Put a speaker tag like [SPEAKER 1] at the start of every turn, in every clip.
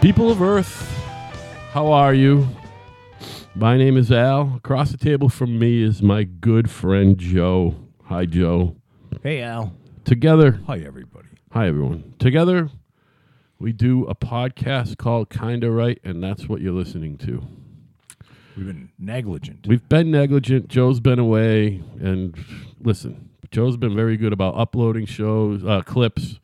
[SPEAKER 1] People of Earth, how are you? My name is Al. Across the table from me is my good friend Joe. Hi, Joe.
[SPEAKER 2] Hey, Al.
[SPEAKER 1] Together,
[SPEAKER 2] Hi, everybody.
[SPEAKER 1] hi, everyone. Together, we do a podcast called Kinda Right, and that's what you're listening to.
[SPEAKER 2] We've been negligent.
[SPEAKER 1] We've been negligent. Joe's been away, and listen, Joe's been very good about uploading shows, uh, clips.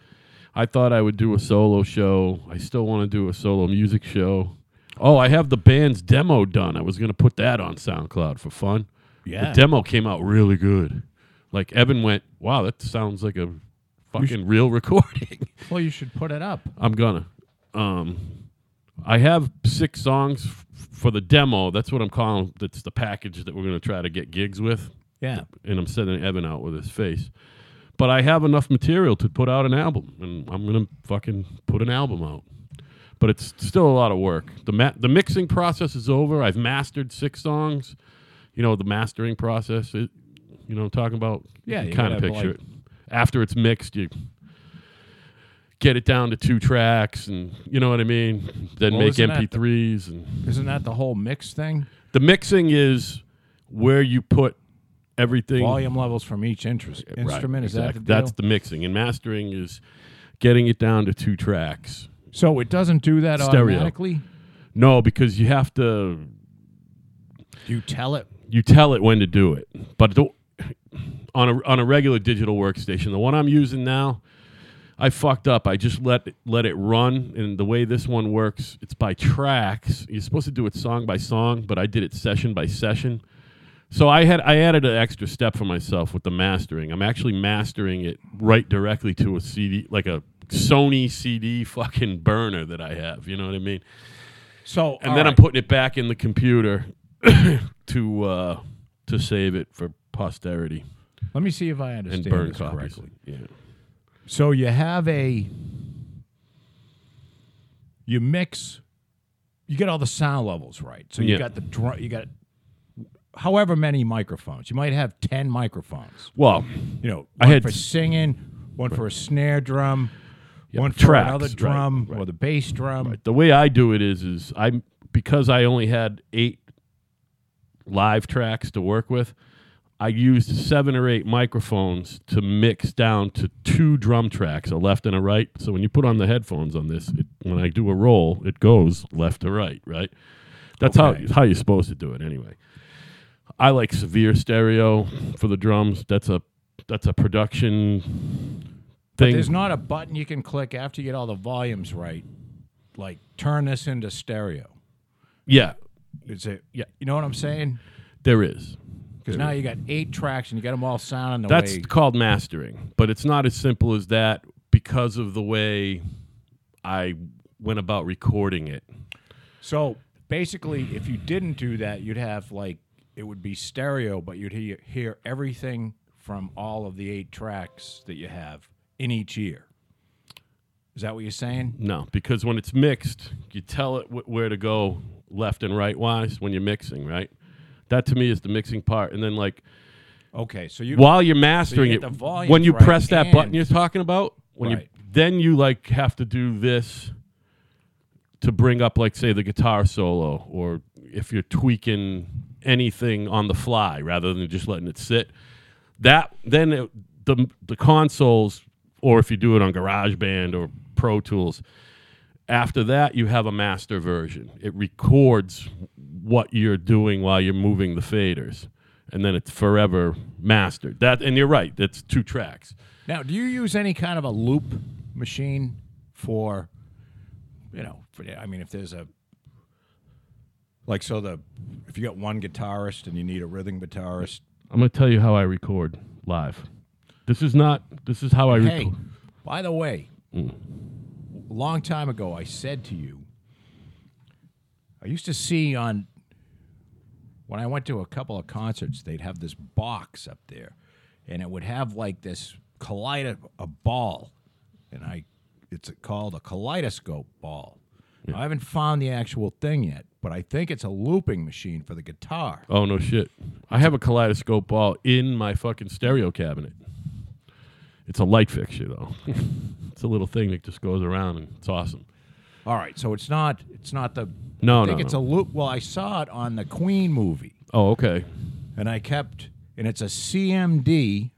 [SPEAKER 1] I thought I would do a solo show. I still want to do a solo music show. Oh, I have the band's demo done. I was going to put that on SoundCloud for fun.
[SPEAKER 2] yeah.
[SPEAKER 1] The demo came out really good. Like Evan went, "Wow, that sounds like a fucking real recording."
[SPEAKER 2] well, you should put it up.
[SPEAKER 1] I'm gonna. Um, I have six songs f- for the demo. That's what I'm calling. That's the package that we're gonna try to get gigs with,
[SPEAKER 2] Yeah.
[SPEAKER 1] and I'm sending Evan out with his face. But I have enough material to put out an album, and I'm gonna fucking put an album out. But it's still a lot of work. the ma- The mixing process is over. I've mastered six songs. You know the mastering process. It, you know, what I'm talking about.
[SPEAKER 2] Yeah,
[SPEAKER 1] you
[SPEAKER 2] you
[SPEAKER 1] kind
[SPEAKER 2] gotta
[SPEAKER 1] of
[SPEAKER 2] have,
[SPEAKER 1] picture
[SPEAKER 2] like-
[SPEAKER 1] it. After it's mixed, you get it down to two tracks, and you know what I mean. Then
[SPEAKER 2] Well,
[SPEAKER 1] make
[SPEAKER 2] isn't that the-
[SPEAKER 1] MP3s, and
[SPEAKER 2] Isn't that the whole mix thing?
[SPEAKER 1] the mixing is where you put everything.
[SPEAKER 2] Volume levels from each interest,
[SPEAKER 1] Right,
[SPEAKER 2] instrument. Is
[SPEAKER 1] exactly.
[SPEAKER 2] that the deal?
[SPEAKER 1] that's the mixing, and mastering is getting it down to two tracks.
[SPEAKER 2] so it doesn't do that
[SPEAKER 1] Stereo.
[SPEAKER 2] automatically.
[SPEAKER 1] No, because you have to
[SPEAKER 2] You tell it.
[SPEAKER 1] you tell it when to do it. But the, on a on a regular digital workstation, the one I'm using now, I fucked up. I just let it, let it run, and the way this one works, it's by tracks. You're supposed to do it song by song, but I did it session by session. So I had I added an extra step for myself with the mastering. I'm actually mastering it right directly to a CD, like a Sony CD fucking burner that I have. You know what I mean?
[SPEAKER 2] So
[SPEAKER 1] and then I'm putting it back in the computer to uh, to save it for posterity
[SPEAKER 2] Let me see if I understand
[SPEAKER 1] and burn
[SPEAKER 2] this
[SPEAKER 1] copies.
[SPEAKER 2] correctly.
[SPEAKER 1] Yeah.
[SPEAKER 2] So you have a. You mix. You get all the sound levels right. So you
[SPEAKER 1] Yeah.
[SPEAKER 2] got the drum. You got. However many microphones, you might have ten microphones.
[SPEAKER 1] Well,
[SPEAKER 2] you know, one
[SPEAKER 1] I had-
[SPEAKER 2] for singing, one for a snare drum, one for
[SPEAKER 1] tracks,
[SPEAKER 2] another
[SPEAKER 1] right,
[SPEAKER 2] drum or the bass drum.
[SPEAKER 1] the way I do it is is I because I only had eight live tracks to work with. I used seven or eight microphones to mix down to two drum tracks, a left and a right. So when you put on the headphones on this, it, when I do a roll, it goes left to right, right? That's
[SPEAKER 2] Okay.
[SPEAKER 1] how how you're supposed to do it anyway. I like severe stereo for the drums. That's a that's a production
[SPEAKER 2] But
[SPEAKER 1] thing.
[SPEAKER 2] there's not a button you can click after you get all the volumes right, like turn this into stereo.
[SPEAKER 1] yeah,
[SPEAKER 2] Is it?
[SPEAKER 1] Yeah.
[SPEAKER 2] You know what I'm saying?
[SPEAKER 1] there is.
[SPEAKER 2] Because now you got eight tracks and you got them all sounding the
[SPEAKER 1] That's
[SPEAKER 2] way.
[SPEAKER 1] called mastering, but it's not as simple as that because of the way I went about recording it.
[SPEAKER 2] So basically, if you didn't do that, you'd have like it would be stereo, but you'd hear, hear everything from all of the eight tracks that you have in each ear. Is that what you're saying?
[SPEAKER 1] No, because when it's mixed, you tell it wh- where to go left and right wise when you're mixing, right? That to me is the mixing part. And then, like,
[SPEAKER 2] Okay, so you
[SPEAKER 1] while you're mastering
[SPEAKER 2] get
[SPEAKER 1] it,
[SPEAKER 2] the volumes
[SPEAKER 1] when you
[SPEAKER 2] right
[SPEAKER 1] press that button
[SPEAKER 2] and-
[SPEAKER 1] you're talking about, when
[SPEAKER 2] Right.
[SPEAKER 1] you then you like have to do this to bring up like say the guitar solo or if you're tweaking anything on the fly rather than just letting it sit. That then it, the the consoles or if you do it on GarageBand or Pro Tools after that you have a master version it records what you're doing while you're moving the faders and then it's forever mastered that and you're right that's two tracks
[SPEAKER 2] Now, do you use any kind of a loop machine for, you know, for, I mean, if there's a, like, so the, if you got one guitarist and you need a rhythm guitarist,
[SPEAKER 1] i'm going to tell you how i record live this is not this is how i
[SPEAKER 2] hey,
[SPEAKER 1] record
[SPEAKER 2] by the way,
[SPEAKER 1] Mm.
[SPEAKER 2] a long time ago, I said to you, I used to see on, when I went to a couple of concerts, they'd have this box up there and it would have like this collider, a ball. And I, it's called a kaleidoscope ball. Now, I haven't found the actual thing yet, but I think it's a looping machine for the guitar.
[SPEAKER 1] oh no shit i have a kaleidoscope ball in my fucking stereo cabinet it's a light fixture though it's a little thing that just goes around and it's awesome
[SPEAKER 2] All right, so it's not it's not the
[SPEAKER 1] No,
[SPEAKER 2] I think
[SPEAKER 1] no,
[SPEAKER 2] it's
[SPEAKER 1] no.
[SPEAKER 2] a loop. Well, I saw it on the Queen movie,
[SPEAKER 1] Oh, okay.
[SPEAKER 2] and I kept and it's a CMD,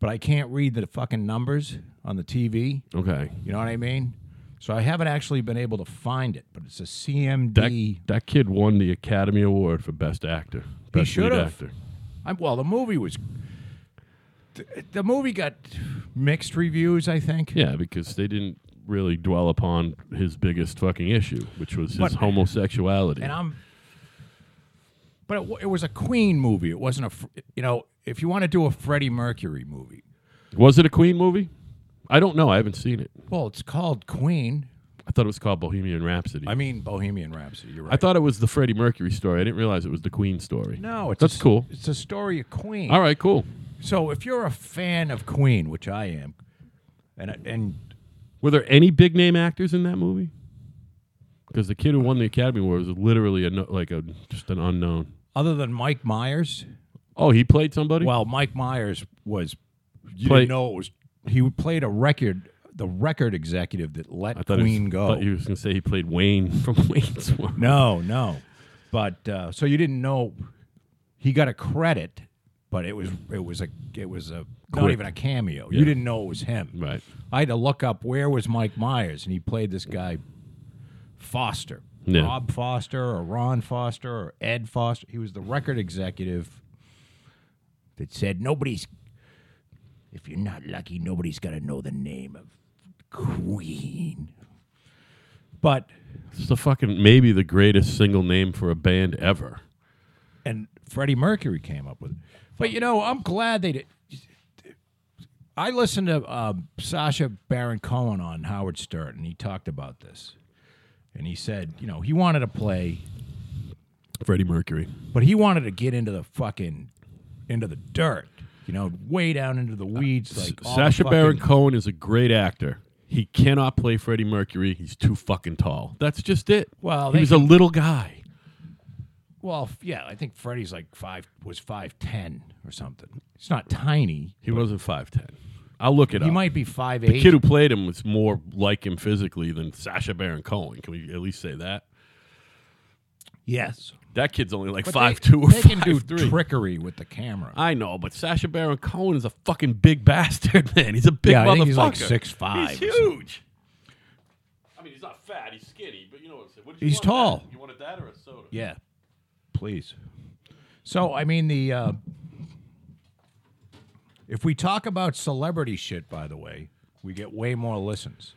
[SPEAKER 2] but I can't read the fucking numbers on the TV.
[SPEAKER 1] Okay.
[SPEAKER 2] You know what I mean? So I haven't actually been able to find it, but it's a CMD.
[SPEAKER 1] That, that kid won the Academy Award for Best Actor. Best Lead
[SPEAKER 2] should've.
[SPEAKER 1] Actor.
[SPEAKER 2] I'm, well, the movie was. th- The movie got mixed reviews, I think.
[SPEAKER 1] Yeah, because they didn't really dwell upon his biggest fucking issue, which was his
[SPEAKER 2] But-
[SPEAKER 1] homosexuality.
[SPEAKER 2] And I'm. But it, wa- it was a Queen movie. It wasn't a. fr- You know, if you want to do a Freddie Mercury movie,
[SPEAKER 1] was it a Queen movie? I don't know. I haven't seen it.
[SPEAKER 2] well, it's called Queen.
[SPEAKER 1] I thought it was called Bohemian Rhapsody.
[SPEAKER 2] I mean, Bohemian Rhapsody. You're right.
[SPEAKER 1] I thought it was the Freddie Mercury story. I didn't realize it was the Queen story.
[SPEAKER 2] no, it's a
[SPEAKER 1] That's
[SPEAKER 2] s-
[SPEAKER 1] cool.
[SPEAKER 2] It's a story of Queen.
[SPEAKER 1] All right, cool.
[SPEAKER 2] So if you're a fan of Queen, which I am, and and
[SPEAKER 1] Were there any big name actors in that movie? Because the kid who won the Academy Award was literally a no, like a just an unknown.
[SPEAKER 2] other than Mike Myers,
[SPEAKER 1] Oh, he played somebody.
[SPEAKER 2] Well, Mike Myers was. You
[SPEAKER 1] Play-
[SPEAKER 2] didn't know it was. He played a record, the record executive that let
[SPEAKER 1] I thought he
[SPEAKER 2] Queen
[SPEAKER 1] was,
[SPEAKER 2] go.
[SPEAKER 1] Thought you was gonna say he played Wayne from Wayne's World.
[SPEAKER 2] no, no, but uh, so you didn't know. He got a credit, but it was it was a it was a not
[SPEAKER 1] Quick.
[SPEAKER 2] even a cameo.
[SPEAKER 1] Yeah.
[SPEAKER 2] You didn't know it was him.
[SPEAKER 1] Right.
[SPEAKER 2] I had to look up where was Mike Myers, and he played this guy Foster,
[SPEAKER 1] Yeah.
[SPEAKER 2] Bob Foster, or Ron Foster, or Ed Foster. He was the record executive that said nobody's. If you're not lucky, nobody's gonna know the name of Queen. But
[SPEAKER 1] It's the fucking maybe the greatest single name for a band ever.
[SPEAKER 2] and Freddie Mercury came up with it. But you know, I'm glad they did. I listened to um, Sasha Baron Cohen on Howard Stern, and he talked about this. And he said, you know, he wanted to play,
[SPEAKER 1] Freddie Mercury.
[SPEAKER 2] but he wanted to get into the fucking, into the dirt, you know, way down into the weeds. Like all the
[SPEAKER 1] Sasha Baron
[SPEAKER 2] fucking-
[SPEAKER 1] Cohen is a great actor. He cannot play Freddie Mercury. He's too fucking tall. That's just it.
[SPEAKER 2] Well,
[SPEAKER 1] he
[SPEAKER 2] they
[SPEAKER 1] was a little guy.
[SPEAKER 2] Well, f- yeah, I think Freddie's like five was five ten or something. It's not tiny.
[SPEAKER 1] He wasn't five ten. I'll look it
[SPEAKER 2] He
[SPEAKER 1] up.
[SPEAKER 2] might be five
[SPEAKER 1] Oh. the
[SPEAKER 2] eight.
[SPEAKER 1] kid who played him was more like him physically than Sasha Baron Cohen. Can we at least say that?
[SPEAKER 2] yes,
[SPEAKER 1] That kid's only like
[SPEAKER 2] But
[SPEAKER 1] five
[SPEAKER 2] they,
[SPEAKER 1] two or
[SPEAKER 2] They can
[SPEAKER 1] five
[SPEAKER 2] do
[SPEAKER 1] three.
[SPEAKER 2] trickery with the camera.
[SPEAKER 1] I know, but Sasha Baron Cohen is a fucking big bastard, man. He's a big motherfucker.
[SPEAKER 2] Yeah, I think he's like 6'5"
[SPEAKER 1] He's
[SPEAKER 2] or something.
[SPEAKER 1] huge. I mean, he's not fat. He's skinny, but you know what I'm saying. What did you
[SPEAKER 2] He's
[SPEAKER 1] want
[SPEAKER 2] tall.
[SPEAKER 1] that? You wanted that or a soda?
[SPEAKER 2] Yeah, please. So I mean the. Uh, if we talk about celebrity shit, by the way, we get way more listens.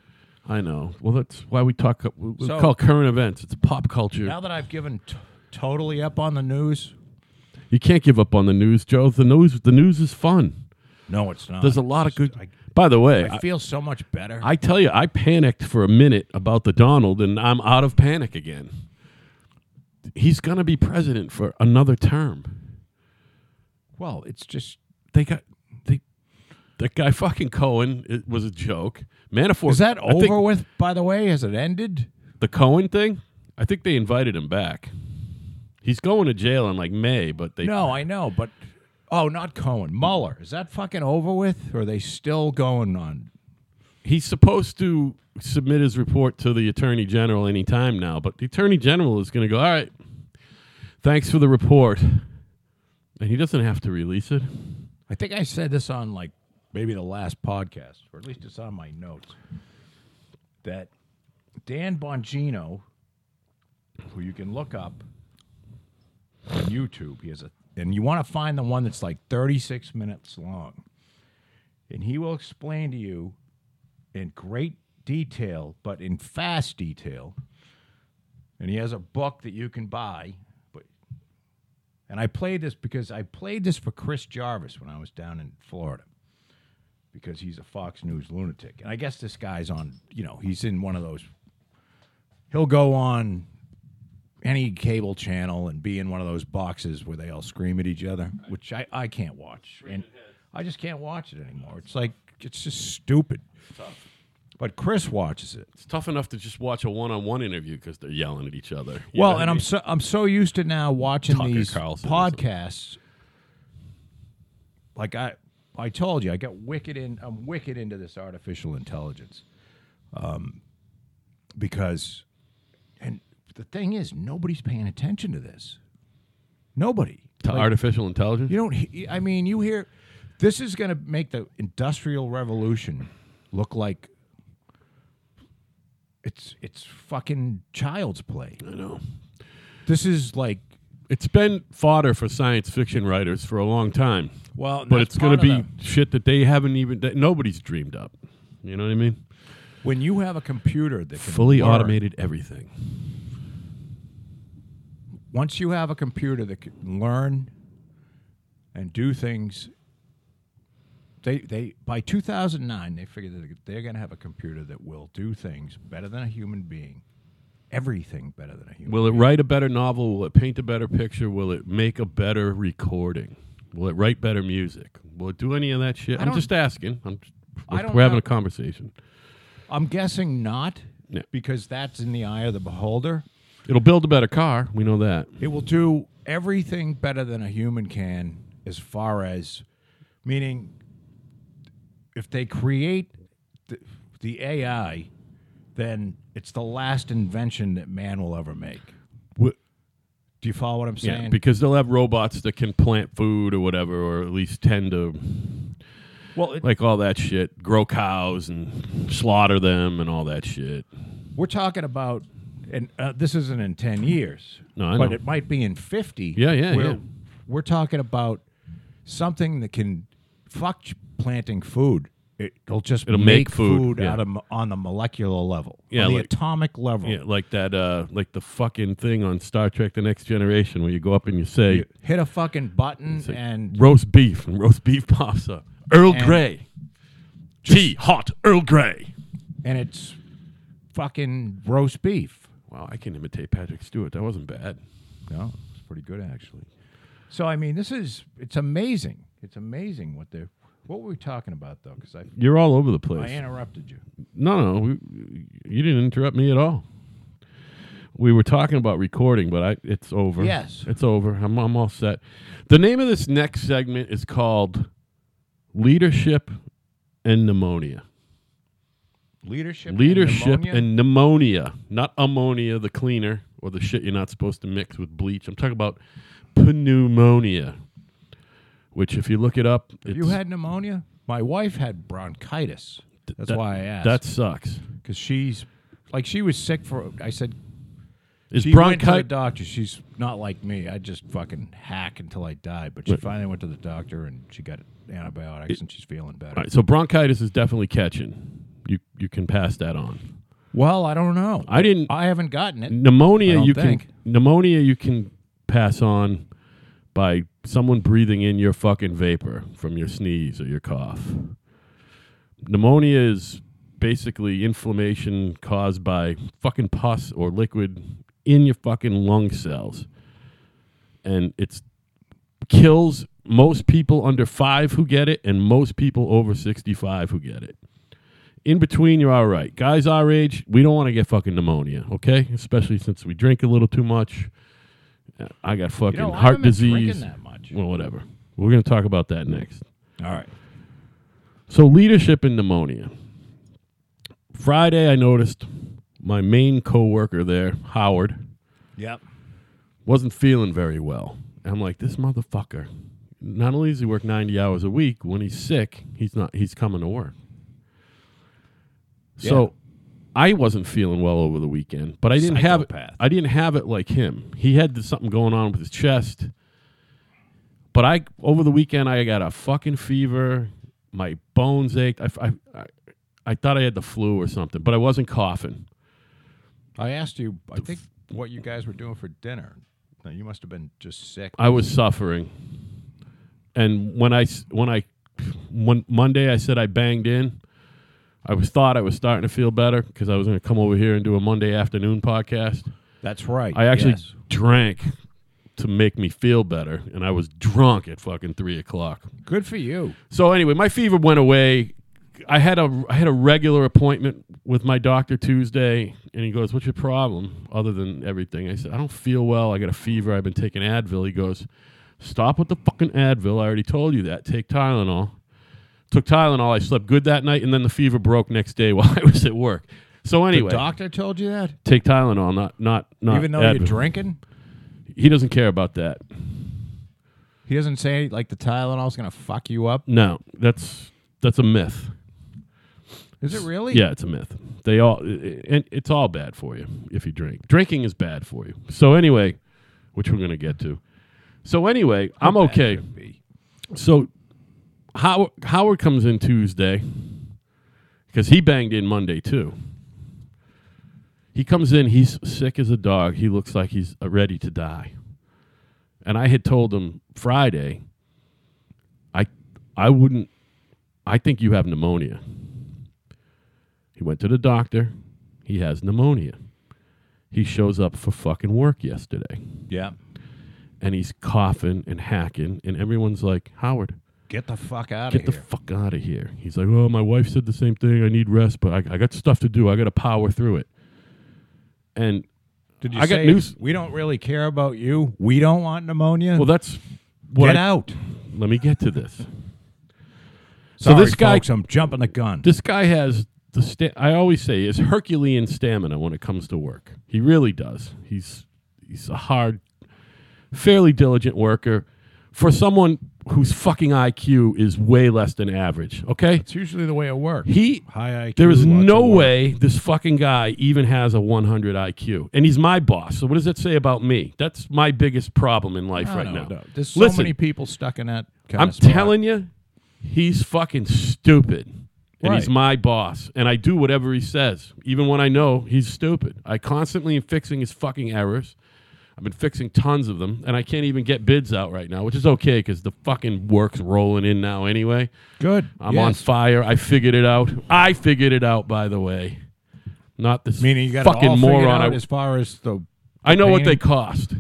[SPEAKER 1] I know. Well, that's why we talk. We, we
[SPEAKER 2] So-
[SPEAKER 1] call current events. It's pop culture.
[SPEAKER 2] Now that I've given t- totally up on the news,
[SPEAKER 1] you can't give up on the news, Joe. The news. The news is fun.
[SPEAKER 2] no, it's not.
[SPEAKER 1] There's a lot of
[SPEAKER 2] It's just-
[SPEAKER 1] good. by the way,
[SPEAKER 2] I, I feel so much better.
[SPEAKER 1] I tell you, I panicked for a minute about the Donald, and I'm out of panic again. He's going to be president for another term.
[SPEAKER 2] well, it's just.
[SPEAKER 1] They got they that guy fucking Cohen. It was a joke. Manafort
[SPEAKER 2] Is that
[SPEAKER 1] I think
[SPEAKER 2] over with? By the way, has it ended?
[SPEAKER 1] The Cohen thing. I think they invited him back. He's going to jail in like May, but they
[SPEAKER 2] No, I know, but oh, not Cohen. Mueller. Is that fucking over with? Or are they still going on?
[SPEAKER 1] he's supposed to submit his report to the attorney general any time now, but the attorney general is going to go, all right, thanks for the report. And he doesn't have to release it.
[SPEAKER 2] I think I said this on like maybe the last podcast, or at least it's on my notes, that Dan Bongino, who you can look up on YouTube, he has a, and you want to find the one that's like 36 minutes long. And he will explain to you in great detail, but in fast detail. And he has a book that you can buy, but and I played this because I played this for Chris Jarvis when I was down in Florida because he's a Fox News lunatic. And I guess this guy's on, you know, he's in one of those. He'll go on any cable channel and be in one of those boxes where they all scream at each other, which I, I can't watch. And I just can't watch it anymore. It's like, it's just stupid. But Chris watches it.
[SPEAKER 1] It's tough enough to just watch a one on one interview because they're yelling at each other. You know
[SPEAKER 2] Well,
[SPEAKER 1] what
[SPEAKER 2] and
[SPEAKER 1] I
[SPEAKER 2] I'm
[SPEAKER 1] mean?
[SPEAKER 2] so I'm so used to now watching
[SPEAKER 1] Tucker
[SPEAKER 2] these
[SPEAKER 1] Carlson or something.
[SPEAKER 2] podcasts. Like I, I told you, I got wicked in. I'm wicked into this artificial intelligence. Um, because, and the thing is, nobody's paying attention to this. Nobody.
[SPEAKER 1] to artificial intelligence.
[SPEAKER 2] You don't. he- I mean, you hear. This is going to make the industrial revolution look like it's it's fucking child's play.
[SPEAKER 1] I know.
[SPEAKER 2] This is like
[SPEAKER 1] It's been fodder for science fiction writers for a long time,
[SPEAKER 2] well,
[SPEAKER 1] but it's going to be shit that they haven't even that nobody's dreamed up. You know what I mean?
[SPEAKER 2] when you have a computer that can
[SPEAKER 1] Fully
[SPEAKER 2] learn-
[SPEAKER 1] automated everything.
[SPEAKER 2] Once you have a computer that can learn and do things, they they by 2009 they figured that they're going to have a computer that will do things better than a human being, everything better than a human.
[SPEAKER 1] Will it write a better novel? Will it paint a better picture? Will it make a better recording? Will it write better music? Will it do any of that shit?
[SPEAKER 2] I
[SPEAKER 1] I'm
[SPEAKER 2] don't-
[SPEAKER 1] just asking. I'm just,
[SPEAKER 2] I don't
[SPEAKER 1] we're having
[SPEAKER 2] know.
[SPEAKER 1] a conversation.
[SPEAKER 2] I'm guessing not,
[SPEAKER 1] Yeah.
[SPEAKER 2] because that's in the eye of the beholder.
[SPEAKER 1] It'll build a better car. We know that.
[SPEAKER 2] It will do everything better than a human can, as far as meaning, if they create the, the AI, then it's the last invention that man will ever make.
[SPEAKER 1] Wh-
[SPEAKER 2] Do you follow what I'm saying?
[SPEAKER 1] Yeah, because they'll have robots that can plant food or whatever, or at least tend to
[SPEAKER 2] well, it,
[SPEAKER 1] like all that shit, grow cows and slaughter them and all that shit.
[SPEAKER 2] we're talking about, and uh, this isn't in 10 years,
[SPEAKER 1] No, I
[SPEAKER 2] but
[SPEAKER 1] know.
[SPEAKER 2] it might be in 50.
[SPEAKER 1] Yeah, yeah,
[SPEAKER 2] where
[SPEAKER 1] yeah.
[SPEAKER 2] We're talking about something that can fuck ch- planting food. It- It'll just
[SPEAKER 1] It'll
[SPEAKER 2] make,
[SPEAKER 1] make food, yeah.
[SPEAKER 2] out of, m- on the molecular level,
[SPEAKER 1] Yeah,
[SPEAKER 2] on the
[SPEAKER 1] like-
[SPEAKER 2] atomic level.
[SPEAKER 1] Yeah, like that, uh, like the fucking thing on Star Trek: The Next Generation, where you go up and you say
[SPEAKER 2] Hit a fucking button and
[SPEAKER 1] roast beef, and roast beef pops up. Earl
[SPEAKER 2] And-
[SPEAKER 1] Grey, tea hot Earl Grey.
[SPEAKER 2] and it's fucking roast beef.
[SPEAKER 1] Wow, I can imitate Patrick Stewart. That wasn't bad.
[SPEAKER 2] No, it's pretty good actually. So I mean, this is it's amazing. It's amazing what they're. What were we talking about though? Because I
[SPEAKER 1] You're all over the
[SPEAKER 2] I
[SPEAKER 1] place.
[SPEAKER 2] interrupted you.
[SPEAKER 1] No, no, we, you didn't interrupt me at all. We were talking about recording, but I it's over.
[SPEAKER 2] Yes.
[SPEAKER 1] it's over. I'm I'm all set. The name of this next segment is called "Leadership and Pneumonia."
[SPEAKER 2] Leadership. and
[SPEAKER 1] Leadership
[SPEAKER 2] pneumonia?
[SPEAKER 1] and pneumonia, not ammonia, the cleaner, or the shit you're not supposed to mix with bleach. I'm talking about pneumonia, which, if you look it up, it's,
[SPEAKER 2] Have you had pneumonia? My wife had bronchitis. That's
[SPEAKER 1] that-
[SPEAKER 2] why I asked.
[SPEAKER 1] that sucks.
[SPEAKER 2] because she's like she was sick for. I said
[SPEAKER 1] Is
[SPEAKER 2] she went to the
[SPEAKER 1] bronchitis?
[SPEAKER 2] doctor. She's not like me. I just fucking hack until I die. But she
[SPEAKER 1] Right.
[SPEAKER 2] finally went to the doctor and she got antibiotics and she's feeling better.
[SPEAKER 1] All right, so bronchitis is definitely catching. You you can pass that on.
[SPEAKER 2] Well, I don't know. I,
[SPEAKER 1] I didn't
[SPEAKER 2] haven't gotten it. I
[SPEAKER 1] pneumonia.
[SPEAKER 2] don't
[SPEAKER 1] You
[SPEAKER 2] think.
[SPEAKER 1] can pneumonia. You can pass on by someone breathing in your fucking vapor from your sneeze or your cough. Pneumonia is basically inflammation caused by fucking pus or liquid in your fucking lung cells, and it's kills most people under five who get it, and most people over sixty-five who get it in between, you're all right. Guys our age, we don't want to get fucking pneumonia, okay? Especially since we drink a little too much. Uh, I got fucking
[SPEAKER 2] You know, I
[SPEAKER 1] heart
[SPEAKER 2] haven't been drinking
[SPEAKER 1] disease.
[SPEAKER 2] that much.
[SPEAKER 1] Well, whatever. We're going to talk about that next.
[SPEAKER 2] All right.
[SPEAKER 1] So, leadership and pneumonia. Friday, I noticed my main coworker there, Howard,
[SPEAKER 2] Yep.
[SPEAKER 1] wasn't feeling very well. And I'm like, this motherfucker. Not only does he work 90 hours a week, when he's sick, he's not he's coming to work.
[SPEAKER 2] Yeah.
[SPEAKER 1] So I wasn't feeling well over the weekend, but I didn't have it.
[SPEAKER 2] Psychopath.
[SPEAKER 1] I didn't have it like him. He had th- something going on with his chest. But I over the weekend I got a fucking fever. My bones ached. I, f- I- I- I thought I had the flu or something, but I wasn't coughing.
[SPEAKER 2] I asked you. I think what you guys were doing for dinner. Now, you must have been just sick.
[SPEAKER 1] I was suffering, and when I s- when I when Monday I said I banged in. I was thought I was starting to feel better because I was going to come over here and do a Monday afternoon podcast.
[SPEAKER 2] That's right.
[SPEAKER 1] I actually
[SPEAKER 2] yes.
[SPEAKER 1] drank to make me feel better, and I was drunk at fucking three o'clock.
[SPEAKER 2] good for you.
[SPEAKER 1] So anyway, my fever went away. I had a I had a regular appointment with my doctor Tuesday, and he goes, "What's your problem?" Other than everything, I said, "I don't feel well. I got a fever. I've been taking Advil." He goes, "Stop with the fucking Advil. I already told you that. Take Tylenol." Took Tylenol. I slept good that night, and then the fever broke next day while I was at work. So anyway,
[SPEAKER 2] The doctor told you that?
[SPEAKER 1] take Tylenol, not not not
[SPEAKER 2] Even though
[SPEAKER 1] Advil.
[SPEAKER 2] you're drinking?
[SPEAKER 1] He doesn't care about that.
[SPEAKER 2] He doesn't say like the Tylenol's going to fuck you up.
[SPEAKER 1] No, that's that's a myth.
[SPEAKER 2] Is it really?
[SPEAKER 1] Yeah, it's a myth. They all and it's all bad for you if you drink. Drinking is bad for you. So anyway, which we're gonna get to. So anyway, I'm okay. So Howard Howard comes in Tuesday because he banged in Monday too. He comes in. He's sick as a dog. He looks like he's uh, ready to die. And I had told him Friday. I I wouldn't. I think you have pneumonia. He went to the doctor. He has pneumonia. He shows up for fucking work yesterday
[SPEAKER 2] Yeah.
[SPEAKER 1] and he's coughing and hacking. And everyone's like, Howard,
[SPEAKER 2] Get the fuck out
[SPEAKER 1] get
[SPEAKER 2] of
[SPEAKER 1] the
[SPEAKER 2] here.
[SPEAKER 1] fuck out of here. He's like, Oh, my wife said the same thing. I need rest, but I, I got stuff to do. I got to power through it. And
[SPEAKER 2] Did you
[SPEAKER 1] I got
[SPEAKER 2] say,
[SPEAKER 1] news-
[SPEAKER 2] We don't really care about you. We don't want pneumonia.
[SPEAKER 1] well, that's what
[SPEAKER 2] Get
[SPEAKER 1] I,
[SPEAKER 2] out.
[SPEAKER 1] let me get to this.
[SPEAKER 2] So
[SPEAKER 1] this guy-
[SPEAKER 2] folks, I'm jumping the gun.
[SPEAKER 1] This guy has the sta- I always say is Herculean stamina when it comes to work. He really does. He's he's a hard, fairly diligent worker for someone whose fucking IQ is way less than average. Okay,
[SPEAKER 2] it's usually the way it works.
[SPEAKER 1] he
[SPEAKER 2] High IQ.
[SPEAKER 1] there is
[SPEAKER 2] lots of
[SPEAKER 1] no
[SPEAKER 2] work.
[SPEAKER 1] way this fucking guy even has a 100 IQ, and he's my boss. So what does that say about me? That's my biggest problem in life
[SPEAKER 2] I
[SPEAKER 1] right
[SPEAKER 2] don't
[SPEAKER 1] now.
[SPEAKER 2] know. There's so
[SPEAKER 1] Listen,
[SPEAKER 2] many people stuck in that. Kind
[SPEAKER 1] I'm
[SPEAKER 2] of spot.
[SPEAKER 1] telling you, he's fucking stupid. And he's
[SPEAKER 2] Right.
[SPEAKER 1] my boss. And I do whatever he says, even when I know he's stupid. I constantly am fixing his fucking errors. I've been fixing tons of them. And I can't even get bids out right now, which is okay because the fucking work's rolling in now anyway.
[SPEAKER 2] Good.
[SPEAKER 1] I'm on
[SPEAKER 2] yes.
[SPEAKER 1] fire. I figured it out. I figured it out, by the way. Not this
[SPEAKER 2] Meaning you got
[SPEAKER 1] fucking
[SPEAKER 2] it all figured
[SPEAKER 1] moron.
[SPEAKER 2] out
[SPEAKER 1] I,
[SPEAKER 2] as far as the.
[SPEAKER 1] I know what they
[SPEAKER 2] painting?
[SPEAKER 1] cost.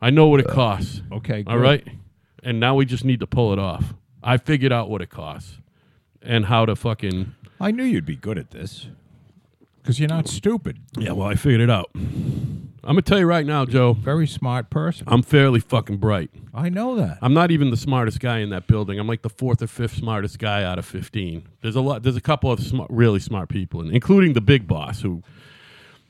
[SPEAKER 1] I know what it costs.
[SPEAKER 2] Uh, Okay. Good.
[SPEAKER 1] All right. And now we just need to pull it off. I figured out what it costs and how to fucking.
[SPEAKER 2] I knew you'd be good at this. Because you're not stupid.
[SPEAKER 1] Yeah, well, I figured it out. I'm going to tell you right now, Joe,
[SPEAKER 2] Very smart person.
[SPEAKER 1] I'm fairly fucking bright.
[SPEAKER 2] I know that.
[SPEAKER 1] I'm not even the smartest guy in that building. I'm like the fourth or fifth smartest guy out of 15. There's a lot, there's a couple of sma- really smart people, in, including the big boss who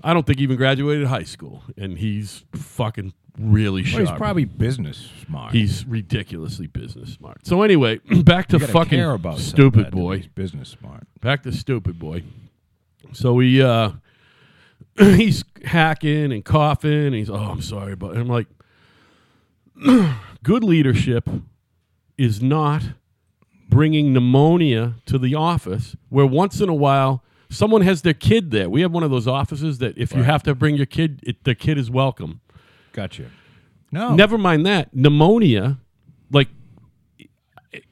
[SPEAKER 1] I don't think even graduated high school. And he's fucking really
[SPEAKER 2] Well,
[SPEAKER 1] sharp.
[SPEAKER 2] he's probably business smart.
[SPEAKER 1] He's ridiculously business smart. So anyway, back to
[SPEAKER 2] You gotta
[SPEAKER 1] fucking
[SPEAKER 2] care about something
[SPEAKER 1] stupid
[SPEAKER 2] that
[SPEAKER 1] boy.
[SPEAKER 2] He's business smart.
[SPEAKER 1] back to stupid boy. So he uh, he's hacking and coughing. And he's oh, I'm sorry, but I'm like, good leadership is not bringing pneumonia to the office where once in a while someone has their kid there. We have one of those offices that if you have to bring your kid, it, the kid is welcome.
[SPEAKER 2] Gotcha. No.
[SPEAKER 1] Never mind that pneumonia, like.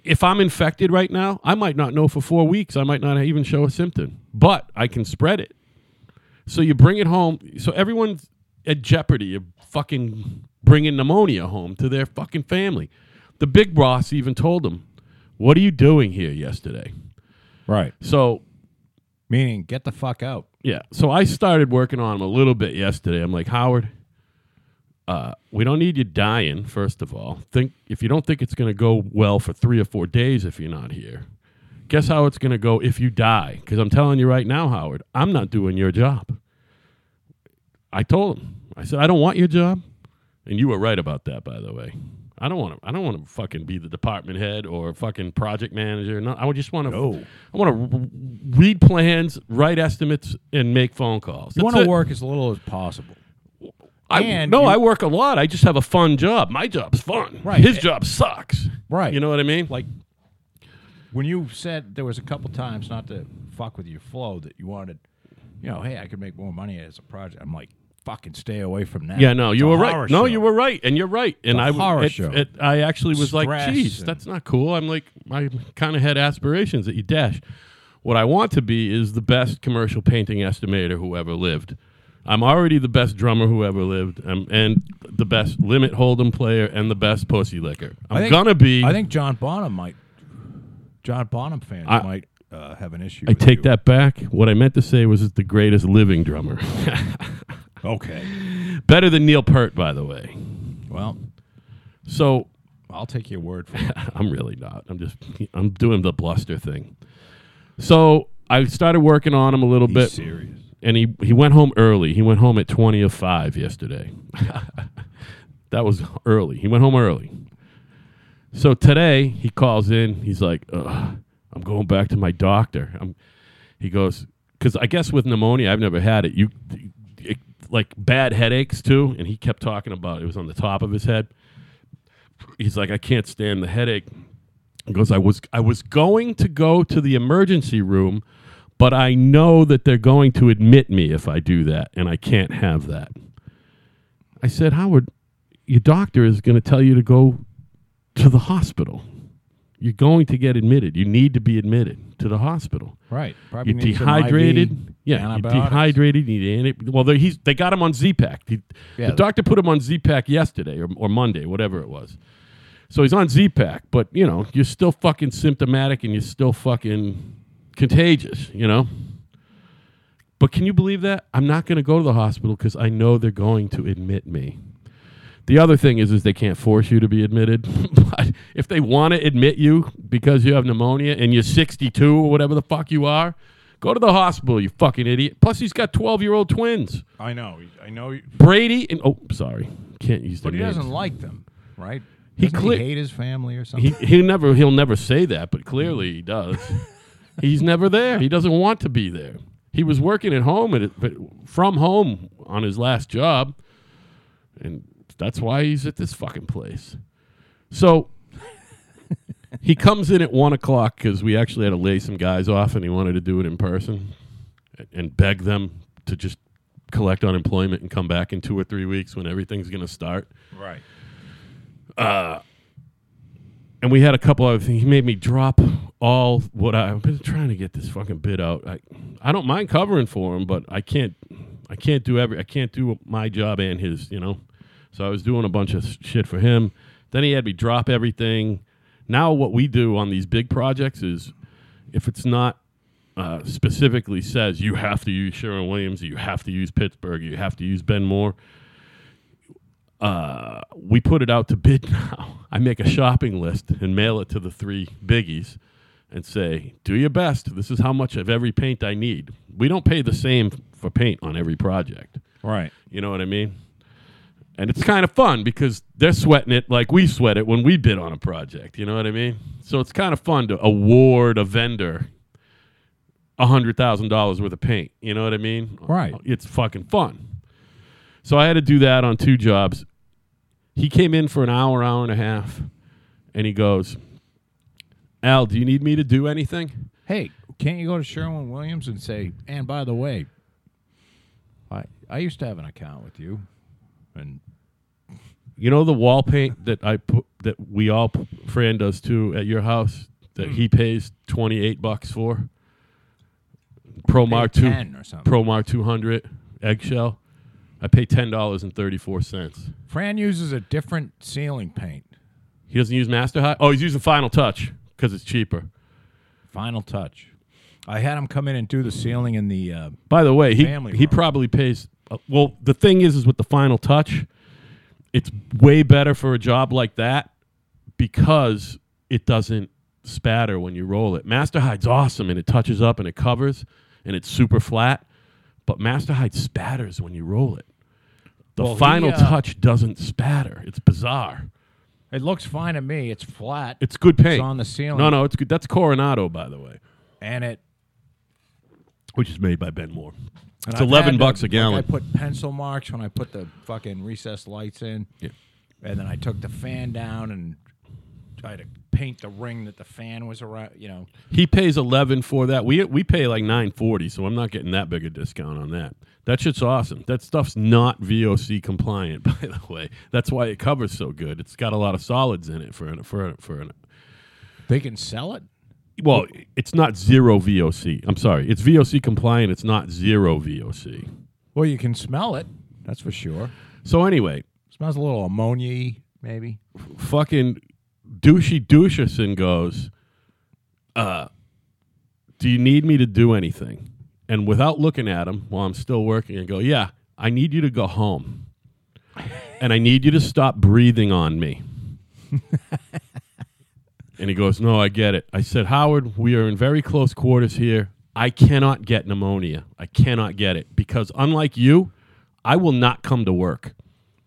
[SPEAKER 1] If I'm infected right now, I might not know for four weeks. I might not even show a symptom, but I can spread it. So you bring it home. So everyone's at jeopardy of fucking bringing pneumonia home to their fucking family. The big boss even told them, "What are you doing here yesterday?"
[SPEAKER 2] Right.
[SPEAKER 1] So
[SPEAKER 2] Meaning, get the fuck out.
[SPEAKER 1] yeah. So I started working on him a little bit yesterday. I'm like, Howard, uh, we don't need you dying, first of all. Think if you don't think it's gonna go well for three or four days if you're not here, guess how it's gonna go if you die. Because I'm telling you right now, Howard, I'm not doing your job. I told him. I said, I don't want your job. And you were right about that, by the way. I don't want to. I don't want to fucking be the department head or fucking project manager. No, I would just want to.
[SPEAKER 2] No.
[SPEAKER 1] I want to read plans, write estimates, and make phone calls.
[SPEAKER 2] You
[SPEAKER 1] That's
[SPEAKER 2] want to
[SPEAKER 1] it.
[SPEAKER 2] work as little as possible.
[SPEAKER 1] I,
[SPEAKER 2] and
[SPEAKER 1] no,
[SPEAKER 2] you-
[SPEAKER 1] I work a lot. I just have a fun job. My job's fun.
[SPEAKER 2] Right.
[SPEAKER 1] His job sucks.
[SPEAKER 2] Right.
[SPEAKER 1] You know what I mean?
[SPEAKER 2] Like when you said there was a couple times not to fuck with your flow that you wanted, you know, hey, I could make more money as a project. I'm like, fucking stay away from that.
[SPEAKER 1] yeah, no,
[SPEAKER 2] It's
[SPEAKER 1] you
[SPEAKER 2] a
[SPEAKER 1] were
[SPEAKER 2] horror
[SPEAKER 1] right. No,
[SPEAKER 2] show.
[SPEAKER 1] you were right, and you're right. And
[SPEAKER 2] a
[SPEAKER 1] I w-
[SPEAKER 2] horror
[SPEAKER 1] it-
[SPEAKER 2] show.
[SPEAKER 1] it- I actually was like,
[SPEAKER 2] Stress
[SPEAKER 1] geez,
[SPEAKER 2] and-
[SPEAKER 1] that's not cool. I'm like, I kind of had aspirations that you dash. What I want to be is the best commercial painting estimator who ever lived. I'm already the best drummer who ever lived, um, and the best limit hold'em player, and the best pussy licker. I'm
[SPEAKER 2] I think-
[SPEAKER 1] gonna be.
[SPEAKER 2] I think John Bonham might. John Bonham fans
[SPEAKER 1] I-
[SPEAKER 2] might uh, have an issue.
[SPEAKER 1] I take that back. What I meant to say was it's the greatest living drummer.
[SPEAKER 2] Okay.
[SPEAKER 1] Better than Neil Peart, by the way.
[SPEAKER 2] Well,
[SPEAKER 1] So
[SPEAKER 2] I'll take your word for it.
[SPEAKER 1] I'm really not. I'm just I'm doing the bluster thing. So I started working on him a little
[SPEAKER 2] He's
[SPEAKER 1] bit.
[SPEAKER 2] serious.
[SPEAKER 1] and he he went home early. He went home at twenty of five yesterday. that was early. He went home early. So today he calls in. He's like, Ugh, "I'm going back to my doctor." I'm, he goes, "Cause I guess with pneumonia, I've never had it. You, it, like bad headaches too." And he kept talking about it. it was on the top of his head. He's like, "I can't stand the headache." He goes, "I was I was going to go to the emergency room, but I know that they're going to admit me if I do that, and I can't have that." I said, "Howard, your doctor is going to tell you to go to the hospital. You're going to get admitted. You need to be admitted to the hospital.
[SPEAKER 2] Right. Probably
[SPEAKER 1] You're
[SPEAKER 2] need some IV
[SPEAKER 1] dehydrated. Yeah, you're
[SPEAKER 2] antibiotics.
[SPEAKER 1] dehydrated. You need anti- well, they, he's, they got him on Z-Pack. He-
[SPEAKER 2] Yeah.
[SPEAKER 1] The doctor put him on Z-Pack yesterday or, or Monday, whatever it was. So he's on Z-Pack, but, you know, you're still fucking symptomatic and you're still fucking contagious, you know? But can you believe that? I'm not going to go to the hospital because I know they're going to admit me. The other thing is, is they can't force you to be admitted. but if they want to admit you because you have pneumonia and you're 62 or whatever the fuck you are, go to the hospital, you fucking idiot. Plus, he's got 12 year old twins,
[SPEAKER 2] I know. I know. you-
[SPEAKER 1] Brady and oh, sorry, can't use their
[SPEAKER 2] But he
[SPEAKER 1] names.
[SPEAKER 2] doesn't like them, right?
[SPEAKER 1] He
[SPEAKER 2] Doesn't
[SPEAKER 1] cle-
[SPEAKER 2] he hate his family or something.
[SPEAKER 1] He he never he'll never say that, but clearly he does. he's never there. He doesn't want to be there. He was working at home and it- but from home on his last job, and that's why he's at this fucking place. So he comes in at one o'clock because we actually had to lay some guys off, and he wanted to do it in person and- and beg them to just collect unemployment and come back in two or three weeks when everything's going to start.
[SPEAKER 2] right.
[SPEAKER 1] and we had a couple other things. He made me drop all what I, I've been trying to get this fucking bid out. I, I don't mind covering for him, but I can't, I can't do every, I can't do my job and his, you know. So I was doing a bunch of s- shit for him. Then he had me drop everything. Now what we do on these big projects is, if it's not uh, specifically says you have to use Sharon Williams, you have to use Pittsburgh, you have to use Ben Moore, uh, we put it out to bid now. I make a shopping list and mail it to the three biggies and say, do your best. This is how much of every paint I need. We don't pay the same for paint on every project.
[SPEAKER 2] Right.
[SPEAKER 1] You know what I mean? And it's kind of fun because they're sweating it like we sweat it when we bid on a project. You know what I mean? So it's kind of fun to award a vendor $100,000 worth of paint. You know what I mean?
[SPEAKER 2] Right.
[SPEAKER 1] It's fucking fun. So I had to do that on two jobs. He came in for an hour, hour and a half, and he goes, Al, do you need me to do anything?
[SPEAKER 2] Hey, can't you go to Sherwin Williams and say, and by the way, I I used to have an account with you, and
[SPEAKER 1] You know the wall paint that I put that we all p- Fran does too at your house that he pays twenty eight bucks for. Promar two
[SPEAKER 2] ten or something.
[SPEAKER 1] Promar two hundred eggshell. I pay ten dollars and thirty four cents.
[SPEAKER 2] Fran uses a different ceiling paint,
[SPEAKER 1] He doesn't use Master High. Oh, he's using Final Touch because it's cheaper.
[SPEAKER 2] Final Touch. I had him come in and do the ceiling in the. Uh,
[SPEAKER 1] By the way, he
[SPEAKER 2] Family
[SPEAKER 1] he
[SPEAKER 2] room.
[SPEAKER 1] probably pays. Uh, well, the thing is, is with the Final Touch, it's way better for a job like that because it doesn't spatter when you roll it. Master Hide's awesome and it touches up and it covers and it's super flat, but Master Hide spatters when you roll it. The
[SPEAKER 2] Well, he,
[SPEAKER 1] Final
[SPEAKER 2] uh,
[SPEAKER 1] Touch doesn't spatter. It's bizarre.
[SPEAKER 2] it looks fine to me. It's flat
[SPEAKER 1] It's good paint.
[SPEAKER 2] on the ceiling.
[SPEAKER 1] No, no, it's good. That's Coronado, by the way,
[SPEAKER 2] and it.
[SPEAKER 1] which is made by Ben Moore.
[SPEAKER 2] and
[SPEAKER 1] It's
[SPEAKER 2] I've
[SPEAKER 1] eleven
[SPEAKER 2] had
[SPEAKER 1] bucks
[SPEAKER 2] to-
[SPEAKER 1] a gallon.
[SPEAKER 2] Like I put pencil marks when I put the fucking recessed lights in,
[SPEAKER 1] Yeah.
[SPEAKER 2] and then I took the fan down and tried to paint the ring that the fan was around. You know.
[SPEAKER 1] He pays eleven for that. We we pay like nine forty, so I'm not getting that big a discount on that. That shit's awesome. That stuff's not VOC compliant, by the way. That's why it covers so good. It's got a lot of solids in it for an, for an, for an,
[SPEAKER 2] They can sell it.
[SPEAKER 1] well, it's not zero VOC. I'm sorry, it's VOC compliant. It's not zero VOC.
[SPEAKER 2] Well, you can smell it. That's for sure.
[SPEAKER 1] So anyway,
[SPEAKER 2] Smells a little ammonia maybe.
[SPEAKER 1] fucking douchey doucherson goes, uh, do you need me to do anything? And without looking at him while I'm still working, I go, yeah, I need you to go home. and I need you to stop breathing on me. and he goes, no, I get it. I said, Howard, we are in very close quarters here. I cannot get pneumonia. I cannot get it because unlike you, I will not come to work.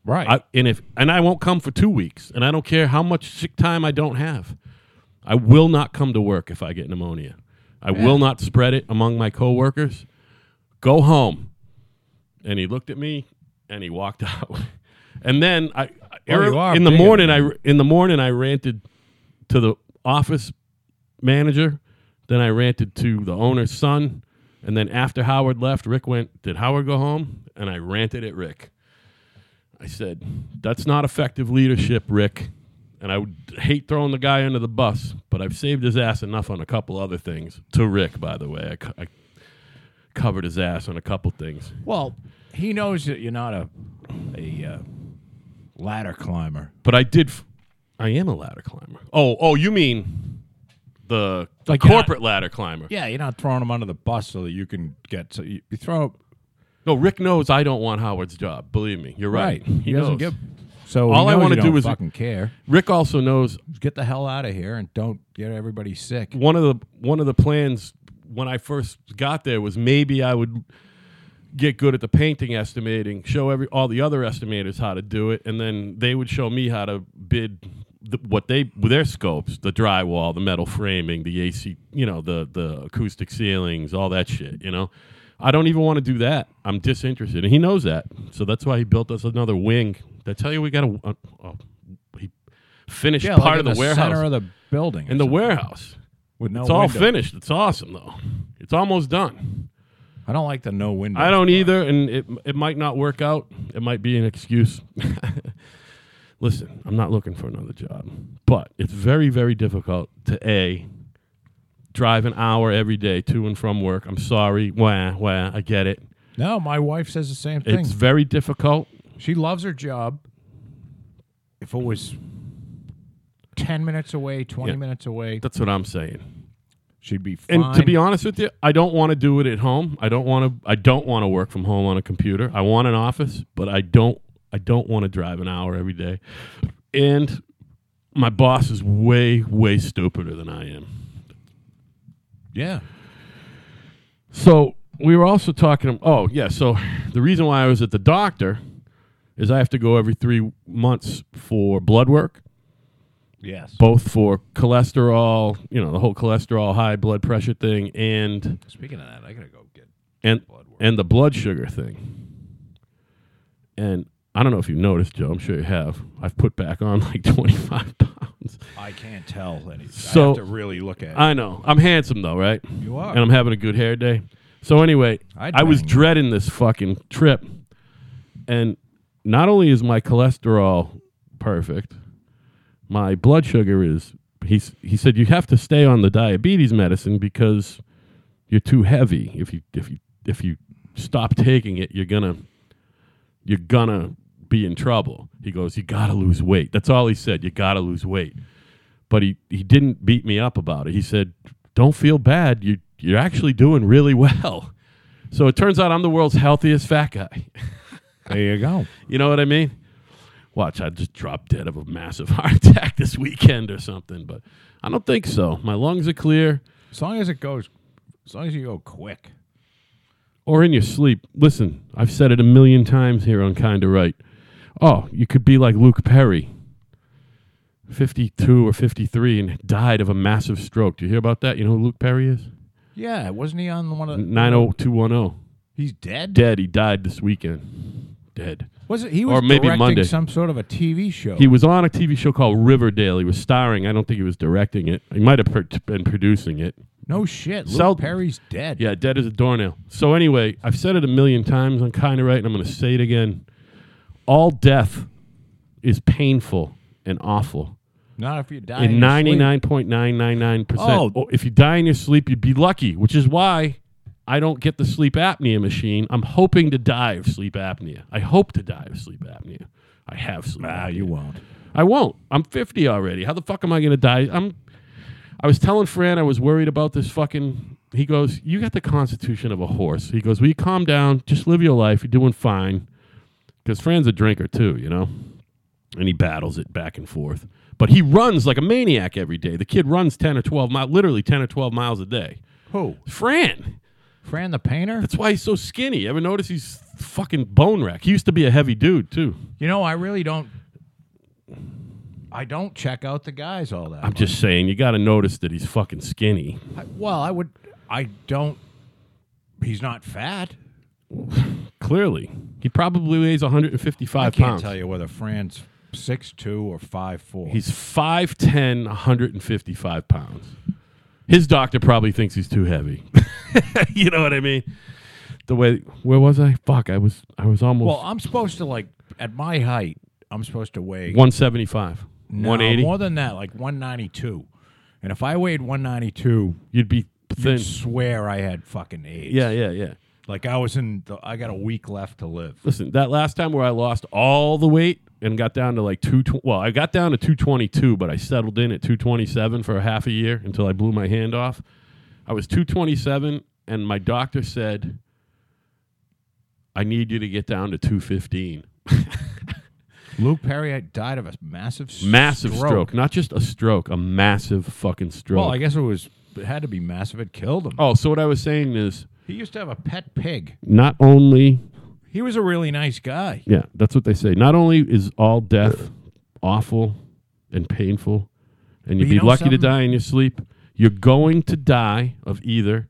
[SPEAKER 2] Right.
[SPEAKER 1] I, and if and I won't come for 2 weeks and I don't care how much sick time I don't have. I will not come to work if I get pneumonia. I will not spread it among my coworkers. Go home. And he looked at me and he walked out. And then I
[SPEAKER 2] Well, you are
[SPEAKER 1] in the
[SPEAKER 2] bigger
[SPEAKER 1] morning I
[SPEAKER 2] than
[SPEAKER 1] in the morning I ranted to the office manager. Then I ranted to the owner's son. And then after Howard left, Rick went, Did Howard go home? And I ranted at Rick. I said, That's not effective leadership, Rick. And I would hate throwing the guy under the bus, but I've saved his ass enough on a couple other things. To Rick, by the way. I, co- I covered his ass on a couple things.
[SPEAKER 2] well, he knows that you're not a a uh, ladder climber.
[SPEAKER 1] But I did. F- I am a ladder climber. Oh, oh, you mean the, the
[SPEAKER 2] Like you're not-
[SPEAKER 1] corporate ladder climber?
[SPEAKER 2] Yeah, you're not throwing him under the bus so that you can get. So you, you throw
[SPEAKER 1] No, Rick knows I don't want Howard's job. Believe me, you're right.
[SPEAKER 2] He, doesn't
[SPEAKER 1] knows.
[SPEAKER 2] give. So
[SPEAKER 1] All I
[SPEAKER 2] want
[SPEAKER 1] wanna
[SPEAKER 2] to
[SPEAKER 1] do is-
[SPEAKER 2] fucking care.
[SPEAKER 1] Rick also knows
[SPEAKER 2] Just get the hell out of here and don't get everybody sick.
[SPEAKER 1] one of the one of the plans when I first got there was maybe I would get good at the painting estimating, show every all the other estimators how to do it, and then they would show me how to bid the, what they with their scopes, the drywall, the metal framing, the AC, you know, the the acoustic ceilings, all that shit, you know. I don't even want to do that. I'm disinterested, and he knows that, so that's why he built us another wing. Did I tell you we got a. Uh, uh, he finished
[SPEAKER 2] Yeah,
[SPEAKER 1] part of
[SPEAKER 2] like in
[SPEAKER 1] the,
[SPEAKER 2] center
[SPEAKER 1] warehouse
[SPEAKER 2] of the building. or
[SPEAKER 1] in the
[SPEAKER 2] something
[SPEAKER 1] warehouse.
[SPEAKER 2] with no
[SPEAKER 1] It's all
[SPEAKER 2] window.
[SPEAKER 1] finished. It's awesome though. It's almost done.
[SPEAKER 2] I don't like the no window.
[SPEAKER 1] I don't either, and it it might not work out. It might be an excuse. Listen, I'm not looking for another job, but it's very very difficult to a drive an hour every day to and from work. I'm sorry, wah wah. I get it.
[SPEAKER 2] No, my wife says the same thing.
[SPEAKER 1] It's very difficult.
[SPEAKER 2] She loves her job. If it was 10 minutes away, 20
[SPEAKER 1] Yeah.
[SPEAKER 2] minutes away,
[SPEAKER 1] That's what I'm saying.
[SPEAKER 2] she'd be fine.
[SPEAKER 1] And to be honest with you, I don't want to do it at home. I don't want to. I don't want to work from home on a computer. I want an office, but I don't. I don't want to drive an hour every day. And my boss is way, way stupider than I am.
[SPEAKER 2] yeah.
[SPEAKER 1] So we were also talking. Oh yeah. So the reason why I was at the doctor is I have to go every three months for blood work.
[SPEAKER 2] Yes.
[SPEAKER 1] both for cholesterol, you know, the whole cholesterol, high blood pressure thing, and
[SPEAKER 2] Speaking of that, I got to go get.
[SPEAKER 1] and
[SPEAKER 2] Blood work.
[SPEAKER 1] and the blood sugar thing. And I don't know if you noticed, Joe. I'm sure you have. I've put back on like 25 pounds.
[SPEAKER 2] I can't tell. Any, I
[SPEAKER 1] So-
[SPEAKER 2] have to really look at it.
[SPEAKER 1] I know. I'm handsome though, right?
[SPEAKER 2] You are.
[SPEAKER 1] And I'm having a good hair day. So anyway,
[SPEAKER 2] I'd
[SPEAKER 1] I was
[SPEAKER 2] bang you.
[SPEAKER 1] dreading this fucking trip, and not only is my cholesterol perfect, my blood sugar is. He's, he said you have to stay on the diabetes medicine because you're too heavy. If you if you if you stop taking it, you're gonna you're gonna be in trouble. He goes, you gotta lose weight. That's all he said. You gotta lose weight but he, he didn't beat me up about it. He said, "Don't feel bad. You you're actually doing really well." So it turns out I'm the world's healthiest fat guy.
[SPEAKER 2] there you go.
[SPEAKER 1] You know what I mean? Watch, I just dropped dead of a massive heart attack this weekend or something, but I don't think so. My lungs are clear.
[SPEAKER 2] As long as it goes, as long as you go quick.
[SPEAKER 1] Or in your sleep. Listen, I've said it a million times here on Kinda Right. Oh, you could be like Luke Perry, 52 or 53, and died of a massive stroke. Do you hear about that? You know who Luke Perry is?
[SPEAKER 2] Yeah, wasn't he on one of the?
[SPEAKER 1] 90210.
[SPEAKER 2] He's dead.
[SPEAKER 1] Mm-hmm. dead. He died this weekend. Dead.
[SPEAKER 2] Was it? He was
[SPEAKER 1] Or maybe
[SPEAKER 2] directing
[SPEAKER 1] Monday.
[SPEAKER 2] some sort of a TV show.
[SPEAKER 1] He was on a TV show called Riverdale. He was starring. I don't think he was directing it. He might have per- been producing it.
[SPEAKER 2] no shit. Luke
[SPEAKER 1] Sel-
[SPEAKER 2] Perry's dead.
[SPEAKER 1] Yeah, dead as a doornail. So anyway, I've said it a million times. I'm kind of right, and I'm going to say it again. All death is painful and awful.
[SPEAKER 2] Not if you die
[SPEAKER 1] In
[SPEAKER 2] your sleep.
[SPEAKER 1] 99.999%.
[SPEAKER 2] Oh.
[SPEAKER 1] Or if you die in your sleep, you'd be lucky, which is why I don't get the sleep apnea machine. I'm hoping to die of sleep apnea. I hope to die of sleep apnea. I have sleep
[SPEAKER 2] Ah,
[SPEAKER 1] apnea.
[SPEAKER 2] you won't.
[SPEAKER 1] I won't. I'm 50 already. How the fuck am I going to die? I'm. I was telling Fran I was worried about this fucking. He goes, "You got the constitution of a horse." He goes, "Will you calm down? Just live your life. You're doing fine." Because Fran's a drinker too, you know, and he battles it back and forth. But he runs like a maniac every day. The kid runs 10 or 12 miles, literally 10 or 12 miles a day.
[SPEAKER 2] Who?
[SPEAKER 1] Fran.
[SPEAKER 2] Fran the painter?
[SPEAKER 1] That's why he's so skinny. Ever notice he's fucking bone wreck? He used to be a heavy dude too.
[SPEAKER 2] You know, I really don't. I don't check out the guys all that.
[SPEAKER 1] I'm just saying, you got to notice that he's fucking skinny.
[SPEAKER 2] I- well, I would. I don't. He's not fat.
[SPEAKER 1] Clearly, he probably weighs 155
[SPEAKER 2] I can't
[SPEAKER 1] pounds.
[SPEAKER 2] tell you whether Fran's six two or five four.
[SPEAKER 1] He's 5'10, 155 pounds. His doctor probably thinks he's too heavy. you know what I mean? The way where was I? Fuck, I was I was almost
[SPEAKER 2] well, I'm supposed to like at my height. I'm supposed to weigh
[SPEAKER 1] 175.
[SPEAKER 2] No,
[SPEAKER 1] 180.
[SPEAKER 2] more than that, like 192. And if I weighed 192,
[SPEAKER 1] You'd be thin.
[SPEAKER 2] you'd swear I had fucking AIDS.
[SPEAKER 1] Yeah, yeah, yeah.
[SPEAKER 2] like I was in. The, I got a week left to live.
[SPEAKER 1] Listen, that last time where I lost all the weight and got down to like 2 well, I got down to 222, but I settled in at 227 for a half a year until I blew my hand off. I was 227 and my doctor said I need you to get down to 215.
[SPEAKER 2] Luke Perry died of a massive, s-
[SPEAKER 1] Massive stroke. not just a stroke, a massive fucking stroke.
[SPEAKER 2] Well, I guess it was. It had to be massive. It killed him.
[SPEAKER 1] oh, so what I was saying is
[SPEAKER 2] He used to have a pet pig.
[SPEAKER 1] not only
[SPEAKER 2] He was a really nice guy.
[SPEAKER 1] Yeah, that's what they say. Not only is all death awful and painful, and you'd
[SPEAKER 2] But
[SPEAKER 1] be
[SPEAKER 2] you know
[SPEAKER 1] lucky to
[SPEAKER 2] something?
[SPEAKER 1] die in your sleep, you're going to die of either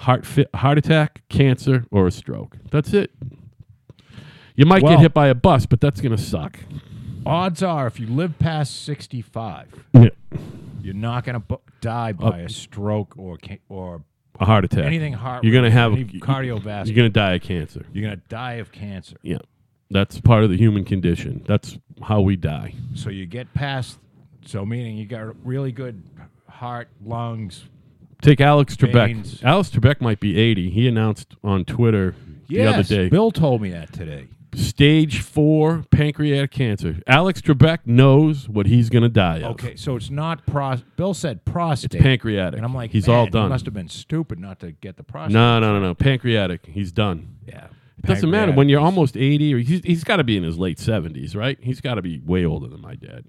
[SPEAKER 1] heart fit, heart attack, cancer, or a stroke. That's it. You might
[SPEAKER 2] Well-
[SPEAKER 1] get hit by a bus, but that's gonna suck.
[SPEAKER 2] Odds are, if you live past 65,
[SPEAKER 1] Yeah.
[SPEAKER 2] you're not going to bu- die
[SPEAKER 1] Oh.
[SPEAKER 2] by a stroke or ca- or
[SPEAKER 1] A heart attack.
[SPEAKER 2] anything heart.
[SPEAKER 1] You're gonna have a-
[SPEAKER 2] any cardiovascular.
[SPEAKER 1] You're gonna die of cancer.
[SPEAKER 2] you're gonna die of cancer.
[SPEAKER 1] Yeah, that's part of the human condition. That's how we die.
[SPEAKER 2] So you get past. So meaning you got really good heart, lungs.
[SPEAKER 1] Take Alex Trebek.
[SPEAKER 2] Veins.
[SPEAKER 1] Alex Trebek might be 80. He announced on Twitter the other
[SPEAKER 2] Yes,
[SPEAKER 1] day.
[SPEAKER 2] Bill told me that today.
[SPEAKER 1] stage four pancreatic cancer. Alex Trebek knows what he's going to die of.
[SPEAKER 2] Okay, so it's not pros. Bill said prostate.
[SPEAKER 1] Pancreatic.
[SPEAKER 2] and I'm like,
[SPEAKER 1] he's
[SPEAKER 2] "Man,
[SPEAKER 1] all
[SPEAKER 2] he
[SPEAKER 1] done.
[SPEAKER 2] must have been stupid not to get the prostate.
[SPEAKER 1] No, no, no, no. Pancreatic. He's done.
[SPEAKER 2] Yeah.
[SPEAKER 1] It doesn't matter when you're almost 80 or he's, he's got to be in his late 70s, right? He's got to be way older than my dad.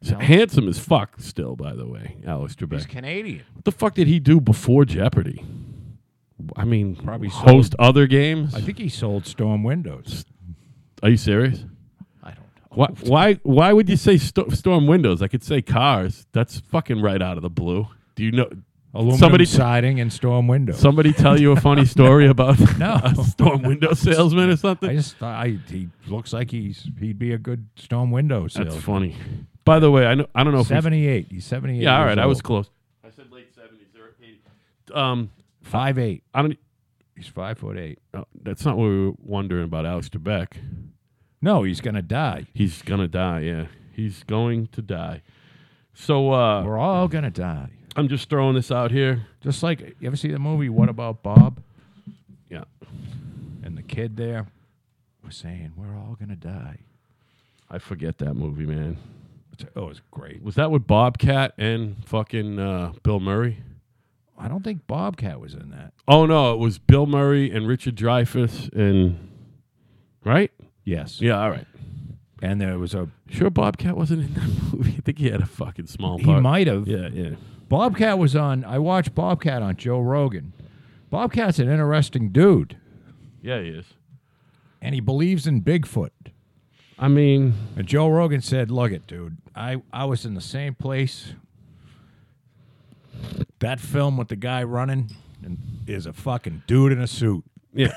[SPEAKER 1] He's handsome as fuck still, by the way, Alex Trebek.
[SPEAKER 2] He's Canadian.
[SPEAKER 1] what the fuck did he do before Jeopardy? I mean,
[SPEAKER 2] Probably
[SPEAKER 1] host other games?
[SPEAKER 2] I think he sold storm windows.
[SPEAKER 1] Are you serious?
[SPEAKER 2] I don't know.
[SPEAKER 1] Why, why, why would you say sto- storm windows? I could say cars. That's fucking right out of the blue. Do you know?
[SPEAKER 2] Aluminum
[SPEAKER 1] somebody,
[SPEAKER 2] siding and storm windows.
[SPEAKER 1] somebody tell you a funny story about
[SPEAKER 2] No.
[SPEAKER 1] a storm window salesman or something?
[SPEAKER 2] I just thought I, he looks like he's he'd be a good storm window
[SPEAKER 1] That's
[SPEAKER 2] salesman.
[SPEAKER 1] funny. By the way, I know I don't know if we-
[SPEAKER 2] Seventy eight. He's seventy eight.
[SPEAKER 1] yeah, all right, I was close. I said late seventies or eighties. Um,
[SPEAKER 2] five eight.
[SPEAKER 1] I don't.
[SPEAKER 2] He's five foot eight.
[SPEAKER 1] oh, that's not what we were wondering about. Alex Trebek.
[SPEAKER 2] No, he's gonna die.
[SPEAKER 1] He's gonna die. Yeah, he's going to die. So uh,
[SPEAKER 2] We're all gonna die.
[SPEAKER 1] I'm just throwing this out here.
[SPEAKER 2] Just like you ever see the movie What About Bob?
[SPEAKER 1] Yeah.
[SPEAKER 2] And the kid there was saying, We're all gonna die.
[SPEAKER 1] I forget that movie, man.
[SPEAKER 2] It's- oh, it's great.
[SPEAKER 1] Was that with Bobcat and fucking uh, Bill Murray?
[SPEAKER 2] I don't think Bobcat was in that.
[SPEAKER 1] Oh no, it was Bill Murray and Richard Dreyfuss and right?
[SPEAKER 2] Yes.
[SPEAKER 1] Yeah, all right.
[SPEAKER 2] And there was a
[SPEAKER 1] Sure, Bobcat wasn't in that movie. I think he had a fucking small
[SPEAKER 2] he
[SPEAKER 1] part.
[SPEAKER 2] might have.
[SPEAKER 1] Yeah, yeah.
[SPEAKER 2] Bobcat was on I watched Bobcat on Joe Rogan. Bobcat's an interesting dude.
[SPEAKER 1] Yeah, he is.
[SPEAKER 2] And he believes in Bigfoot.
[SPEAKER 1] I mean,
[SPEAKER 2] And Joe Rogan said, Look it, dude, I, I was in the same place. That film with the guy running and is a fucking dude in a suit.
[SPEAKER 1] yeah.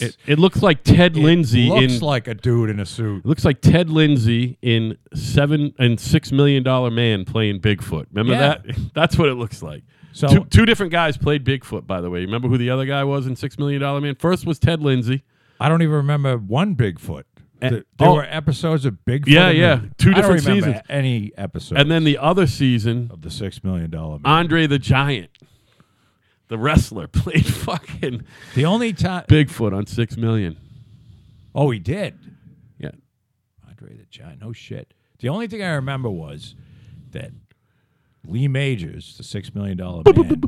[SPEAKER 1] it, it looks like Ted Lindsay
[SPEAKER 2] looks
[SPEAKER 1] in
[SPEAKER 2] like a dude in a suit.
[SPEAKER 1] it looks like Ted Lindsay in seven and six million dollar man playing Bigfoot. Remember
[SPEAKER 2] Yeah.
[SPEAKER 1] that? That's what it looks like.
[SPEAKER 2] So-
[SPEAKER 1] two, two different guys played Bigfoot, by the way. Remember who the other guy was in Six Million Dollar Man? First was Ted Lindsay.
[SPEAKER 2] I don't even remember one Bigfoot. Th- there
[SPEAKER 1] oh.
[SPEAKER 2] were episodes of Bigfoot.
[SPEAKER 1] Yeah,
[SPEAKER 2] in the-
[SPEAKER 1] yeah. Two
[SPEAKER 2] I don't
[SPEAKER 1] different
[SPEAKER 2] remember
[SPEAKER 1] seasons.
[SPEAKER 2] Any episode
[SPEAKER 1] And then the other season,
[SPEAKER 2] of the Six Million Dollar Man.
[SPEAKER 1] Andre the Giant, the wrestler, played fucking
[SPEAKER 2] the only time.
[SPEAKER 1] Bigfoot on Six Million.
[SPEAKER 2] Oh, he did.
[SPEAKER 1] Yeah.
[SPEAKER 2] Andre the Giant. No shit. The only thing I remember was that Lee Majors, the Six Million Dollar Man,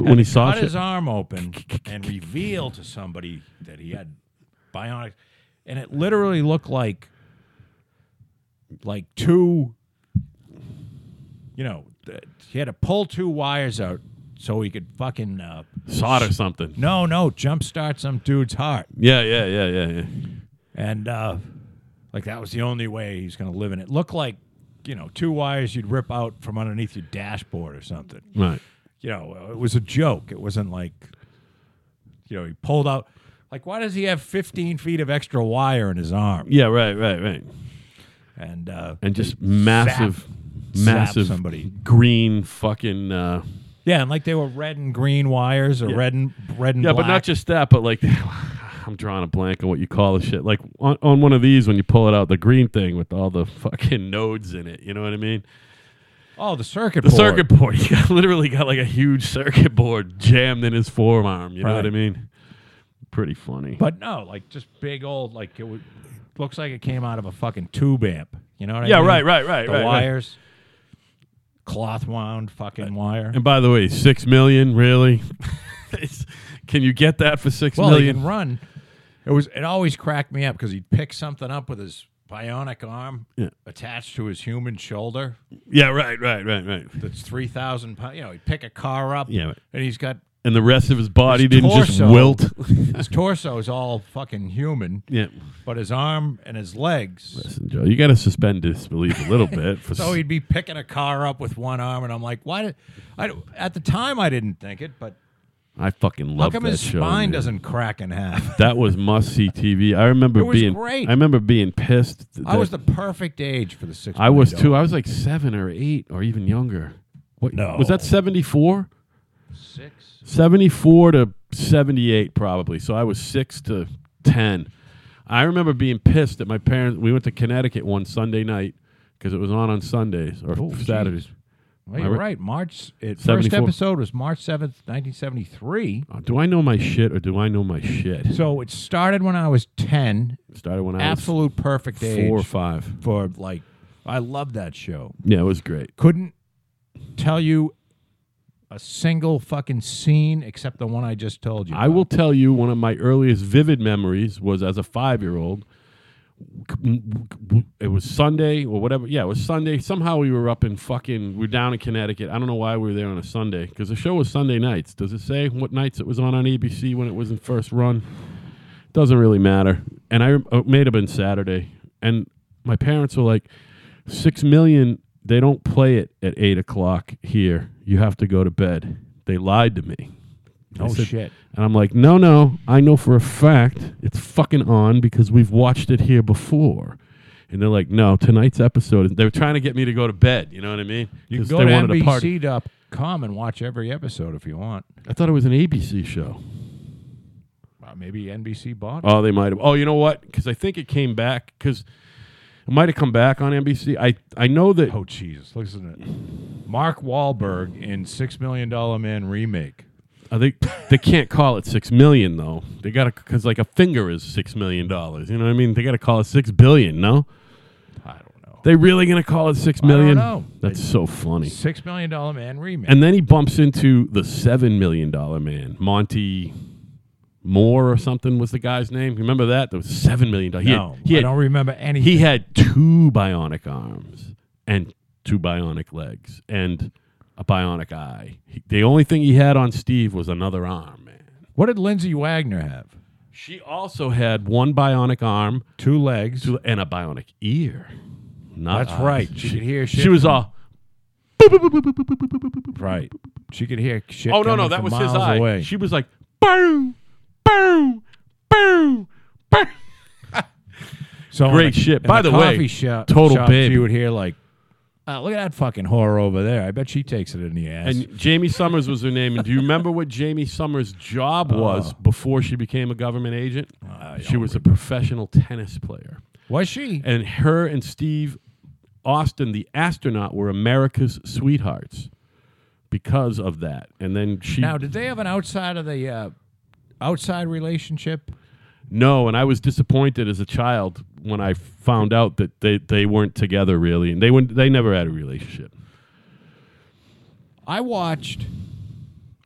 [SPEAKER 1] When he saw
[SPEAKER 2] cut
[SPEAKER 1] shit.
[SPEAKER 2] his arm open and revealed to somebody that he had bionic, and it literally looked like like two. You know, th- he had to pull two wires out so he could fucking uh,
[SPEAKER 1] sod or something.
[SPEAKER 2] no, no, jumpstart some dude's heart.
[SPEAKER 1] Yeah, yeah, yeah, yeah, yeah.
[SPEAKER 2] And uh, like that was the only way he's going to live in it. Looked like, you know, two wires you'd rip out from underneath your dashboard or something.
[SPEAKER 1] Right.
[SPEAKER 2] You know, it was a joke. It wasn't like, you know, he pulled out. Like, why does he have 15 feet of extra wire in his arm?
[SPEAKER 1] Yeah, right, right, right.
[SPEAKER 2] And uh,
[SPEAKER 1] And just massive,
[SPEAKER 2] zap
[SPEAKER 1] massive
[SPEAKER 2] somebody.
[SPEAKER 1] green fucking. Uh,
[SPEAKER 2] yeah, and like they were red and green wires or red and red and
[SPEAKER 1] yeah,
[SPEAKER 2] black.
[SPEAKER 1] but not just that, but like. I'm drawing a blank on what you call the shit. Like on, on one of these, when you pull it out, the green thing with all the fucking nodes in it. You know what I mean?
[SPEAKER 2] oh the circuit
[SPEAKER 1] The circuit board. He got, literally got like a huge circuit board jammed in his forearm. You know what I
[SPEAKER 2] Right.
[SPEAKER 1] mean? Pretty funny.
[SPEAKER 2] But no, like just big old like it would, looks like it came out of a fucking tube amp. You know what I
[SPEAKER 1] yeah,
[SPEAKER 2] mean?
[SPEAKER 1] right, right, right,
[SPEAKER 2] The
[SPEAKER 1] right, right.
[SPEAKER 2] wires, cloth wound fucking
[SPEAKER 1] Uh,
[SPEAKER 2] wire.
[SPEAKER 1] And by the way, six million, really? It's- Can you get that for six
[SPEAKER 2] Well, he
[SPEAKER 1] million?
[SPEAKER 2] can run. It was it always cracked me up because he'd pick something up with his bionic arm
[SPEAKER 1] Yeah.
[SPEAKER 2] attached to his human shoulder.
[SPEAKER 1] Yeah, right, right, right, right.
[SPEAKER 2] That's three thousand pounds. You know, he'd pick a car up.
[SPEAKER 1] Yeah, right.
[SPEAKER 2] and he's got
[SPEAKER 1] And the rest of his body
[SPEAKER 2] His
[SPEAKER 1] didn't just
[SPEAKER 2] torso.
[SPEAKER 1] wilt.
[SPEAKER 2] his torso is all fucking human,
[SPEAKER 1] yeah.
[SPEAKER 2] but his arm and his legs.
[SPEAKER 1] Listen, Joe, you got to suspend disbelief a little bit. For
[SPEAKER 2] So he'd be picking a car up with one arm, and I'm like, why? Did, I, at the time, I didn't think it, but
[SPEAKER 1] I fucking
[SPEAKER 2] how
[SPEAKER 1] love
[SPEAKER 2] come
[SPEAKER 1] that
[SPEAKER 2] his
[SPEAKER 1] show.
[SPEAKER 2] spine
[SPEAKER 1] man.
[SPEAKER 2] doesn't crack in half?
[SPEAKER 1] That was must see TV. I remember
[SPEAKER 2] It was
[SPEAKER 1] being.
[SPEAKER 2] great.
[SPEAKER 1] I remember being pissed. th-
[SPEAKER 2] I was the
[SPEAKER 1] that-
[SPEAKER 2] perfect age for the six.
[SPEAKER 1] I was
[SPEAKER 2] million
[SPEAKER 1] too. I was like seven or eight or even younger. What?
[SPEAKER 2] No.
[SPEAKER 1] Was that seventy four?
[SPEAKER 2] dollar. six.
[SPEAKER 1] 74 to 78 probably so i was 6 to 10 i remember being pissed at my parents we went to connecticut one sunday night because it was on on sundays or
[SPEAKER 2] Oh,
[SPEAKER 1] saturdays
[SPEAKER 2] jeez. Well,
[SPEAKER 1] I
[SPEAKER 2] you're
[SPEAKER 1] re-
[SPEAKER 2] right. March it, first
[SPEAKER 1] 74.
[SPEAKER 2] episode was March seventh, nineteen seventy three.
[SPEAKER 1] Uh, do i know my shit or do i know my shit
[SPEAKER 2] So it started when I was ten.
[SPEAKER 1] started when i
[SPEAKER 2] Absolute perfect
[SPEAKER 1] was four or
[SPEAKER 2] age
[SPEAKER 1] five
[SPEAKER 2] for like. I loved that show.
[SPEAKER 1] yeah it was great
[SPEAKER 2] Couldn't tell you a single fucking scene except the one I just told you.
[SPEAKER 1] I will tell you one of my earliest vivid memories was as a five year old. It was Sunday or whatever. Yeah, it was Sunday. Somehow we were up in fucking, we were down in Connecticut. I don't know why we were there on a Sunday because the show was Sunday nights. Does it say what nights it was on on ABC when it was in first run? Doesn't really matter. And I rem- it may have been Saturday. And my parents were like, six million, they don't play it at eight o'clock here. You have to go to bed. They lied to me. They
[SPEAKER 2] Oh
[SPEAKER 1] said-
[SPEAKER 2] shit.
[SPEAKER 1] and I'm like, no, no, I know for a fact it's fucking on because we've watched it here before. And they're like, no, tonight's episode. is-" They were trying to get me to go to bed. You know what I mean?
[SPEAKER 2] You can
[SPEAKER 1] 'Cause
[SPEAKER 2] go
[SPEAKER 1] they
[SPEAKER 2] to
[SPEAKER 1] wanted a party.
[SPEAKER 2] NBC.com and watch every episode if you want.
[SPEAKER 1] I thought it was an ABC show.
[SPEAKER 2] Uh, maybe NBC bought it.
[SPEAKER 1] Oh, they might have. Oh, you know what? Because I think it came back. Because it might have come back on NBC. I I know that.
[SPEAKER 2] Oh, Jesus. Listen to it. Mark Wahlberg in Six Million Dollar Man remake.
[SPEAKER 1] I think they can't call it six million though. They gotta because like a finger is six million dollars. You know what I mean? They gotta call it six billion. No,
[SPEAKER 2] I don't know.
[SPEAKER 1] they really gonna call it six
[SPEAKER 2] don't
[SPEAKER 1] million?
[SPEAKER 2] know.
[SPEAKER 1] That's so funny.
[SPEAKER 2] Six Million Dollar Man remake.
[SPEAKER 1] And then he bumps into the seven million dollar man, Monty Moore or something was the guy's name. Remember that? There was seven million dollars.
[SPEAKER 2] no,
[SPEAKER 1] he
[SPEAKER 2] I
[SPEAKER 1] had,
[SPEAKER 2] don't remember any.
[SPEAKER 1] he had two bionic arms and two bionic legs and a bionic eye. He- the only thing he had on Steve was another arm, man.
[SPEAKER 2] what did Lindsay Wagner have?
[SPEAKER 1] She also had one bionic arm
[SPEAKER 2] Two legs.
[SPEAKER 1] to- and a bionic ear. Not
[SPEAKER 2] That's
[SPEAKER 1] eyes.
[SPEAKER 2] right. She, could hear shit.
[SPEAKER 1] Uh-uh. She was all.
[SPEAKER 2] right. She could hear shit.
[SPEAKER 1] Oh no, no,
[SPEAKER 2] coming
[SPEAKER 1] that
[SPEAKER 2] from
[SPEAKER 1] was his
[SPEAKER 2] miles
[SPEAKER 1] eye.
[SPEAKER 2] Away.
[SPEAKER 1] She was like, boom, boom, boom, boom.
[SPEAKER 2] so in
[SPEAKER 1] Great
[SPEAKER 2] the-
[SPEAKER 1] shit.
[SPEAKER 2] in
[SPEAKER 1] By the way,
[SPEAKER 2] coffee shop,
[SPEAKER 1] total
[SPEAKER 2] shop,
[SPEAKER 1] babe.
[SPEAKER 2] She would hear like, "Ah, look at that fucking whore over there. I bet she takes it in the ass.
[SPEAKER 1] And Jamie Summers was her name. And do you remember what Jamie Summers' job was before she became a government agent?
[SPEAKER 2] I
[SPEAKER 1] she was a professional tennis player.
[SPEAKER 2] was she?
[SPEAKER 1] And her and Steve Austin, the astronaut, were America's sweethearts because of that. And then she
[SPEAKER 2] Now, did they have an outside of the uh, outside relationship?
[SPEAKER 1] No, and I was disappointed as a child when I found out that they, they weren't together really, and they went they never had a relationship.
[SPEAKER 2] I watched.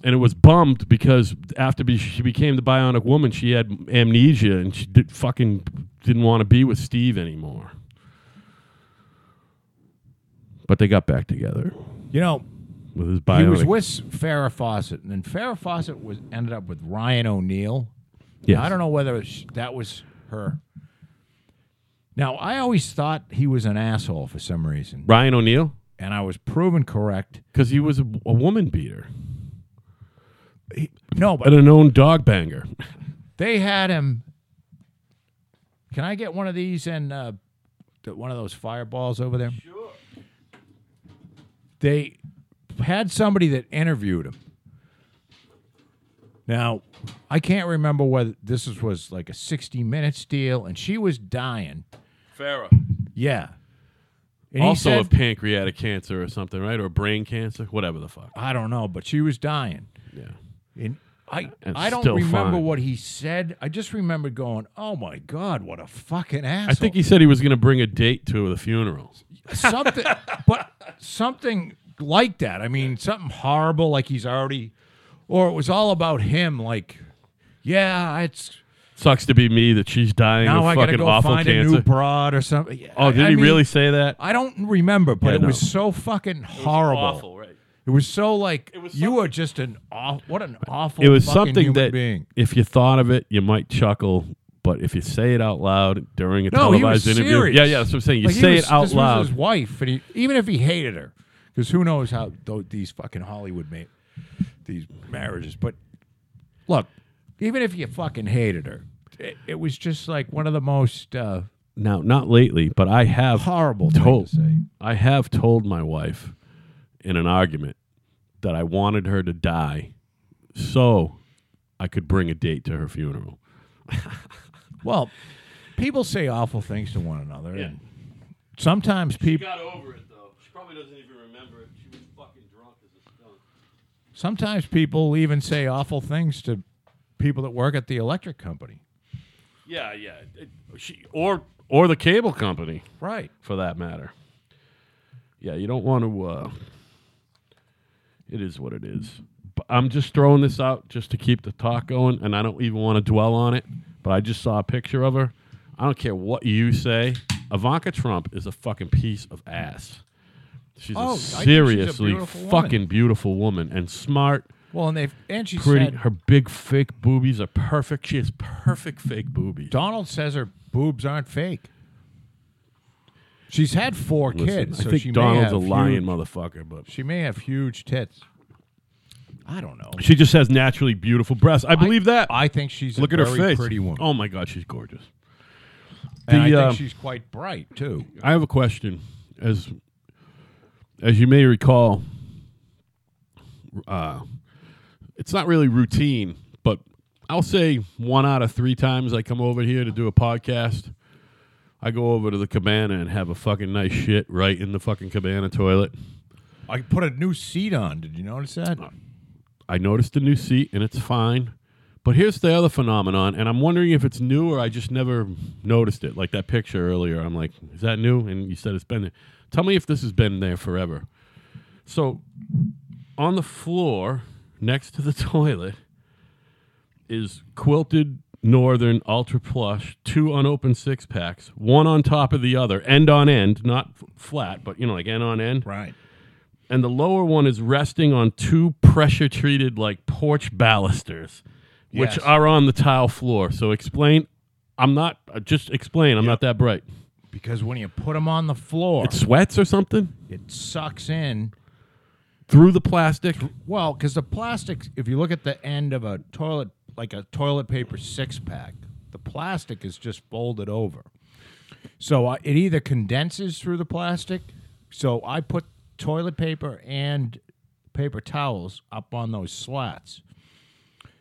[SPEAKER 1] And it was bummed because after be, she became the bionic woman, she had amnesia and she did, fucking didn't want to be with Steve anymore. But they got back together.
[SPEAKER 2] You know,
[SPEAKER 1] with his
[SPEAKER 2] He
[SPEAKER 1] bionic.
[SPEAKER 2] was with Farrah Fawcett, and then Farrah Fawcett was ended up with Ryan O'Neal.
[SPEAKER 1] Yes.
[SPEAKER 2] Now, I don't know whether sh that was her. Now I always thought he was an asshole for some reason,
[SPEAKER 1] Ryan O'Neal
[SPEAKER 2] and I was proven correct.
[SPEAKER 1] because he was a, a woman beater
[SPEAKER 2] No,
[SPEAKER 1] and
[SPEAKER 2] but
[SPEAKER 1] a known dog banger.
[SPEAKER 2] they had him. Can I get one of these and uh, th- one of those fireballs over there? Sure. They had somebody that interviewed him. Now, I can't remember whether this was, was like a 60 minutes deal, and she was dying.
[SPEAKER 1] Farrah.
[SPEAKER 2] Yeah. And he
[SPEAKER 1] Also
[SPEAKER 2] said-
[SPEAKER 1] of pancreatic cancer or something, right? Or brain cancer, whatever the fuck.
[SPEAKER 2] I don't know, but she was dying.
[SPEAKER 1] Yeah.
[SPEAKER 2] And I
[SPEAKER 1] And
[SPEAKER 2] I don't
[SPEAKER 1] still
[SPEAKER 2] remember
[SPEAKER 1] fine.
[SPEAKER 2] what he said. I just remember going, "Oh my god, what a fucking asshole!"
[SPEAKER 1] I think he said he was going to bring a date to the funeral.
[SPEAKER 2] something, but something like that. I mean, something horrible, like he's already, or it was all about him. Like, yeah, it's
[SPEAKER 1] Sucks to be me that she's dying
[SPEAKER 2] now
[SPEAKER 1] of
[SPEAKER 2] I gotta
[SPEAKER 1] fucking
[SPEAKER 2] go
[SPEAKER 1] awful
[SPEAKER 2] find a
[SPEAKER 1] cancer.
[SPEAKER 2] new broad or something.
[SPEAKER 1] oh, did
[SPEAKER 2] I, I
[SPEAKER 1] he
[SPEAKER 2] mean,
[SPEAKER 1] really say that?
[SPEAKER 2] I don't remember, but
[SPEAKER 1] Yeah,
[SPEAKER 2] it
[SPEAKER 1] no.
[SPEAKER 2] was so fucking horrible.
[SPEAKER 1] right?
[SPEAKER 2] It was so like
[SPEAKER 1] was
[SPEAKER 2] you are just an aw- what an awful.
[SPEAKER 1] It was
[SPEAKER 2] fucking
[SPEAKER 1] something
[SPEAKER 2] human
[SPEAKER 1] that,
[SPEAKER 2] being.
[SPEAKER 1] if you thought of it, you might chuckle. But if you say it out loud during a
[SPEAKER 2] No, he was
[SPEAKER 1] televised interview,
[SPEAKER 2] serious.
[SPEAKER 1] yeah, yeah, that's what I'm saying. You
[SPEAKER 2] Like, he
[SPEAKER 1] say
[SPEAKER 2] was-
[SPEAKER 1] it out
[SPEAKER 2] this Was his
[SPEAKER 1] loud.
[SPEAKER 2] wife, and he, even if he hated her, because who knows how tho- these fucking Hollywood made these marriages. But look, even if you fucking hated her, it, it was just like one of the most uh,
[SPEAKER 1] Now, not lately, but I have
[SPEAKER 2] horrible
[SPEAKER 1] told
[SPEAKER 2] things to say.
[SPEAKER 1] I have told my wife in an argument that I wanted her to die so I could bring a date to her funeral.
[SPEAKER 2] Well, people say awful things to one another, and sometimes people
[SPEAKER 1] got over it though. She probably doesn't even remember it. She was fucking drunk as a skunk.
[SPEAKER 2] sometimes people even say awful things to people that work at the electric company.
[SPEAKER 1] Yeah, yeah. she or or the cable company
[SPEAKER 2] Right.
[SPEAKER 1] for that matter. Yeah, you don't want to. Uh, it is what it is. But I'm just throwing this out just to keep the talk going, and I don't even want to dwell on it. But I just saw a picture of her. I don't care what you say. Ivanka Trump is a fucking piece of ass. She's
[SPEAKER 2] Oh, I
[SPEAKER 1] a
[SPEAKER 2] think she's a
[SPEAKER 1] seriously
[SPEAKER 2] beautiful woman.
[SPEAKER 1] fucking beautiful woman and smart,
[SPEAKER 2] Well, and they've and she
[SPEAKER 1] pretty.
[SPEAKER 2] said
[SPEAKER 1] her big fake boobies are perfect. She has perfect fake boobies.
[SPEAKER 2] Donald says her boobs aren't fake. She's had four
[SPEAKER 1] Listen,
[SPEAKER 2] kids.
[SPEAKER 1] I
[SPEAKER 2] so
[SPEAKER 1] think
[SPEAKER 2] she may
[SPEAKER 1] Donald's
[SPEAKER 2] have
[SPEAKER 1] a lying
[SPEAKER 2] Huge,
[SPEAKER 1] motherfucker, but
[SPEAKER 2] she may have huge tits. I don't know.
[SPEAKER 1] She just has naturally beautiful breasts. I believe that.
[SPEAKER 2] I think she's
[SPEAKER 1] Look
[SPEAKER 2] a
[SPEAKER 1] at her
[SPEAKER 2] very
[SPEAKER 1] face.
[SPEAKER 2] pretty woman.
[SPEAKER 1] Oh my god, she's gorgeous.
[SPEAKER 2] and I
[SPEAKER 1] the, uh,
[SPEAKER 2] think she's quite bright too.
[SPEAKER 1] I have a question. As as you may recall, uh, it's not really routine, but I'll say one out of three times I come over here to do a podcast, I go over to the cabana and have a fucking nice shit right in the fucking cabana toilet.
[SPEAKER 2] I put a new seat on. Did you notice that?
[SPEAKER 1] Uh, I noticed the new seat and it's fine. But here's the other phenomenon, and I'm wondering if it's new or I just never noticed it. Like that picture earlier, I'm like, is that new? And you said it's been there. Tell me if this has been there forever. So on the floor next to the toilet is quilted northern ultra plush, two unopened six packs, one on top of the other, end on end, not f- flat, but you know, like end on end
[SPEAKER 2] Right.
[SPEAKER 1] and the lower one is resting on two pressure treated like porch balusters
[SPEAKER 2] Yes.
[SPEAKER 1] which are on the tile floor so explain i'm not uh, just explain i'm not that bright
[SPEAKER 2] Because when you put them on the floor,
[SPEAKER 1] it sweats or something
[SPEAKER 2] it sucks in.
[SPEAKER 1] through the plastic
[SPEAKER 2] Well, because the plastic, if you look at the end of a toilet, like a toilet paper six pack, the plastic is just folded over. So I, it either condenses through the plastic. So I put toilet paper and paper towels up on those slats.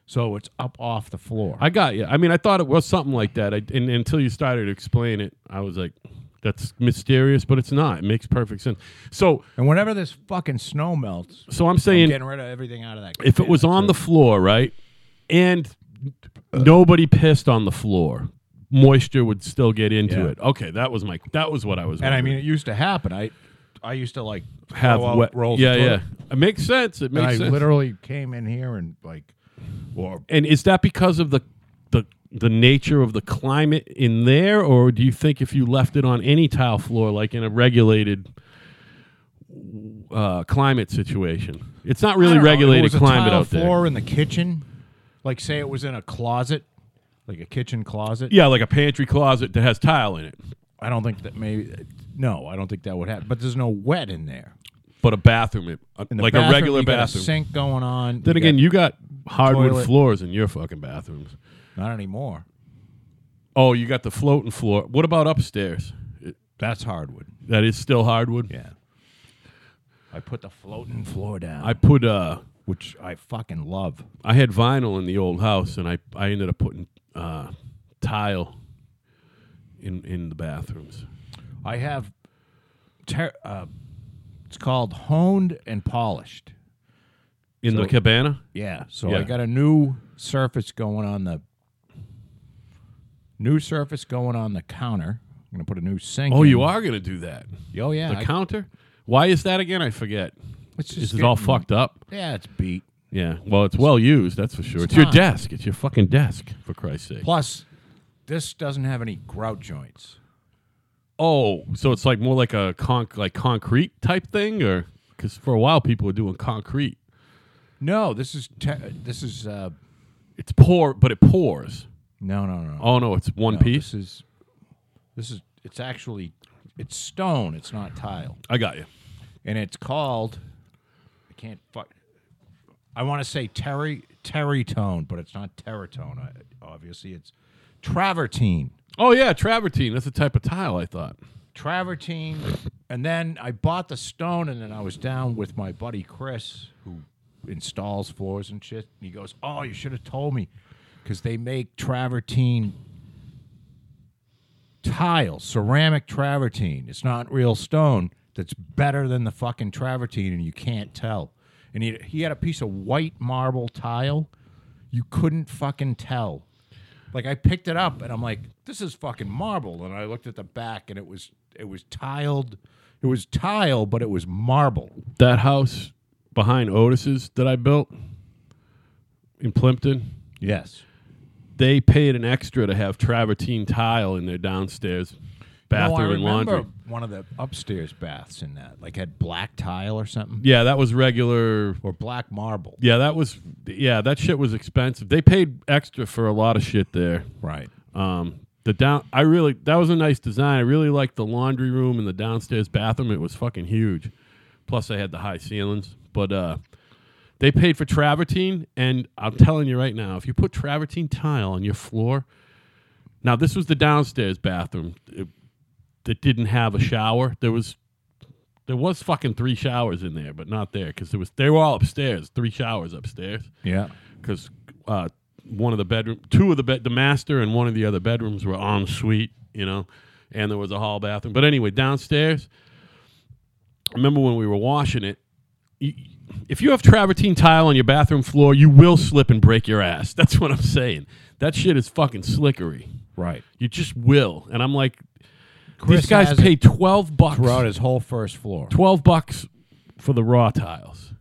[SPEAKER 2] So it's up off the floor.
[SPEAKER 1] i got you i mean i thought it was something like that I, and until you started to explain it i was like that's mysterious but it's not it makes perfect sense so
[SPEAKER 2] and whenever this fucking snow melts,
[SPEAKER 1] so i'm
[SPEAKER 2] I'm
[SPEAKER 1] saying
[SPEAKER 2] getting rid of everything out of that.
[SPEAKER 1] if it was on the floor, right, and nobody pissed on the floor, moisture would still get into
[SPEAKER 2] Yeah.
[SPEAKER 1] it. Okay, that was my that was what I was.
[SPEAKER 2] and I
[SPEAKER 1] wondering.
[SPEAKER 2] mean, it used to happen. I, I used to like
[SPEAKER 1] have
[SPEAKER 2] throw out
[SPEAKER 1] wet
[SPEAKER 2] rolls. of
[SPEAKER 1] Yeah,
[SPEAKER 2] toilet
[SPEAKER 1] yeah, it makes sense. It
[SPEAKER 2] And
[SPEAKER 1] makes
[SPEAKER 2] I
[SPEAKER 1] sense.
[SPEAKER 2] literally came in here and like, or
[SPEAKER 1] and is that because of the the the nature of the climate in there, or do you think if you left it on any tile floor, like in a regulated uh, climate situation. It's not really regulated
[SPEAKER 2] it was a
[SPEAKER 1] climate
[SPEAKER 2] tile
[SPEAKER 1] out there.
[SPEAKER 2] floor in the kitchen. Like say it was in a closet, like a kitchen closet.
[SPEAKER 1] Yeah, like a pantry closet that has tile in it,
[SPEAKER 2] I don't think that maybe. No, I don't think that would happen. But there's no wet in there.
[SPEAKER 1] but a bathroom, it, uh,
[SPEAKER 2] In the
[SPEAKER 1] like
[SPEAKER 2] bathroom,
[SPEAKER 1] a regular
[SPEAKER 2] you got
[SPEAKER 1] bathroom.
[SPEAKER 2] sink going on.
[SPEAKER 1] then
[SPEAKER 2] you
[SPEAKER 1] again,
[SPEAKER 2] got-
[SPEAKER 1] you got hardwood
[SPEAKER 2] toilet.
[SPEAKER 1] floors in your fucking bathrooms.
[SPEAKER 2] not anymore.
[SPEAKER 1] Oh, you got the floating floor. What about upstairs? It-
[SPEAKER 2] That's hardwood.
[SPEAKER 1] that is still hardwood.
[SPEAKER 2] Yeah. I put the floating floor down,
[SPEAKER 1] I put uh,
[SPEAKER 2] which I fucking love.
[SPEAKER 1] I had vinyl in the old house, and I I ended up putting uh, tile in in the bathrooms.
[SPEAKER 2] I have. Ter- uh, it's called honed and polished.
[SPEAKER 1] In the cabana,
[SPEAKER 2] Yeah. So I
[SPEAKER 1] Yeah.
[SPEAKER 2] got a new surface going on the new surface going on the counter. I'm gonna put a new sink.
[SPEAKER 1] Oh,
[SPEAKER 2] in.
[SPEAKER 1] you are gonna do that.
[SPEAKER 2] Oh yeah.
[SPEAKER 1] The
[SPEAKER 2] I-
[SPEAKER 1] counter. Why is that again? I forget.
[SPEAKER 2] it's
[SPEAKER 1] This is all
[SPEAKER 2] getting-
[SPEAKER 1] fucked up.
[SPEAKER 2] Yeah, it's beat.
[SPEAKER 1] Yeah. Well, it's well used. That's for sure. It's, your
[SPEAKER 2] time.
[SPEAKER 1] desk. It's your fucking desk. For Christ's sake.
[SPEAKER 2] Plus, this doesn't have any grout joints.
[SPEAKER 1] Oh, so it's like more like a conc like concrete type thing, or because for a while people were doing concrete.
[SPEAKER 2] No, this is te- this is uh,
[SPEAKER 1] It's pour, but it pours.
[SPEAKER 2] no no no.
[SPEAKER 1] Oh no, it's one
[SPEAKER 2] no,
[SPEAKER 1] piece.
[SPEAKER 2] This is this is it's actually it's stone. It's not tile,
[SPEAKER 1] I got you.
[SPEAKER 2] and it's called. I can't fuck. I want to say terry terrytone, but it's not territone. I, obviously, it's travertine.
[SPEAKER 1] Oh yeah, travertine. That's a type of tile. I thought.
[SPEAKER 2] travertine and then i bought the stone and then i was down with my buddy chris who installs floors and shit and he goes oh you should have told me because they make travertine tile ceramic travertine it's not real stone that's better than the fucking travertine and you can't tell and he, he had a piece of white marble tile you couldn't fucking tell like I picked it up and I'm like, this is fucking marble. And I looked at the back and it was it was tiled. It was tile, but it was marble.
[SPEAKER 1] That house behind Otis's that I built in Plimpton.
[SPEAKER 2] Yes.
[SPEAKER 1] they paid an extra to have travertine tile in their downstairs bathroom
[SPEAKER 2] no, I
[SPEAKER 1] and
[SPEAKER 2] remember
[SPEAKER 1] laundry.
[SPEAKER 2] one of the upstairs baths in that. Like had black tile or something.
[SPEAKER 1] Yeah, that was regular.
[SPEAKER 2] Or black marble.
[SPEAKER 1] Yeah, that was yeah, that shit was expensive. They paid extra for a lot of shit there.
[SPEAKER 2] Right.
[SPEAKER 1] Um the down I really that was a nice design. I really liked the laundry room and the downstairs bathroom. It was fucking huge. Plus they had the high ceilings, but uh they paid for travertine and I'm telling you right now, if you put travertine tile on your floor, now this was the downstairs bathroom it, that didn't have a shower. There was there was fucking three showers in there, but not there cuz there was they were all upstairs, three showers upstairs
[SPEAKER 2] Yeah.
[SPEAKER 1] because uh, one of the bedroom, two of the bed, the master and one of the other bedrooms were en suite, you know, and there was a hall bathroom. But anyway, downstairs, I remember when we were washing it. You, if you have travertine tile on your bathroom floor, you will slip and break your ass. That's what I'm saying. That shit is fucking slickery.
[SPEAKER 2] Right.
[SPEAKER 1] You just will. And I'm like,
[SPEAKER 2] Chris
[SPEAKER 1] these guys
[SPEAKER 2] has it
[SPEAKER 1] pay twelve bucks.
[SPEAKER 2] throughout his whole first floor.
[SPEAKER 1] 12 bucks for the raw tiles.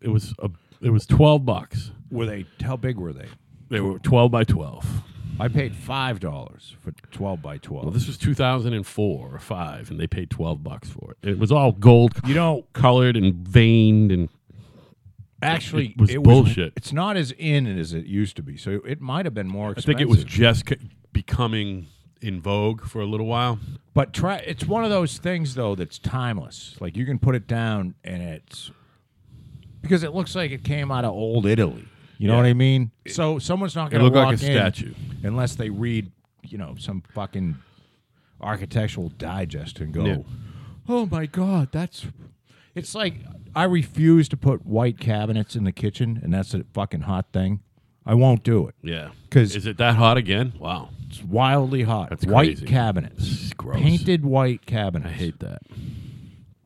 [SPEAKER 1] It was a, it was 12 bucks.
[SPEAKER 2] Were they how big were they?
[SPEAKER 1] They were 12 by 12.
[SPEAKER 2] I paid five dollars for twelve by twelve.
[SPEAKER 1] Well, this was 2004 or 5 and they paid 12 bucks for it. And it was all gold
[SPEAKER 2] you know,
[SPEAKER 1] colored and veined and
[SPEAKER 2] actually
[SPEAKER 1] was bullshit.
[SPEAKER 2] it's not as in as it used to be. So it might have been more
[SPEAKER 1] I
[SPEAKER 2] expensive.
[SPEAKER 1] think it was just c- becoming in vogue for a little while.
[SPEAKER 2] But try it's one of those things though that's timeless. Like you can put it down and it's because it looks like it came out of old Italy. You know what I mean? So someone's not going to
[SPEAKER 1] looked like
[SPEAKER 2] walk
[SPEAKER 1] a
[SPEAKER 2] in
[SPEAKER 1] statue.
[SPEAKER 2] unless they read, you know, some fucking architectural digest and go,
[SPEAKER 1] Yeah.
[SPEAKER 2] "Oh my god, that's." It's like I refuse to put white cabinets in the kitchen, and that's a fucking hot thing. I won't do it.
[SPEAKER 1] Yeah.
[SPEAKER 2] 'Cause-
[SPEAKER 1] is it that hot again? Wow.
[SPEAKER 2] It's wildly hot.
[SPEAKER 1] That's
[SPEAKER 2] white
[SPEAKER 1] crazy.
[SPEAKER 2] cabinets,
[SPEAKER 1] It's gross.
[SPEAKER 2] painted white cabinets.
[SPEAKER 1] I hate that.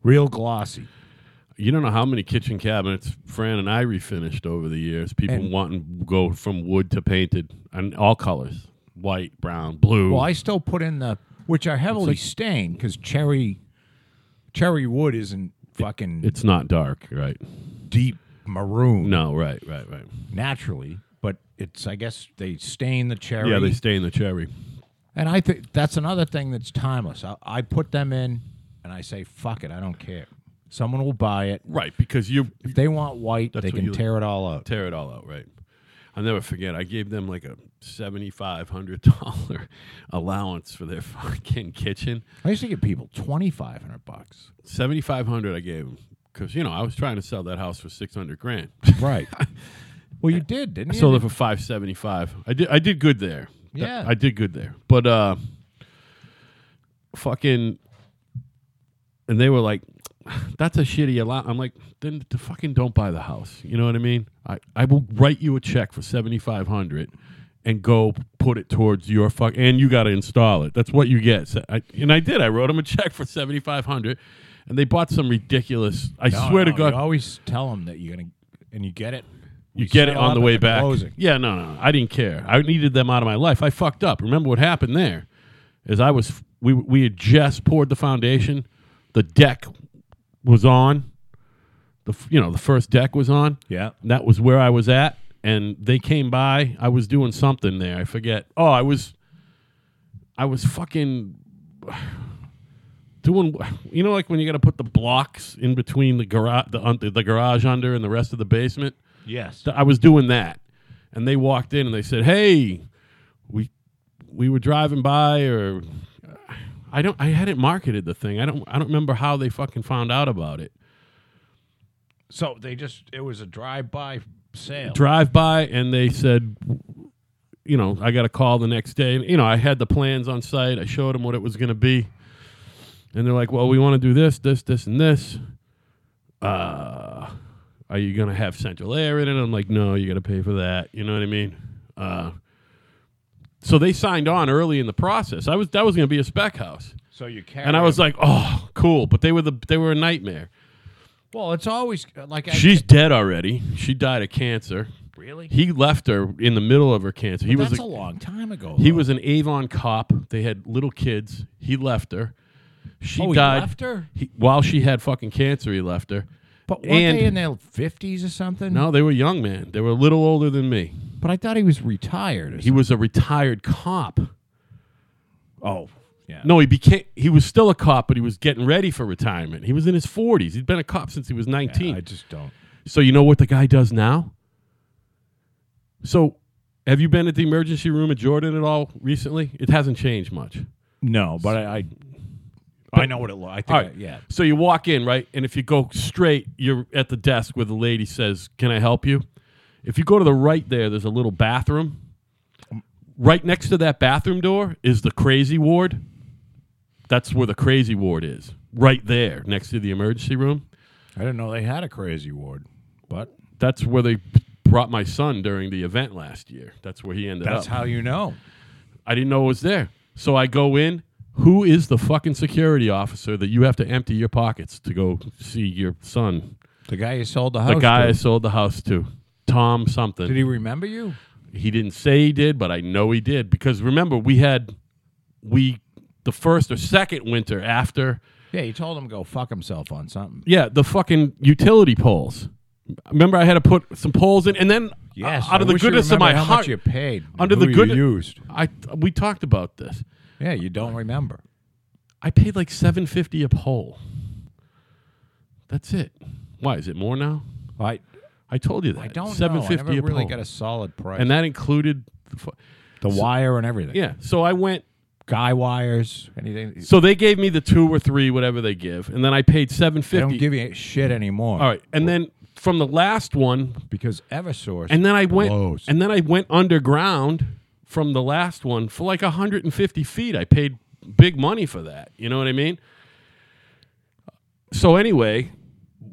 [SPEAKER 2] real glossy.
[SPEAKER 1] You don't know how many kitchen cabinets Fran and I refinished over the years. People
[SPEAKER 2] And-
[SPEAKER 1] wanting to go from wood to painted and all colors white, brown, blue.
[SPEAKER 2] Well, I still put in the which are heavily stained because cherry cherry wood isn't fucking
[SPEAKER 1] It's not dark, right?
[SPEAKER 2] deep maroon
[SPEAKER 1] No, right, right, right.
[SPEAKER 2] naturally, but it's I guess they stain the cherry.
[SPEAKER 1] Yeah, they stay in the cherry.
[SPEAKER 2] and I think that's another thing that's timeless. I, I put them in, and I say fuck it, I don't care. Someone will buy it.
[SPEAKER 1] Right, because you
[SPEAKER 2] If they want white,
[SPEAKER 1] That's
[SPEAKER 2] they
[SPEAKER 1] what
[SPEAKER 2] can
[SPEAKER 1] you-
[SPEAKER 2] tear it all out.
[SPEAKER 1] tear it all out, right? I'll never forget. I gave them like a seventy-five hundred dollar allowance for their fucking kitchen.
[SPEAKER 2] I used to give people twenty five hundred bucks.
[SPEAKER 1] Seventy-five hundred I gave them because you know I was trying to sell that house for six hundred grand.
[SPEAKER 2] Right. well, you did, didn't
[SPEAKER 1] I
[SPEAKER 2] you?
[SPEAKER 1] sold it for five seventy-five. I did. I did good there. Th-
[SPEAKER 2] Yeah.
[SPEAKER 1] I did good there. But uh, fucking, and they were like, "That's a shitty allowance." I'm like, "Then the fucking don't buy the house." You know what I mean? I I will write you a check for seventy-five hundred. And go put it towards your fuck, and you got to install it. That's what you get. So I, and I did. I wrote them a check for seventy five hundred, and they bought some ridiculous. I
[SPEAKER 2] No,
[SPEAKER 1] swear to
[SPEAKER 2] no,
[SPEAKER 1] God,
[SPEAKER 2] You always tell them that you're gonna, and you get it.
[SPEAKER 1] you get it
[SPEAKER 2] settle
[SPEAKER 1] on the
[SPEAKER 2] up
[SPEAKER 1] way
[SPEAKER 2] at the
[SPEAKER 1] back.
[SPEAKER 2] closing.
[SPEAKER 1] Yeah, no, no, I didn't care. I needed them out of my life. I fucked up. Remember what happened there? Is I was we we had just poured the foundation, the deck was on, the f- you know the first deck was on.
[SPEAKER 2] Yeah.
[SPEAKER 1] And that was where I was at, and they came by. I was doing something there. I forget. Oh, I was, I was fucking doing. You know, like when you got to put the blocks in between the garage, the, un- the garage under, and the rest of the basement.
[SPEAKER 2] Yes.
[SPEAKER 1] Th- I was doing that, and they walked in and they said, "Hey, we we were driving by, or I don't. I hadn't marketed the thing. I don't. I don't remember how they fucking found out about it.
[SPEAKER 2] So they just it was a drive by sale.
[SPEAKER 1] Drive by, and they said." You know, I got a call the next day. And, you know, I had the plans on site. I showed them what it was going to be. And they're like, well, we want to do this, this, this, and this. Uh, are you going to have central air in it? I'm like, no, you got to pay for that. You know what I mean? Uh, so they signed on early in the process. I was that was going to be a spec house,
[SPEAKER 2] so you carry.
[SPEAKER 1] and I was
[SPEAKER 2] them.
[SPEAKER 1] like, "Oh, cool!" But they were the they were a nightmare.
[SPEAKER 2] well, it's always uh, like I,
[SPEAKER 1] She's dead already. She died of cancer.
[SPEAKER 2] really.
[SPEAKER 1] He left her in the middle of her cancer. He was
[SPEAKER 2] That's
[SPEAKER 1] a-
[SPEAKER 2] a, long time ago.
[SPEAKER 1] he
[SPEAKER 2] though.
[SPEAKER 1] was an Avon cop. They had little kids. He left her. She
[SPEAKER 2] Oh, he
[SPEAKER 1] died
[SPEAKER 2] left her?
[SPEAKER 1] he- while she had fucking cancer. He left her.
[SPEAKER 2] but weren't
[SPEAKER 1] and-
[SPEAKER 2] they in their fifties or something?
[SPEAKER 1] No, they were young men. They were a little older than me.
[SPEAKER 2] But I thought he was retired. Or
[SPEAKER 1] He was a retired cop.
[SPEAKER 2] something. oh yeah.
[SPEAKER 1] No, he became. He was still a cop, but he was getting ready for retirement. He was in his forties. He'd been a cop since he was nineteen.
[SPEAKER 2] I just don't.
[SPEAKER 1] so you know what the guy does now? So, have you been at the emergency room at Jordan at all recently? It hasn't changed much.
[SPEAKER 2] No, but I I, I know what it looks. I think.
[SPEAKER 1] All right.
[SPEAKER 2] I- yeah.
[SPEAKER 1] So you walk in, right? And if you go straight, you're at the desk where the lady says, Can I help you? If you go to the right there, there's a little bathroom. Right next to that bathroom door is the crazy ward. That's where the crazy ward is, right there next to the emergency room.
[SPEAKER 2] I didn't know they had a crazy ward. But
[SPEAKER 1] That's where they brought my son during the event last year. That's where he ended
[SPEAKER 2] that's
[SPEAKER 1] up.
[SPEAKER 2] how you know.
[SPEAKER 1] I didn't know it was there. So I go in. Who is the fucking security officer that you have to empty your pockets to go see your son
[SPEAKER 2] The guy who sold the
[SPEAKER 1] The
[SPEAKER 2] house.
[SPEAKER 1] guy I
[SPEAKER 2] to.
[SPEAKER 1] sold the house to, Tom something.
[SPEAKER 2] Did he remember you?
[SPEAKER 1] he-, didn't say he did, but I know he did because remember we had we the first or second winter after
[SPEAKER 2] Yeah, you told him to go fuck himself on something.
[SPEAKER 1] yeah the fucking utility poles. Remember I had to put some poles in, and then
[SPEAKER 2] Yes.
[SPEAKER 1] uh, out
[SPEAKER 2] I
[SPEAKER 1] of the
[SPEAKER 2] wish you
[SPEAKER 1] goodness of my
[SPEAKER 2] remember how
[SPEAKER 1] heart,
[SPEAKER 2] much you paid. and
[SPEAKER 1] Under
[SPEAKER 2] who
[SPEAKER 1] the
[SPEAKER 2] you
[SPEAKER 1] good-
[SPEAKER 2] used.
[SPEAKER 1] I we talked about this.
[SPEAKER 2] Yeah, you don't remember.
[SPEAKER 1] I paid like seven fifty a pole. That's it. Why is it more now?
[SPEAKER 2] I
[SPEAKER 1] I told you that.
[SPEAKER 2] I don't
[SPEAKER 1] seven
[SPEAKER 2] know. I
[SPEAKER 1] fifty
[SPEAKER 2] never
[SPEAKER 1] a
[SPEAKER 2] really
[SPEAKER 1] pole,
[SPEAKER 2] got a solid price.
[SPEAKER 1] and that included. The fu-
[SPEAKER 2] the wire and everything.
[SPEAKER 1] yeah, so I went
[SPEAKER 2] Guy wires, anything.
[SPEAKER 1] So they gave me the two or three, whatever they give, and then I paid seven
[SPEAKER 2] They don't
[SPEAKER 1] fifty.
[SPEAKER 2] give you shit anymore.
[SPEAKER 1] All right, and then from the last one,
[SPEAKER 2] Because Eversource.
[SPEAKER 1] and then I went,
[SPEAKER 2] Blows.
[SPEAKER 1] and then I went underground from the last one for like hundred and fifty feet. I paid big money for that. You know what I mean? So anyway,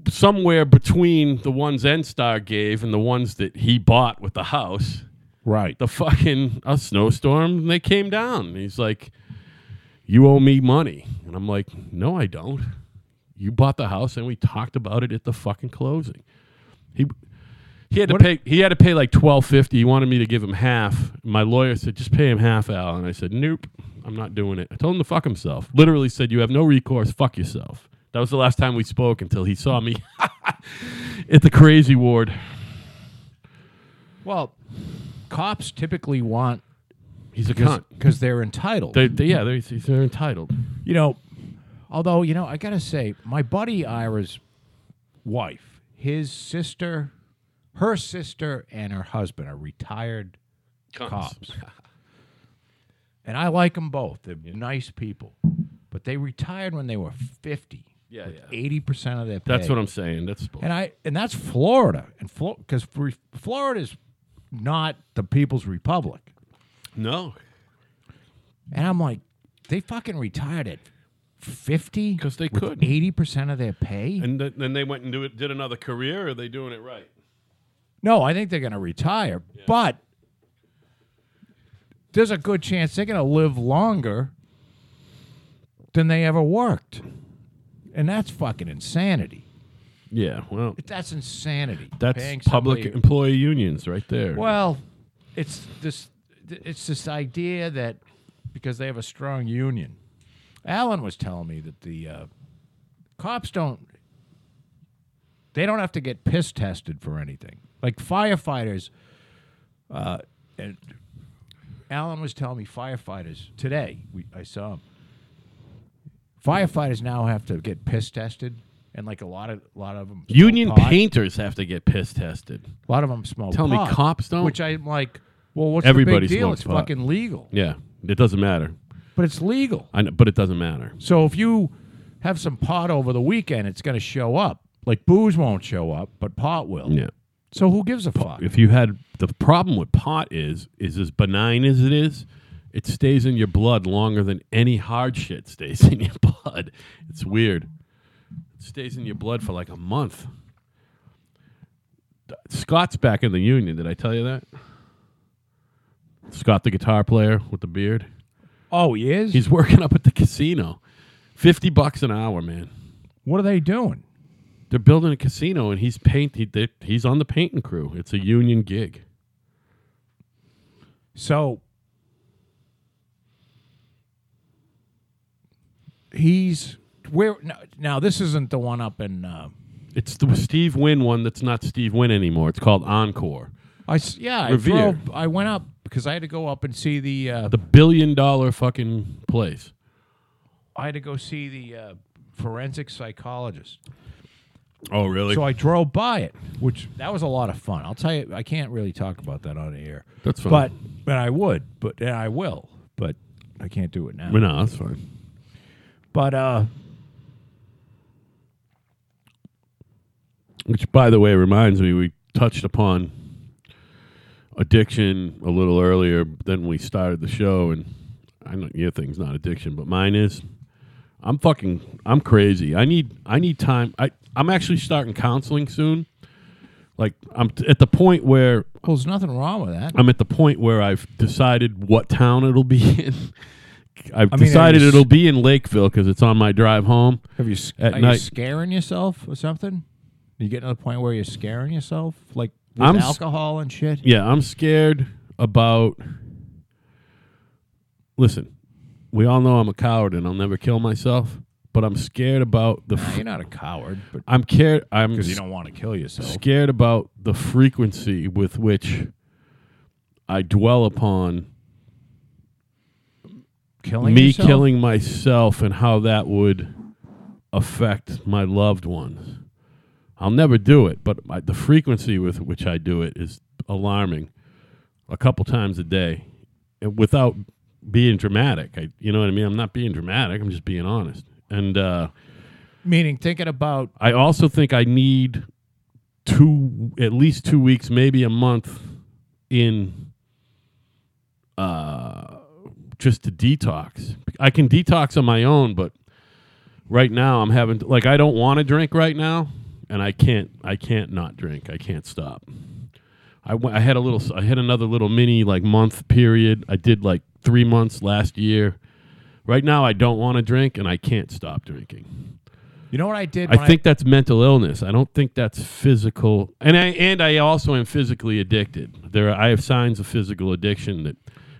[SPEAKER 1] somewhere between the ones Enstar gave and the ones that he bought with the house,
[SPEAKER 2] right.
[SPEAKER 1] the fucking a snowstorm and they came down and he's like you owe me money and i'm like no i don't you bought the house and we talked about it at the fucking closing he he had to
[SPEAKER 2] What-
[SPEAKER 1] pay he had to pay like 1250 he wanted me to give him half my lawyer said just pay him half al and i said nope i'm not doing it i told him to fuck himself literally said you have no recourse fuck yourself that was the last time we spoke until he saw me at the crazy ward
[SPEAKER 2] well, cops typically want
[SPEAKER 1] he's a cunt
[SPEAKER 2] because they're entitled.
[SPEAKER 1] they, they, yeah they're, they're entitled
[SPEAKER 2] you know, Although, you know, I got to say, my buddy Ira's wife, his sister, her sister, and her husband are retired
[SPEAKER 1] Cons.
[SPEAKER 2] cops. and I like them both. They're nice people. But they retired when they were 50.
[SPEAKER 1] Yeah, yeah.
[SPEAKER 2] 80% of their pay.
[SPEAKER 1] That's what I'm saying. That's bull-
[SPEAKER 2] And I and that's Florida. And because Florida's not the people's republic.
[SPEAKER 1] no,
[SPEAKER 2] And I'm like, they fucking retired at 50
[SPEAKER 1] 'Cause they
[SPEAKER 2] with
[SPEAKER 1] could.
[SPEAKER 2] 80% of their pay?
[SPEAKER 1] and th- then they went and do it, did another career. Or are they doing it right?
[SPEAKER 2] no, I think they're going to retire, but there's a good chance they're going to live longer than they ever worked. And that's fucking insanity.
[SPEAKER 1] Yeah, well,
[SPEAKER 2] That's insanity.
[SPEAKER 1] that's
[SPEAKER 2] Paying
[SPEAKER 1] public
[SPEAKER 2] somebody-
[SPEAKER 1] employee unions right there.
[SPEAKER 2] Well, it's this it's this idea that because they have a strong union. Alan was telling me that the uh, cops don't they don't have to get piss tested for anything. Like firefighters uh, and Alan was telling me firefighters today, we, I saw him. Firefighters now have to get piss tested and like a lot of a lot of them
[SPEAKER 1] Union
[SPEAKER 2] pot.
[SPEAKER 1] painters have to get piss tested.
[SPEAKER 2] A lot of them smoke.
[SPEAKER 1] Tell me
[SPEAKER 2] pot,
[SPEAKER 1] cops don't?
[SPEAKER 2] Which I'm like, well, what's
[SPEAKER 1] Everybody
[SPEAKER 2] the big deal?
[SPEAKER 1] smokes
[SPEAKER 2] It's
[SPEAKER 1] pot.
[SPEAKER 2] fucking legal,
[SPEAKER 1] Yeah, it doesn't matter.
[SPEAKER 2] but it's legal.
[SPEAKER 1] I know, but it doesn't matter.
[SPEAKER 2] So if you have some pot over the weekend, it's going to show up. Like booze won't show up, but pot will.
[SPEAKER 1] Yeah.
[SPEAKER 2] So who gives a fuck?
[SPEAKER 1] If you had the problem with pot is is as benign as it is, it stays in your blood longer than any hard shit stays in your blood. It's weird. It stays in your blood for like a month. D- Scott's back in the union. Did I tell you that? Scott, the guitar player with the beard,
[SPEAKER 2] oh, he is.
[SPEAKER 1] he's working up at the casino, fifty bucks an hour, man.
[SPEAKER 2] what are they doing?
[SPEAKER 1] They're building a casino, and he's paint. He, they- he's on the painting crew. It's a union gig.
[SPEAKER 2] So he's where now, now. This isn't the one up in. Uh,
[SPEAKER 1] It's the Steve Wynn one that's not Steve Wynn anymore. It's called Encore.
[SPEAKER 2] I s- yeah. I,
[SPEAKER 1] Revere.
[SPEAKER 2] drove, I went up because I had to go up and see the. Uh,
[SPEAKER 1] The billion dollar fucking place.
[SPEAKER 2] I had to go see the uh, forensic psychologist.
[SPEAKER 1] Oh, really?
[SPEAKER 2] So I drove by it, which that was a lot of fun. I'll tell you, I can't really talk about that on the air.
[SPEAKER 1] That's fine.
[SPEAKER 2] But but I would, but and I will, but I can't do it now.
[SPEAKER 1] well, no, that's fine.
[SPEAKER 2] But uh,
[SPEAKER 1] Which, by the way, reminds me, we touched upon addiction a little earlier than we started the show, and I know your thing's not addiction, but mine is. I'm fucking. I'm crazy. I need. I need time. I. I'm actually starting counseling soon. Like I'm t- at the point where
[SPEAKER 2] well, there's nothing wrong with that.
[SPEAKER 1] I'm at the point where I've decided what town it'll be in. I've
[SPEAKER 2] I mean,
[SPEAKER 1] decided
[SPEAKER 2] are you s-
[SPEAKER 1] it'll be in Lakeville because it's on my drive home.
[SPEAKER 2] Have you s-
[SPEAKER 1] At
[SPEAKER 2] Uh, are you
[SPEAKER 1] night-
[SPEAKER 2] scaring yourself or something? You getting to the point where you're scaring yourself, like with
[SPEAKER 1] I'm s-
[SPEAKER 2] alcohol and shit.
[SPEAKER 1] Yeah, I'm scared about. Listen, we all know I'm a coward and I'll never kill myself, but I'm scared about the.
[SPEAKER 2] Nah,
[SPEAKER 1] F-
[SPEAKER 2] you're not a coward, but
[SPEAKER 1] I'm cared. I'm
[SPEAKER 2] because you don't want to kill yourself.
[SPEAKER 1] scared about the frequency with which I dwell upon
[SPEAKER 2] Killing
[SPEAKER 1] me
[SPEAKER 2] yourself?
[SPEAKER 1] killing myself and how that would affect my loved ones. I'll never do it, but my, the frequency with which I do it is alarming. A couple times a day, and without being dramatic. I, you know what I mean. I'm not being dramatic. I'm just being honest. And uh,
[SPEAKER 2] meaning thinking about
[SPEAKER 1] I also think I need two, at least two weeks, maybe a month in uh, just to detox. I can detox on my own, but right now I'm having like I don't want to drink right now, and I can't. I can't not drink. I can't stop. I went, I had a little. s- I had another little mini like month period. I did like three months last year. Right now, I don't want to drink, and I can't stop drinking.
[SPEAKER 2] you know what I did. when
[SPEAKER 1] I think that's mental illness. I don't think that's physical. And I and I also am physically addicted. There, I have signs of physical addiction that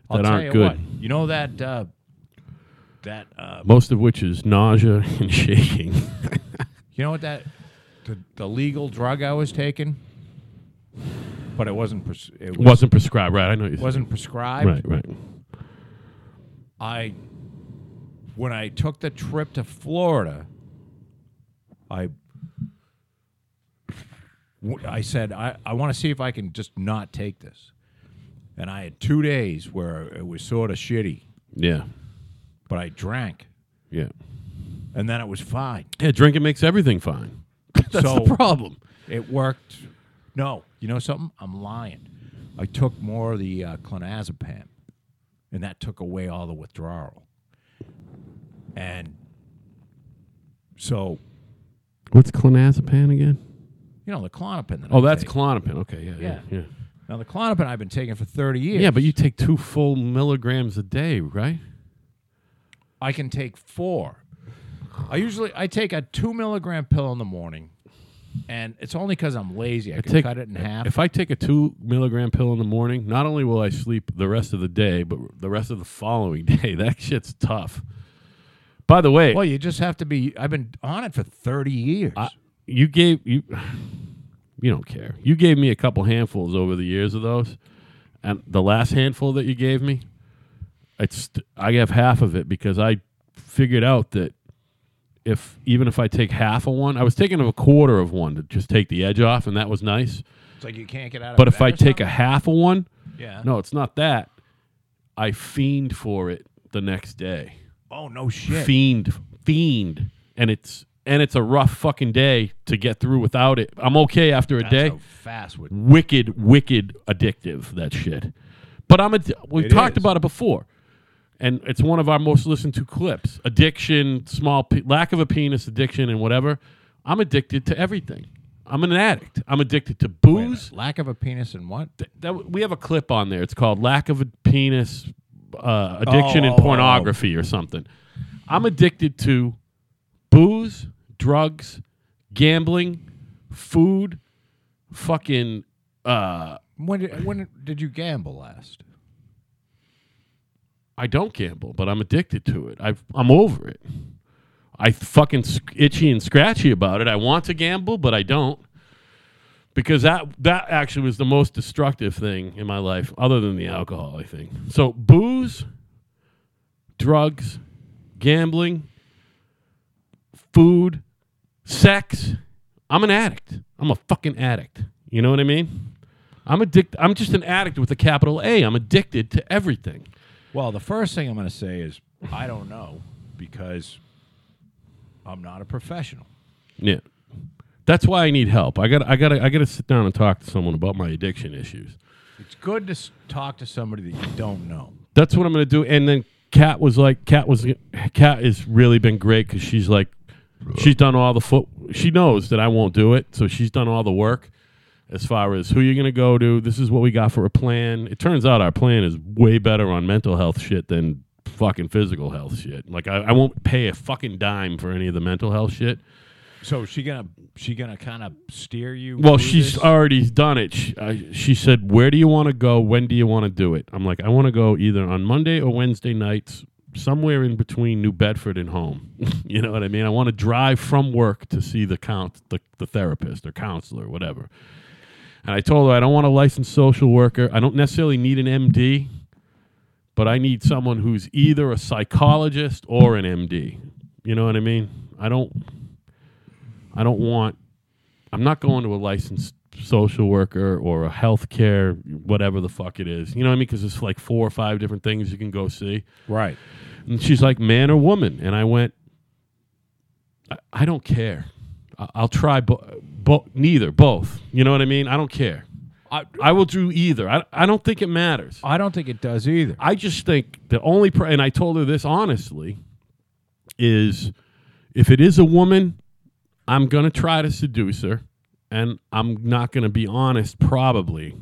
[SPEAKER 2] I'll
[SPEAKER 1] that
[SPEAKER 2] tell
[SPEAKER 1] aren't
[SPEAKER 2] you
[SPEAKER 1] good.
[SPEAKER 2] What, you know that uh, that uh,
[SPEAKER 1] Most of which is nausea and shaking.
[SPEAKER 2] You know what that the, the legal drug I was taking, but it wasn't pres- it was,
[SPEAKER 1] wasn't prescribed, right? I know you.
[SPEAKER 2] wasn't prescribed.
[SPEAKER 1] right, right.
[SPEAKER 2] I when I took the trip to Florida, I w- I said I, I want to see if I can just not take this. And I had two days where it was sort of shitty,
[SPEAKER 1] Yeah.
[SPEAKER 2] but I drank,
[SPEAKER 1] Yeah.
[SPEAKER 2] and then it was fine.
[SPEAKER 1] Yeah, drinking makes everything fine. That's the
[SPEAKER 2] So-
[SPEAKER 1] problem.
[SPEAKER 2] It worked. No, you know something? I'm lying. I took more of the uh, clonazepam, and that took away all the withdrawal. And so,
[SPEAKER 1] What's clonazepam again?
[SPEAKER 2] you know, the clonopin. That
[SPEAKER 1] Oh,
[SPEAKER 2] I
[SPEAKER 1] that's
[SPEAKER 2] take-
[SPEAKER 1] clonopin. Okay, yeah, yeah, yeah.
[SPEAKER 2] now the clonopin I've been taking for 30 years.
[SPEAKER 1] Yeah, but you take two full milligrams a day, right?
[SPEAKER 2] I can take four. I usually I take a two milligram pill in the morning, and it's only because I'm lazy. I, can
[SPEAKER 1] take-
[SPEAKER 2] cut it in half.
[SPEAKER 1] If I take a two milligram pill in the morning, not only will I sleep the rest of the day, but the rest of the following day. That shit's tough. By the way,
[SPEAKER 2] well, you just have to be. I've been on it for 30 years.
[SPEAKER 1] I- you gave you you don't care. You gave me a couple handfuls over the years of those, and the last handful that you gave me, it's I have half of it because I figured out that if even if I take half of one, I was taking a quarter of one to just take the edge off, and that was nice.
[SPEAKER 2] it's like you can't get out of.
[SPEAKER 1] But if
[SPEAKER 2] bed
[SPEAKER 1] I
[SPEAKER 2] or
[SPEAKER 1] take a
[SPEAKER 2] something?
[SPEAKER 1] half of one,
[SPEAKER 2] yeah.
[SPEAKER 1] no, it's not that. I fiend for it the next day.
[SPEAKER 2] Oh no shit.
[SPEAKER 1] Fiend, fiend, and it's and it's a rough fucking day to get through without it. I'm okay after a
[SPEAKER 2] That's
[SPEAKER 1] day.
[SPEAKER 2] how fast would.
[SPEAKER 1] wicked, wicked addictive that shit. But I'm ad- we've
[SPEAKER 2] It
[SPEAKER 1] talked
[SPEAKER 2] is.
[SPEAKER 1] about it before, and it's one of our most listened to clips. Addiction, small pe- lack of a penis, addiction, and whatever. I'm addicted to everything. I'm an addict. I'm addicted to
[SPEAKER 2] Wait a
[SPEAKER 1] booze
[SPEAKER 2] minute. Lack of a penis and what?
[SPEAKER 1] that we have a clip on there. It's called "Lack of a Penis, uh, Addiction
[SPEAKER 2] Oh,
[SPEAKER 1] and
[SPEAKER 2] oh, oh.
[SPEAKER 1] Pornography" or something. I'm addicted to booze, drugs, gambling, food, fucking. Uh,
[SPEAKER 2] When did, when did you gamble last?
[SPEAKER 1] I don't gamble, but I'm addicted to it. I've, I'm over it. I fucking sc- itchy and scratchy about it. I want to gamble, but I don't. Because that that actually was the most destructive thing in my life, other than the alcohol, I think. So booze, drugs, gambling, food, sex. I'm an addict. I'm a fucking addict. You know what I mean? I'm addicted. I'm just an addict with a capital A. I'm addicted to everything.
[SPEAKER 2] Well, the first thing I'm going to say is I don't know because I'm not a professional.
[SPEAKER 1] Yeah. That's why I need help. I got I got I got to sit down and talk to someone about my addiction issues.
[SPEAKER 2] It's good to s- talk to somebody that you don't know.
[SPEAKER 1] That's what I'm going to do and then Kat was like Kat was Kat has really been great cuz she's like she's done all the foot she knows that I won't do it, so she's done all the work as far as who you're going to go to, this is what we got for a plan. It turns out our plan is way better on mental health shit than fucking physical health shit. Like I, I won't pay a fucking dime for any of the mental health shit.
[SPEAKER 2] So she gonna she gonna kind of steer you.
[SPEAKER 1] Well,
[SPEAKER 2] through
[SPEAKER 1] she's
[SPEAKER 2] this?
[SPEAKER 1] already done it. She, I she said, "Where do you want to go? When do you want to do it?" I'm like, "I want to go either on Monday or Wednesday nights, somewhere in between New Bedford and home." you know what I mean? I want to drive from work to see the count, the, the therapist or counselor, whatever. And I told her I don't want a licensed social worker. I don't necessarily need an MD, but I need someone who's either a psychologist or an MD. You know what I mean? I don't. I don't want I'm not going to a licensed social worker or a healthcare, whatever the fuck it is. You know what I mean? Because it's like four or five different things you can go see.
[SPEAKER 2] right.
[SPEAKER 1] And she's like, man or woman? And I went, I, I don't care. I, I'll try bo- bo- neither, both. You know what I mean? I don't care.
[SPEAKER 2] I
[SPEAKER 1] I will do either. I, I don't think it matters.
[SPEAKER 2] I don't think it does either.
[SPEAKER 1] I just think the only, pr- and I told her this honestly, is if it is a woman, I'm going to try to seduce her and I'm not going to be honest, probably.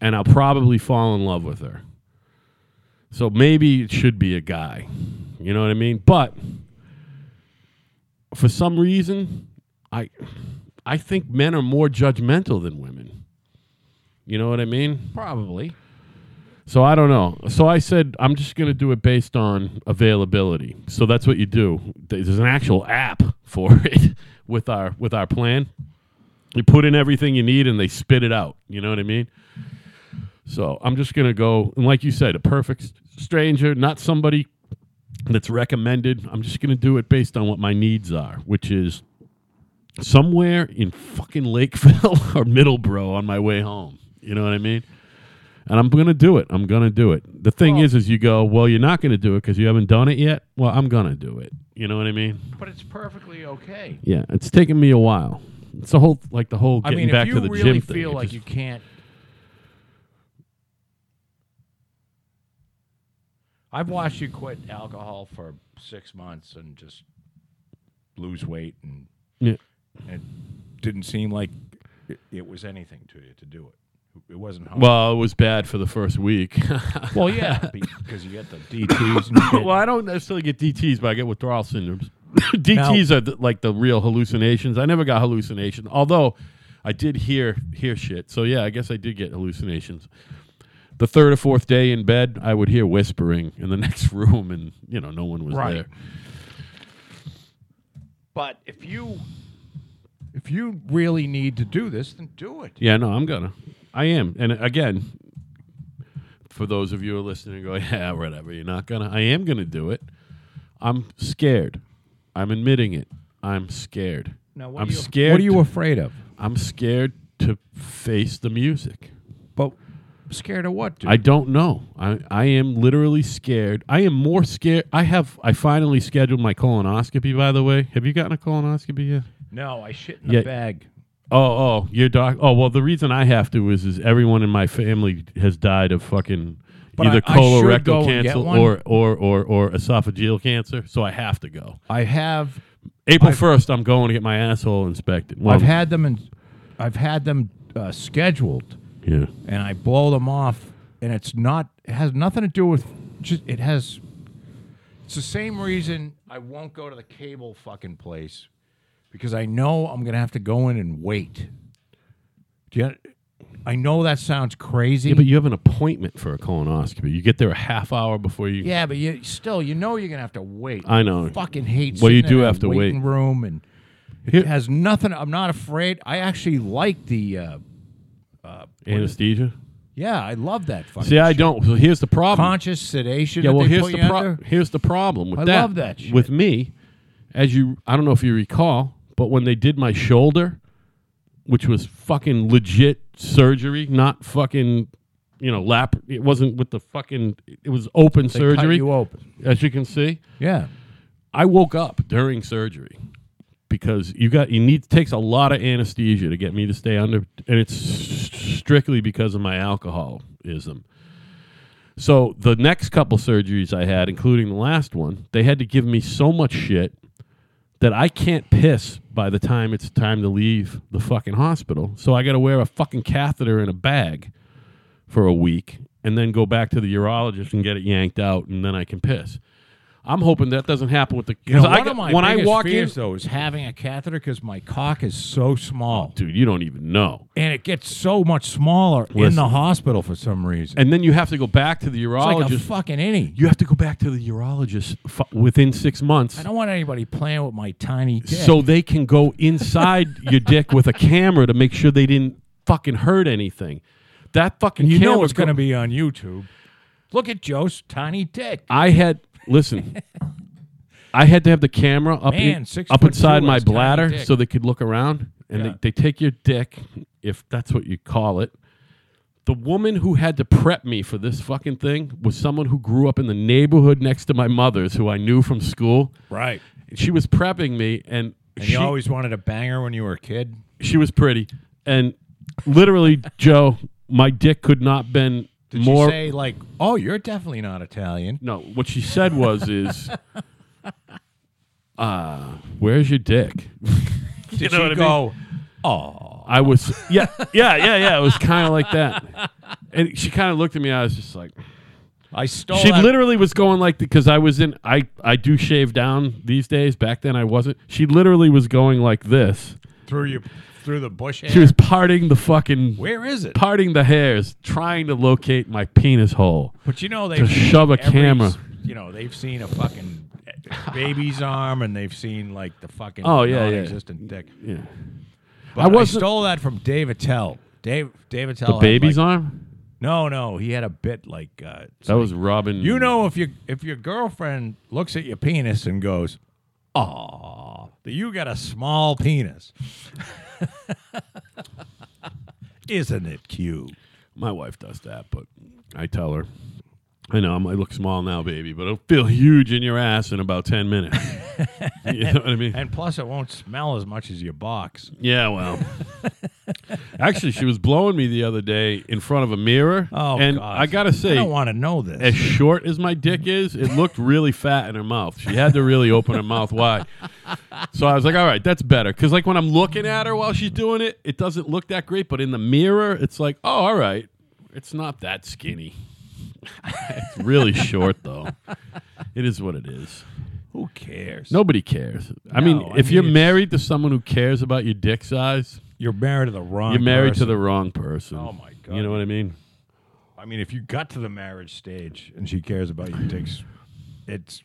[SPEAKER 1] And I'll probably fall in love with her. So maybe it should be a guy. You know what I mean? But for some reason, I. I think men are more judgmental than women. You know what I mean?
[SPEAKER 2] Probably.
[SPEAKER 1] So I don't know. So I said I'm just going to do it based on availability. So that's what you do. There's an actual app for it with our with our plan. You put in everything you need and they spit it out. You know what I mean? So I'm just going to go and like you said, a perfect s- stranger, not somebody that's recommended. I'm just going to do it based on what my needs are, which is somewhere in fucking Lakeville or Middleborough on my way home. You know what I mean? And I'm going to do it. I'm going to do it. The thing
[SPEAKER 2] Well-
[SPEAKER 1] is, is you go, well, you're not going to do it because you haven't done it yet. Well, I'm going to do it. You know what I mean?
[SPEAKER 2] But it's perfectly okay.
[SPEAKER 1] Yeah, it's taken me a while. It's the whole like the whole
[SPEAKER 2] I
[SPEAKER 1] getting
[SPEAKER 2] mean, if
[SPEAKER 1] back
[SPEAKER 2] you
[SPEAKER 1] to the
[SPEAKER 2] really
[SPEAKER 1] gym
[SPEAKER 2] feel
[SPEAKER 1] thing. It
[SPEAKER 2] like
[SPEAKER 1] just-
[SPEAKER 2] you can't. I've watched you quit alcohol for six months and just lose weight, and,
[SPEAKER 1] Yeah.
[SPEAKER 2] and it didn't seem like it, it was anything to you to do it. It wasn't hard.
[SPEAKER 1] Well, it was bad for the first week.
[SPEAKER 2] Well, yeah, because you get the DTs and shit.
[SPEAKER 1] well, I don't necessarily get DTS, but I get withdrawal syndromes. DTS are the, like the real hallucinations. I never got hallucinations, although I did hear hear shit. So yeah, I guess I did get hallucinations. The third or fourth day in bed, I would hear whispering in the next room, and you know, no one was
[SPEAKER 2] Right.
[SPEAKER 1] there.
[SPEAKER 2] But if you if you really need to do this, then do it.
[SPEAKER 1] Yeah, no, I'm gonna. I am. And again, for those of you who are listening, go, yeah, whatever. You're not gonna. I am gonna do it. I'm scared. I'm admitting it. I'm scared.
[SPEAKER 2] Now, what
[SPEAKER 1] I'm
[SPEAKER 2] are you-
[SPEAKER 1] scared.
[SPEAKER 2] What are you
[SPEAKER 1] to-
[SPEAKER 2] afraid of?
[SPEAKER 1] I'm scared to face the music.
[SPEAKER 2] But scared of what? Dude?
[SPEAKER 1] I don't know. I, I am literally scared. I am more scared. I have. I finally scheduled my colonoscopy. By the way, have you gotten a colonoscopy yet?
[SPEAKER 2] no, I shit in
[SPEAKER 1] Yeah.
[SPEAKER 2] the bag.
[SPEAKER 1] Oh, oh, your doc. Oh, well, the reason I have to is is everyone in my family has died of fucking
[SPEAKER 2] But
[SPEAKER 1] either
[SPEAKER 2] I- I should go
[SPEAKER 1] colorectal
[SPEAKER 2] and get
[SPEAKER 1] cancer
[SPEAKER 2] one.
[SPEAKER 1] or, or or or esophageal cancer. So I have to go.
[SPEAKER 2] I have
[SPEAKER 1] April first, I'm going to get my asshole inspected. Well,
[SPEAKER 2] I've had them in, I've had them uh, scheduled,
[SPEAKER 1] yeah,
[SPEAKER 2] and I blow them off, and it's not it has nothing to do with just it has. It's the same reason I won't go to the cable fucking place, because I know I'm gonna have to go in and wait. Do you? I know that sounds crazy.
[SPEAKER 1] yeah, but you have an appointment for a colonoscopy. You get there a half hour before you.
[SPEAKER 2] Yeah, but you still you know you're gonna have to wait.
[SPEAKER 1] I know.
[SPEAKER 2] Fucking hate.
[SPEAKER 1] Well, you
[SPEAKER 2] sitting
[SPEAKER 1] do
[SPEAKER 2] in a
[SPEAKER 1] have to wait.
[SPEAKER 2] waiting Room and it
[SPEAKER 1] Here-
[SPEAKER 2] has nothing. I'm not afraid. I actually like the. Uh,
[SPEAKER 1] anesthesia.
[SPEAKER 2] yeah, I love that fucking.
[SPEAKER 1] See, I
[SPEAKER 2] shit.
[SPEAKER 1] don't. So here's the problem.
[SPEAKER 2] conscious sedation.
[SPEAKER 1] yeah,
[SPEAKER 2] that
[SPEAKER 1] well,
[SPEAKER 2] they
[SPEAKER 1] here's
[SPEAKER 2] put
[SPEAKER 1] the
[SPEAKER 2] you
[SPEAKER 1] pro-
[SPEAKER 2] under.
[SPEAKER 1] here's the problem with
[SPEAKER 2] I
[SPEAKER 1] that.
[SPEAKER 2] love that shit.
[SPEAKER 1] With me, as you, I don't know if you recall, but when they did my shoulder, which was fucking legit surgery, not fucking, you know, lap. It wasn't with the fucking. It was open
[SPEAKER 2] They cut
[SPEAKER 1] surgery,
[SPEAKER 2] you open.
[SPEAKER 1] as you can see.
[SPEAKER 2] Yeah,
[SPEAKER 1] I woke up during surgery because you got you need takes a lot of anesthesia to get me to stay under, and it's strictly because of my alcoholism. So the next couple surgeries I had, including the last one, they had to give me so much shit that I can't piss by the time it's time to leave the fucking hospital. So I got to wear a fucking catheter in a bag for a week and then go back to the urologist and get it yanked out and then I can piss. I'm hoping that doesn't happen with the because
[SPEAKER 2] Now,
[SPEAKER 1] I
[SPEAKER 2] one
[SPEAKER 1] got-
[SPEAKER 2] of my
[SPEAKER 1] when I
[SPEAKER 2] biggest
[SPEAKER 1] walk in,
[SPEAKER 2] fears, though is having a catheter because my cock is so small
[SPEAKER 1] dude, you don't even know.
[SPEAKER 2] and it gets so much smaller in
[SPEAKER 1] Listen.
[SPEAKER 2] the hospital for some reason.
[SPEAKER 1] And then you have to go back to the
[SPEAKER 2] It's like a
[SPEAKER 1] urologist.
[SPEAKER 2] fucking innie.
[SPEAKER 1] you have to go back to the urologist f- within six months.
[SPEAKER 2] I don't want anybody playing with my tiny dick.
[SPEAKER 1] so they can go inside your dick with a camera to make sure they didn't fucking hurt anything. That fucking
[SPEAKER 2] You
[SPEAKER 1] camera
[SPEAKER 2] know it's going to
[SPEAKER 1] to
[SPEAKER 2] be on YouTube. Look at Joe's tiny dick.
[SPEAKER 1] I had listen. I had to have the camera up
[SPEAKER 2] Man,
[SPEAKER 1] in-
[SPEAKER 2] six
[SPEAKER 1] up
[SPEAKER 2] foot
[SPEAKER 1] inside
[SPEAKER 2] two
[SPEAKER 1] my
[SPEAKER 2] has tiny
[SPEAKER 1] bladder
[SPEAKER 2] dick.
[SPEAKER 1] so they could look around and
[SPEAKER 2] Yeah.
[SPEAKER 1] they, they take your dick if that's what you call it. The woman who had to prep me for this fucking thing was someone who grew up in the neighborhood next to my mother's who I knew from school.
[SPEAKER 2] Right.
[SPEAKER 1] She was prepping me and,
[SPEAKER 2] And
[SPEAKER 1] she
[SPEAKER 2] you always wanted to bang her when you were a kid?
[SPEAKER 1] she was pretty and literally joe my dick could not been
[SPEAKER 2] Did
[SPEAKER 1] more
[SPEAKER 2] you say, like, oh, you're definitely not Italian?
[SPEAKER 1] no what she said was is uh where's your dick
[SPEAKER 2] Did
[SPEAKER 1] know
[SPEAKER 2] she
[SPEAKER 1] what I mean?
[SPEAKER 2] go,
[SPEAKER 1] i was yeah yeah yeah yeah it was kind of like that and she kind of looked at me i was just like
[SPEAKER 2] Oh, I stole
[SPEAKER 1] she
[SPEAKER 2] that-
[SPEAKER 1] literally was going like because i was in i i do shave down these days back then i wasn't she literally was going like this
[SPEAKER 2] through, you, through the bush hair?
[SPEAKER 1] she was parting the fucking
[SPEAKER 2] Where is it?
[SPEAKER 1] parting the hairs trying to locate my penis hole
[SPEAKER 2] But you know, they
[SPEAKER 1] To shove a camera.
[SPEAKER 2] You know, they've seen a fucking eh, baby's arm and they've seen, like, the fucking
[SPEAKER 1] Oh, yeah, yeah.
[SPEAKER 2] non-existent dick.
[SPEAKER 1] yeah
[SPEAKER 2] But I,
[SPEAKER 1] wasn't-
[SPEAKER 2] stole that from Dave Attell. Dave, Dave Attell.
[SPEAKER 1] The baby's arm?
[SPEAKER 2] No, no, he had a bit like uh,
[SPEAKER 1] That was Robin.
[SPEAKER 2] you know if your if your girlfriend looks at your penis and goes, "Aw, that you got a small penis." Isn't it cute?
[SPEAKER 1] my wife does that, but I tell her, I know I might look small now, baby, but it'll feel huge in your ass in about ten minutes. you know what I mean?
[SPEAKER 2] And plus, it won't smell as much as your box.
[SPEAKER 1] Yeah, well, actually, she was blowing me the other day in front of a mirror.
[SPEAKER 2] Oh,
[SPEAKER 1] and
[SPEAKER 2] God.
[SPEAKER 1] I gotta
[SPEAKER 2] I
[SPEAKER 1] say,
[SPEAKER 2] don't want to know this.
[SPEAKER 1] as short as my dick is, it looked really fat in her mouth. She had to really open her mouth wide. So I was like, all right, that's better. Because, like, when I'm looking at her while she's doing it, it doesn't look that great. But in the mirror, it's like, oh, all right, it's not that skinny. it's really short, though. It is what it is.
[SPEAKER 2] Who cares?
[SPEAKER 1] Nobody cares. I mean,
[SPEAKER 2] No, I
[SPEAKER 1] if
[SPEAKER 2] mean,
[SPEAKER 1] you're
[SPEAKER 2] it's-
[SPEAKER 1] married to someone who cares about your dick size,
[SPEAKER 2] you're married to the wrong.
[SPEAKER 1] you're married
[SPEAKER 2] person.
[SPEAKER 1] to the wrong person.
[SPEAKER 2] Oh, my God.
[SPEAKER 1] You know what I mean?
[SPEAKER 2] I mean, if you got to the marriage stage and she cares about your dicks, it's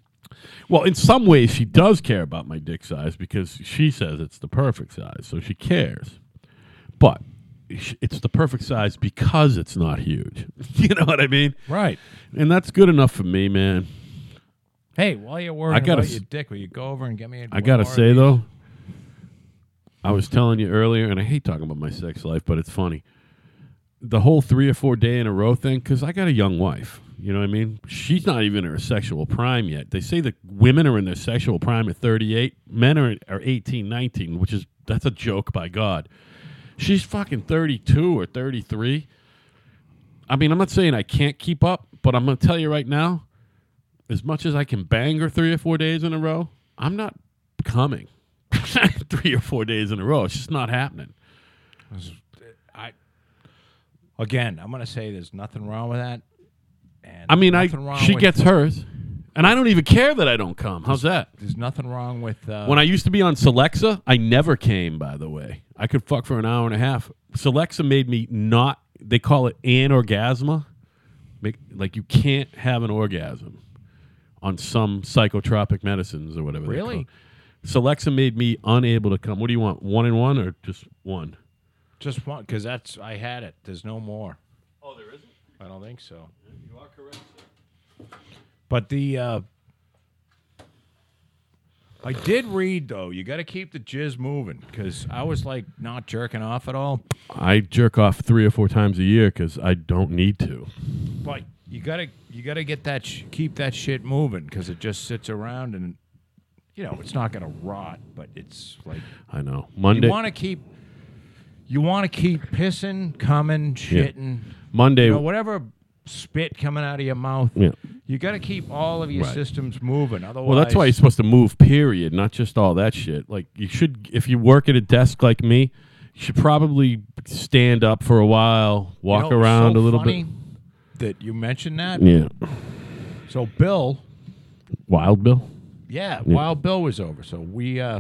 [SPEAKER 1] Well, in some ways, she does care about my dick size because she says it's the perfect size, so she cares. But sh- it's the perfect size because it's not huge. you know what I mean?
[SPEAKER 2] right.
[SPEAKER 1] And that's good enough for me, man.
[SPEAKER 2] Hey, while you're worrying
[SPEAKER 1] I gotta
[SPEAKER 2] about
[SPEAKER 1] s-
[SPEAKER 2] your dick, will you go over and get me? A
[SPEAKER 1] I gotta say though, I was telling you earlier, and I hate talking about my sex life, but it's funny. The whole three or four day in a row thing, because I got a young wife. You know what I mean? She's not even in her sexual prime yet. They say that women are in their sexual prime at 38, men are, are 18, 19, which is that's a joke by God. She's fucking 32 or 33. I mean, I'm not saying I can't keep up, but I'm going to tell you right now, as much as I can bang her three or four days in a row, I'm not coming three or four days in a row. It's just not happening.
[SPEAKER 2] I again, I'm gonna say there's nothing wrong with that. And
[SPEAKER 1] I mean, I
[SPEAKER 2] nothing wrong
[SPEAKER 1] she
[SPEAKER 2] with-
[SPEAKER 1] gets hers, and I don't even care that I don't come. How's that?
[SPEAKER 2] There's nothing wrong with uh,
[SPEAKER 1] When I used to be on Celexa, I never came. By the way, I could fuck for an hour and a half. Celexa made me not. They call it anorgasma. Make, like you can't have an orgasm on some psychotropic medicines or whatever. they're
[SPEAKER 2] Really?
[SPEAKER 1] called. Celexa made me unable to come. What do you want? One and one or just one?
[SPEAKER 2] just want because that's I had it. There's no more.
[SPEAKER 1] Oh, there isn't.
[SPEAKER 2] I don't think so.
[SPEAKER 1] You are correct.
[SPEAKER 2] But the uh, I did read though. You got to keep the jizz moving because I was like not jerking off at all.
[SPEAKER 1] I jerk off three or four times a year because I don't need to.
[SPEAKER 2] But you gotta you gotta get that sh- keep that shit moving because it just sits around and you know it's not gonna rot, but it's like
[SPEAKER 1] I know.
[SPEAKER 2] you
[SPEAKER 1] Monday.
[SPEAKER 2] want to keep you want to keep pissing, coming, shitting,
[SPEAKER 1] Monday.
[SPEAKER 2] you know, whatever spit coming out of your mouth.
[SPEAKER 1] Yeah.
[SPEAKER 2] You gotta keep all of your
[SPEAKER 1] Right.
[SPEAKER 2] systems moving, otherwise.
[SPEAKER 1] Well, that's why you're supposed to move. Period, not just all that shit. Like you should, if you work at a desk like me, you should probably stand up for a while,
[SPEAKER 2] you
[SPEAKER 1] walk
[SPEAKER 2] know, it's
[SPEAKER 1] around
[SPEAKER 2] so
[SPEAKER 1] a little
[SPEAKER 2] funny That you mentioned that.
[SPEAKER 1] bit. Yeah,
[SPEAKER 2] So Bill,
[SPEAKER 1] Wild Bill.
[SPEAKER 2] Yeah, Wild Bill was over, so we uh,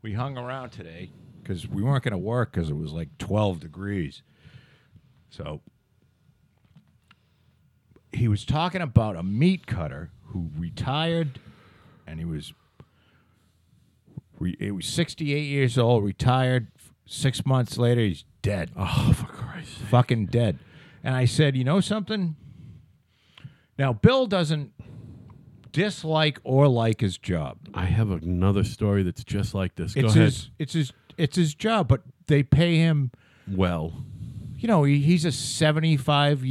[SPEAKER 2] we hung around today because we weren't going to work because it was like twelve degrees. So he was talking about a meat cutter who retired, and he was re- he was sixty eight years old, retired. Six months later, he's dead
[SPEAKER 1] Oh, for Christ's sake!
[SPEAKER 2] fucking dead. And I said, you know something? Now Bill doesn't dislike or like his job.
[SPEAKER 1] I have another story that's just like this. Go
[SPEAKER 2] It's
[SPEAKER 1] ahead.
[SPEAKER 2] his it's his it's his job, but they pay him
[SPEAKER 1] well,
[SPEAKER 2] you know, he, he's a seventy five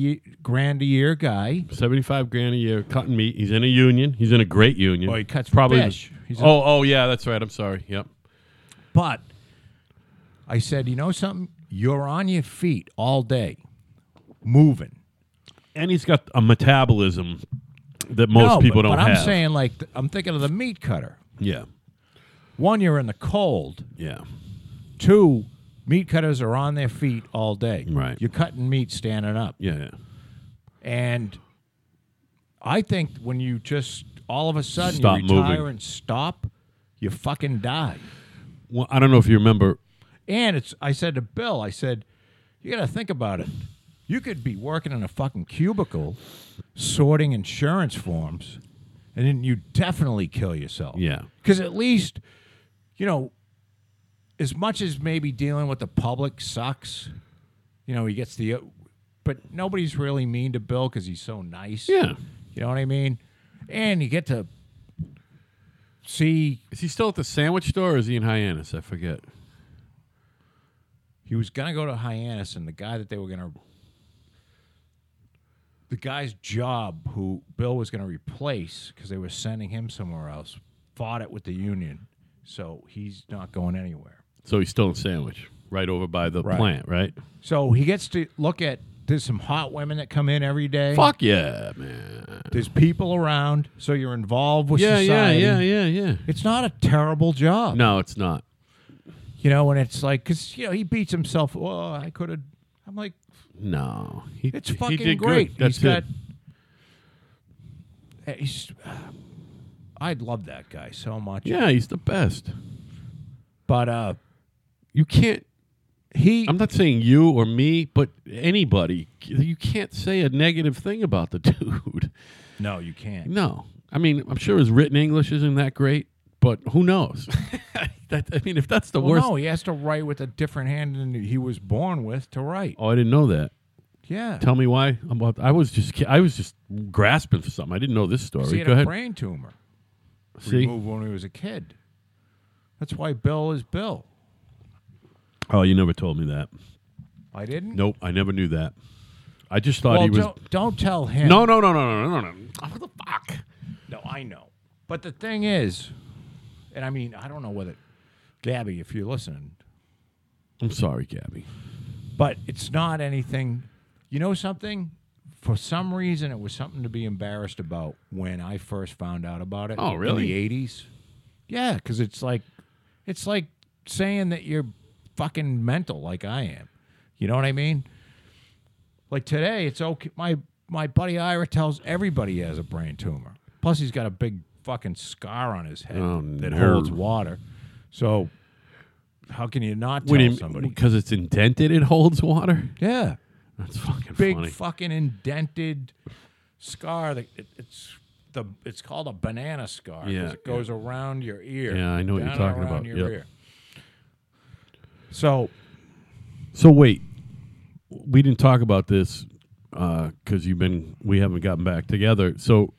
[SPEAKER 2] grand a year guy.
[SPEAKER 1] seventy-five grand a year, cutting meat. He's in a union. He's in a great union.
[SPEAKER 2] Well, Oh, he cuts
[SPEAKER 1] probably. the-
[SPEAKER 2] fish. He's a-
[SPEAKER 1] oh, oh yeah, that's right. I'm sorry. Yep.
[SPEAKER 2] But I said, you know something? You're on your feet all day, moving.
[SPEAKER 1] and he's got a metabolism that most
[SPEAKER 2] No,
[SPEAKER 1] people
[SPEAKER 2] but,
[SPEAKER 1] don't
[SPEAKER 2] but I'm
[SPEAKER 1] have.
[SPEAKER 2] saying like th- I'm thinking of the meat cutter.
[SPEAKER 1] yeah,
[SPEAKER 2] One, you're in the cold.
[SPEAKER 1] yeah,
[SPEAKER 2] Two, meat cutters are on their feet all day.
[SPEAKER 1] Right.
[SPEAKER 2] You're cutting meat standing up.
[SPEAKER 1] yeah, yeah.
[SPEAKER 2] And I think when you just all of a sudden
[SPEAKER 1] Stop
[SPEAKER 2] you retire
[SPEAKER 1] moving.
[SPEAKER 2] and stop, you fucking die.
[SPEAKER 1] Well, I don't know if you remember.
[SPEAKER 2] And it's I said to Bill, I said, you gotta think about it. You could be working in a fucking cubicle sorting insurance forms and then you definitely kill yourself.
[SPEAKER 1] Yeah.
[SPEAKER 2] Because at least, you know, as much as maybe dealing with the public sucks, you know, he gets the. but nobody's really mean to Bill because he's so nice.
[SPEAKER 1] Yeah.
[SPEAKER 2] You know what I mean? And you get to see
[SPEAKER 1] Is he still at the sandwich store or is he in Hyannis? I forget.
[SPEAKER 2] he was gonna go to Hyannis, and the guy that they were gonna, the guy's job who Bill was gonna replace because they were sending him somewhere else, fought it with the union, so he's not going anywhere.
[SPEAKER 1] So he's still in Sandwich, right over by the
[SPEAKER 2] Right.
[SPEAKER 1] plant, right?
[SPEAKER 2] So he gets to look at. There's some hot women that come in every day.
[SPEAKER 1] Fuck yeah, man.
[SPEAKER 2] There's people around, so you're involved with
[SPEAKER 1] Yeah,
[SPEAKER 2] society.
[SPEAKER 1] yeah, yeah, yeah, yeah.
[SPEAKER 2] It's not a terrible job.
[SPEAKER 1] No, it's not.
[SPEAKER 2] You know, and it's like, because, you know, he beats himself. Oh, I could have. I'm like,
[SPEAKER 1] No, he,
[SPEAKER 2] it's
[SPEAKER 1] he
[SPEAKER 2] fucking
[SPEAKER 1] did good.
[SPEAKER 2] great.
[SPEAKER 1] That's
[SPEAKER 2] he's got.
[SPEAKER 1] it.
[SPEAKER 2] Eh, He's, I love that guy so much.
[SPEAKER 1] Yeah, he's the best.
[SPEAKER 2] But uh,
[SPEAKER 1] You can't.
[SPEAKER 2] he.
[SPEAKER 1] I'm not saying you or me, but anybody. You can't say a negative thing about the dude.
[SPEAKER 2] no, you can't.
[SPEAKER 1] No, I mean, I'm sure his written English isn't that great, but who knows? that, I mean, if that's the
[SPEAKER 2] Well,
[SPEAKER 1] worst.
[SPEAKER 2] no, he has to write with a different hand than he was born with to write.
[SPEAKER 1] Oh, I didn't know that.
[SPEAKER 2] Yeah.
[SPEAKER 1] Tell me why. I'm about- I was just ki- I was just grasping for something. I didn't know this
[SPEAKER 2] he
[SPEAKER 1] story.
[SPEAKER 2] had
[SPEAKER 1] Go
[SPEAKER 2] a
[SPEAKER 1] ahead.
[SPEAKER 2] brain tumor
[SPEAKER 1] See?
[SPEAKER 2] removed when he was a kid. That's why Bill is Bill.
[SPEAKER 1] Oh, you never told me that.
[SPEAKER 2] I didn't.
[SPEAKER 1] Nope, I never knew that. I just thought
[SPEAKER 2] Well,
[SPEAKER 1] he was.
[SPEAKER 2] don't, don't tell him.
[SPEAKER 1] No, no, no, no, no, no, no, no. What the fuck?
[SPEAKER 2] No, I know. But the thing is, and I mean, I don't know whether, Gabby, if you're listening,
[SPEAKER 1] I'm sorry, Gabby.
[SPEAKER 2] but it's not anything. You know something? For some reason, it was something to be embarrassed about when I first found out about it.
[SPEAKER 1] Oh, really?
[SPEAKER 2] In the '80s. Yeah, because it's like, it's like saying that you're fucking mental, like I am. You know what I mean? Like today, it's okay. My my buddy Ira tells everybody he has a brain tumor. Plus, he's got a big fucking scar on his head
[SPEAKER 1] Oh,
[SPEAKER 2] that
[SPEAKER 1] no.
[SPEAKER 2] holds water. So, how can you not tell
[SPEAKER 1] What do you
[SPEAKER 2] somebody?
[SPEAKER 1] Because it's indented, it holds water.
[SPEAKER 2] Yeah
[SPEAKER 1] That's fucking
[SPEAKER 2] big
[SPEAKER 1] funny.
[SPEAKER 2] fucking indented scar. That it, it's the it's called a banana scar 'cause
[SPEAKER 1] Yeah,
[SPEAKER 2] it goes around your ear.
[SPEAKER 1] Yeah, I know what you're
[SPEAKER 2] down
[SPEAKER 1] talking
[SPEAKER 2] around
[SPEAKER 1] about,
[SPEAKER 2] Your
[SPEAKER 1] yep.
[SPEAKER 2] ear. So
[SPEAKER 1] so wait, we didn't talk about this because you've been we haven't gotten back together. So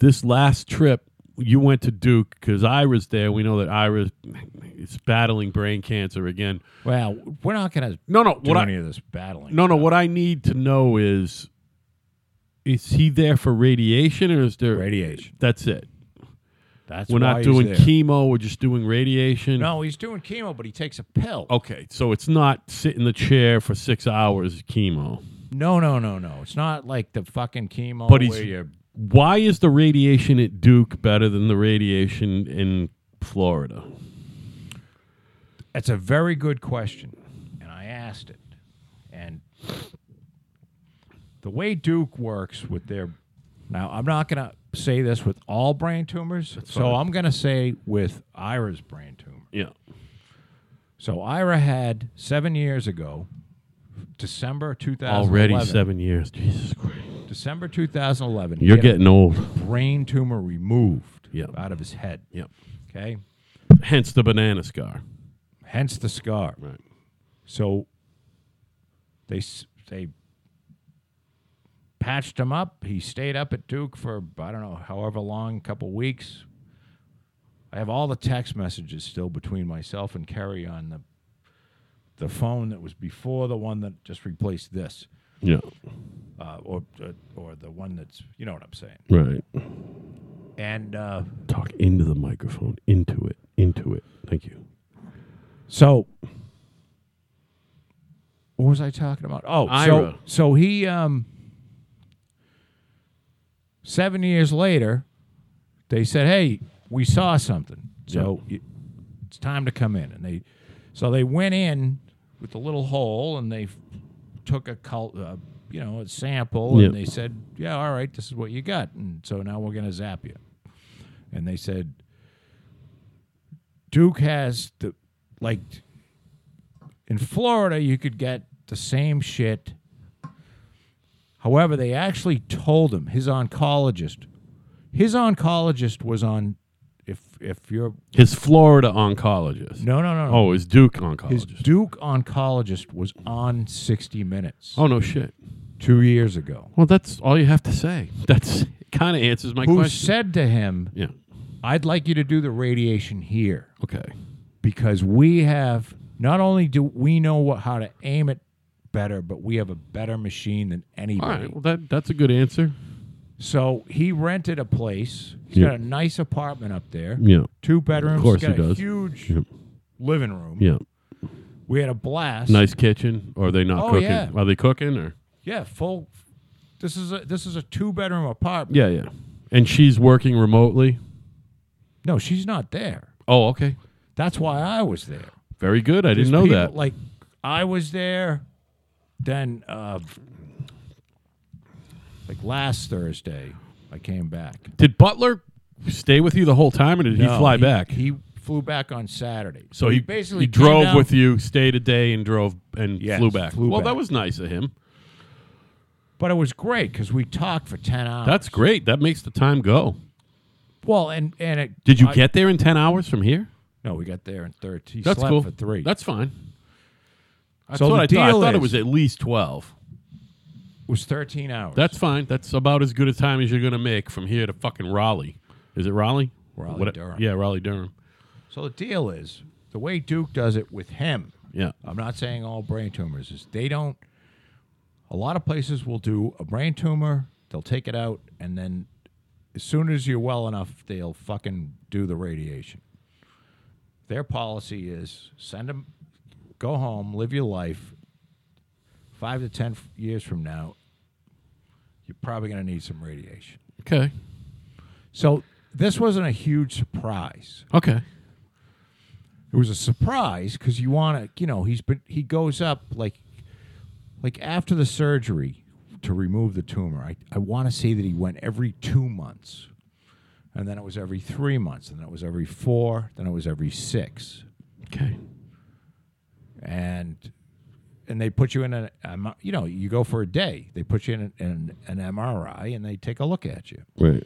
[SPEAKER 1] this last trip, you went to Duke because Ira's there. We know that Ira is battling brain cancer again.
[SPEAKER 2] well, we're not gonna
[SPEAKER 1] No, no.
[SPEAKER 2] do
[SPEAKER 1] What
[SPEAKER 2] any
[SPEAKER 1] I
[SPEAKER 2] of this battling.
[SPEAKER 1] no no. What I need to know is, is he there for radiation or is there?
[SPEAKER 2] radiation.
[SPEAKER 1] That's it.
[SPEAKER 2] That's
[SPEAKER 1] We're not
[SPEAKER 2] why he's
[SPEAKER 1] doing
[SPEAKER 2] there.
[SPEAKER 1] chemo. We're just doing radiation.
[SPEAKER 2] No, he's doing chemo, but he takes a pill.
[SPEAKER 1] Okay, so it's not sit in the chair for six hours chemo.
[SPEAKER 2] No, no, no, no. It's not like the fucking chemo
[SPEAKER 1] But he's-
[SPEAKER 2] where you're
[SPEAKER 1] Why is the radiation at Duke better than the radiation in Florida?
[SPEAKER 2] It's a very good question, and I asked it. And the way Duke works with their now, I'm not going to say this with all brain tumors, so
[SPEAKER 1] fine.
[SPEAKER 2] I'm going to say with Ira's brain tumor.
[SPEAKER 1] Yeah.
[SPEAKER 2] So Ira had seven years ago, December 2011.
[SPEAKER 1] Already seven years. Jesus Christ.
[SPEAKER 2] December 2011. he
[SPEAKER 1] You're
[SPEAKER 2] had
[SPEAKER 1] getting old.
[SPEAKER 2] a brain tumor removed
[SPEAKER 1] Yeah.
[SPEAKER 2] out of his head.
[SPEAKER 1] Yeah.
[SPEAKER 2] Okay,
[SPEAKER 1] Hence the banana scar.
[SPEAKER 2] hence the scar.
[SPEAKER 1] Right.
[SPEAKER 2] So they s- they patched him up. He stayed up at Duke for I don't know however long, a couple weeks. I have all the text messages still between myself and Kerry on the the phone that was before the one that just replaced this,
[SPEAKER 1] Yeah.
[SPEAKER 2] uh, or or the one that's you know what I'm saying.
[SPEAKER 1] Right.
[SPEAKER 2] And uh,
[SPEAKER 1] Talk into the microphone. Into it. Into it. Thank you.
[SPEAKER 2] So, what was I talking about? Oh,
[SPEAKER 1] Ira.
[SPEAKER 2] so so he um, seven years later, they said, "Hey, we saw something, so y it's time to come in." And they, so they went in with a little hole, and they f- took a cult, uh, you know, a sample,
[SPEAKER 1] Yeah.
[SPEAKER 2] and they said, "Yeah, all right, this is what you got," and so now we're gonna zap you. And they said, Duke has the like in Florida you could get the same shit. However, they actually told him his oncologist his oncologist was on if if you're
[SPEAKER 1] His Florida oncologist.
[SPEAKER 2] no no no, no.
[SPEAKER 1] Oh, his Duke
[SPEAKER 2] his
[SPEAKER 1] oncologist.
[SPEAKER 2] Duke oncologist was on 60 minutes.
[SPEAKER 1] oh, no shit.
[SPEAKER 2] two years ago
[SPEAKER 1] Well, that's all you have to say. That's kind of answers my
[SPEAKER 2] who
[SPEAKER 1] question.
[SPEAKER 2] said to him,
[SPEAKER 1] yeah.
[SPEAKER 2] I'd like you to do the radiation here
[SPEAKER 1] Okay.
[SPEAKER 2] because we have, not only do we know what, how to aim it better, but we have a better machine than
[SPEAKER 1] All
[SPEAKER 2] anybody.
[SPEAKER 1] right. Well, that that's a good answer.
[SPEAKER 2] So he rented a place. He's
[SPEAKER 1] Yeah.
[SPEAKER 2] got a nice apartment up there,
[SPEAKER 1] Yeah.
[SPEAKER 2] two bedrooms.
[SPEAKER 1] Of course
[SPEAKER 2] he's got
[SPEAKER 1] he
[SPEAKER 2] a
[SPEAKER 1] does.
[SPEAKER 2] huge
[SPEAKER 1] Yeah.
[SPEAKER 2] living room.
[SPEAKER 1] Yeah.
[SPEAKER 2] We had a blast.
[SPEAKER 1] Nice kitchen. Or are they not
[SPEAKER 2] Oh,
[SPEAKER 1] cooking?
[SPEAKER 2] yeah.
[SPEAKER 1] Are they cooking or?
[SPEAKER 2] Yeah, full. This is a this is a two bedroom apartment.
[SPEAKER 1] Yeah. Yeah. And she's working remotely.
[SPEAKER 2] No, she's not there.
[SPEAKER 1] Oh, okay.
[SPEAKER 2] That's why I was there.
[SPEAKER 1] Very good. I didn't know
[SPEAKER 2] People-
[SPEAKER 1] that.
[SPEAKER 2] Like I was there, then uh, like last Thursday I came back.
[SPEAKER 1] Did Butler stay with you the whole time, or did he
[SPEAKER 2] No,
[SPEAKER 1] fly back?
[SPEAKER 2] He flew back on Saturday.
[SPEAKER 1] so he
[SPEAKER 2] basically
[SPEAKER 1] he
[SPEAKER 2] came
[SPEAKER 1] drove
[SPEAKER 2] down-
[SPEAKER 1] with you, stayed a day, and drove and
[SPEAKER 2] Yes,
[SPEAKER 1] flew back.
[SPEAKER 2] flew
[SPEAKER 1] well, that
[SPEAKER 2] back.
[SPEAKER 1] was nice of him.
[SPEAKER 2] But it was great because we talked for ten hours.
[SPEAKER 1] That's great. That makes the time go.
[SPEAKER 2] well, and and it
[SPEAKER 1] Did you
[SPEAKER 2] I-
[SPEAKER 1] get there in ten hours from here?
[SPEAKER 2] No, we got there in thirteen. He
[SPEAKER 1] That's
[SPEAKER 2] slept
[SPEAKER 1] cool.
[SPEAKER 2] for three.
[SPEAKER 1] That's fine. That's
[SPEAKER 2] So
[SPEAKER 1] what
[SPEAKER 2] the
[SPEAKER 1] I thought. I
[SPEAKER 2] deal
[SPEAKER 1] thought it
[SPEAKER 2] is-
[SPEAKER 1] was at least twelve.
[SPEAKER 2] It was thirteen hours.
[SPEAKER 1] That's fine. That's about as good a time as you're gonna make from here to fucking Raleigh. Is it Raleigh?
[SPEAKER 2] Raleigh, Durham.
[SPEAKER 1] Yeah, Raleigh Durham.
[SPEAKER 2] so the deal is the way Duke does it with him.
[SPEAKER 1] Yeah.
[SPEAKER 2] I'm not saying all brain tumors is they don't. A lot of places will do a brain tumor. They'll take it out, and then as soon as you're well enough, they'll fucking do the radiation. Their policy is send them, go home, live your life. Five to ten f- years from now, you're probably going to need some radiation.
[SPEAKER 1] Okay.
[SPEAKER 2] So this wasn't a huge surprise.
[SPEAKER 1] Okay.
[SPEAKER 2] It was a surprise because you want to, you know, he's been he goes up like, like after the surgery to remove the tumor. I I want to say that he went every two months, and then it was every three months, and then it was every four, then it was every six,
[SPEAKER 1] Okay.
[SPEAKER 2] and and they put you in an, M- you know, you go for a day. They put you in an, an, an MRI and they take a look at you.
[SPEAKER 1] Right.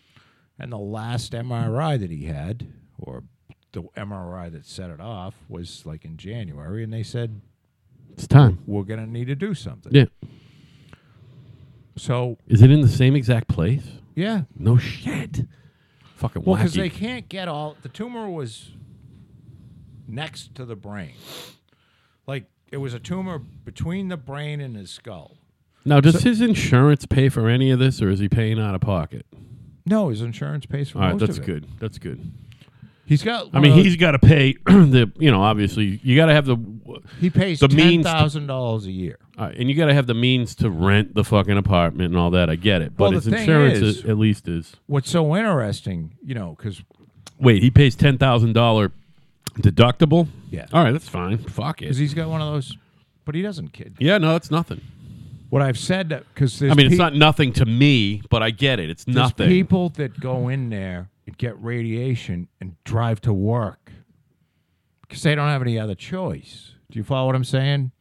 [SPEAKER 2] And the last MRI that he had, or the MRI that set it off, was like in January, and they said
[SPEAKER 1] It's time.
[SPEAKER 2] we're gonna need to do something.
[SPEAKER 1] Yeah.
[SPEAKER 2] So
[SPEAKER 1] Is it in the same exact place?
[SPEAKER 2] yeah,
[SPEAKER 1] No shit. Fucking
[SPEAKER 2] well,
[SPEAKER 1] wacky.
[SPEAKER 2] because they can't get all the tumor was next to the brain, like it was a tumor between the brain and his skull.
[SPEAKER 1] now, does his insurance pay for any of this, or is he paying out of pocket?
[SPEAKER 2] No, his insurance pays for
[SPEAKER 1] All right,
[SPEAKER 2] most
[SPEAKER 1] that's
[SPEAKER 2] of it.
[SPEAKER 1] good. That's good.
[SPEAKER 2] He's got.
[SPEAKER 1] I mean,
[SPEAKER 2] one of
[SPEAKER 1] he's got to pay the. You know, obviously, you got to have the, all
[SPEAKER 2] those- he pays
[SPEAKER 1] the
[SPEAKER 2] ten
[SPEAKER 1] means to-
[SPEAKER 2] thousand dollars a year.
[SPEAKER 1] right, and you got to have the means to rent the fucking apartment and all that. I get it, but
[SPEAKER 2] Well, the
[SPEAKER 1] his
[SPEAKER 2] thing
[SPEAKER 1] insurance
[SPEAKER 2] is-
[SPEAKER 1] i- at least is.
[SPEAKER 2] What's so interesting, you know, because
[SPEAKER 1] Wait, he pays ten thousand dollar deductible.
[SPEAKER 2] Yeah.
[SPEAKER 1] All right, that's fine. Fuck it.
[SPEAKER 2] he's got one of those, but he doesn't kid.
[SPEAKER 1] yeah, no, it's nothing.
[SPEAKER 2] What I've said, because
[SPEAKER 1] I mean, it's not nothing to me, but I get it. It's
[SPEAKER 2] There's
[SPEAKER 1] nothing.
[SPEAKER 2] people that go in there and get radiation and drive to work because they don't have any other choice. Do you follow what I'm saying?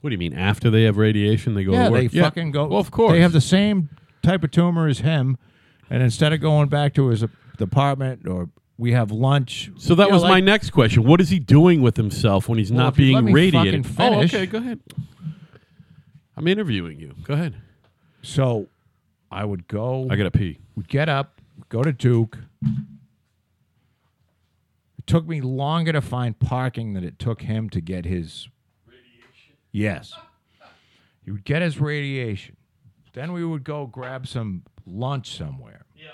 [SPEAKER 1] what do you mean? After they have radiation, they go.
[SPEAKER 2] yeah,
[SPEAKER 1] to work?
[SPEAKER 2] they fucking go.
[SPEAKER 1] Well, of course.
[SPEAKER 2] they have the same type of tumor as him, and instead of going back to his apartment or we have lunch.
[SPEAKER 1] So that
[SPEAKER 2] you know,
[SPEAKER 1] was my
[SPEAKER 2] like-
[SPEAKER 1] next question. What is he doing with himself when he's
[SPEAKER 2] Well,
[SPEAKER 1] not
[SPEAKER 2] if you
[SPEAKER 1] being
[SPEAKER 2] let me
[SPEAKER 1] radiated?
[SPEAKER 2] fucking
[SPEAKER 1] Oh,
[SPEAKER 2] finish.
[SPEAKER 1] okay, go ahead. I'm interviewing you. Go ahead.
[SPEAKER 2] So I would go.
[SPEAKER 1] I gotta pee.
[SPEAKER 2] We'd get up, we'd go to Duke. It took me longer to find parking than it took him to get his radiation. Yes. He would get his radiation. Then we would go grab some lunch somewhere. Yeah.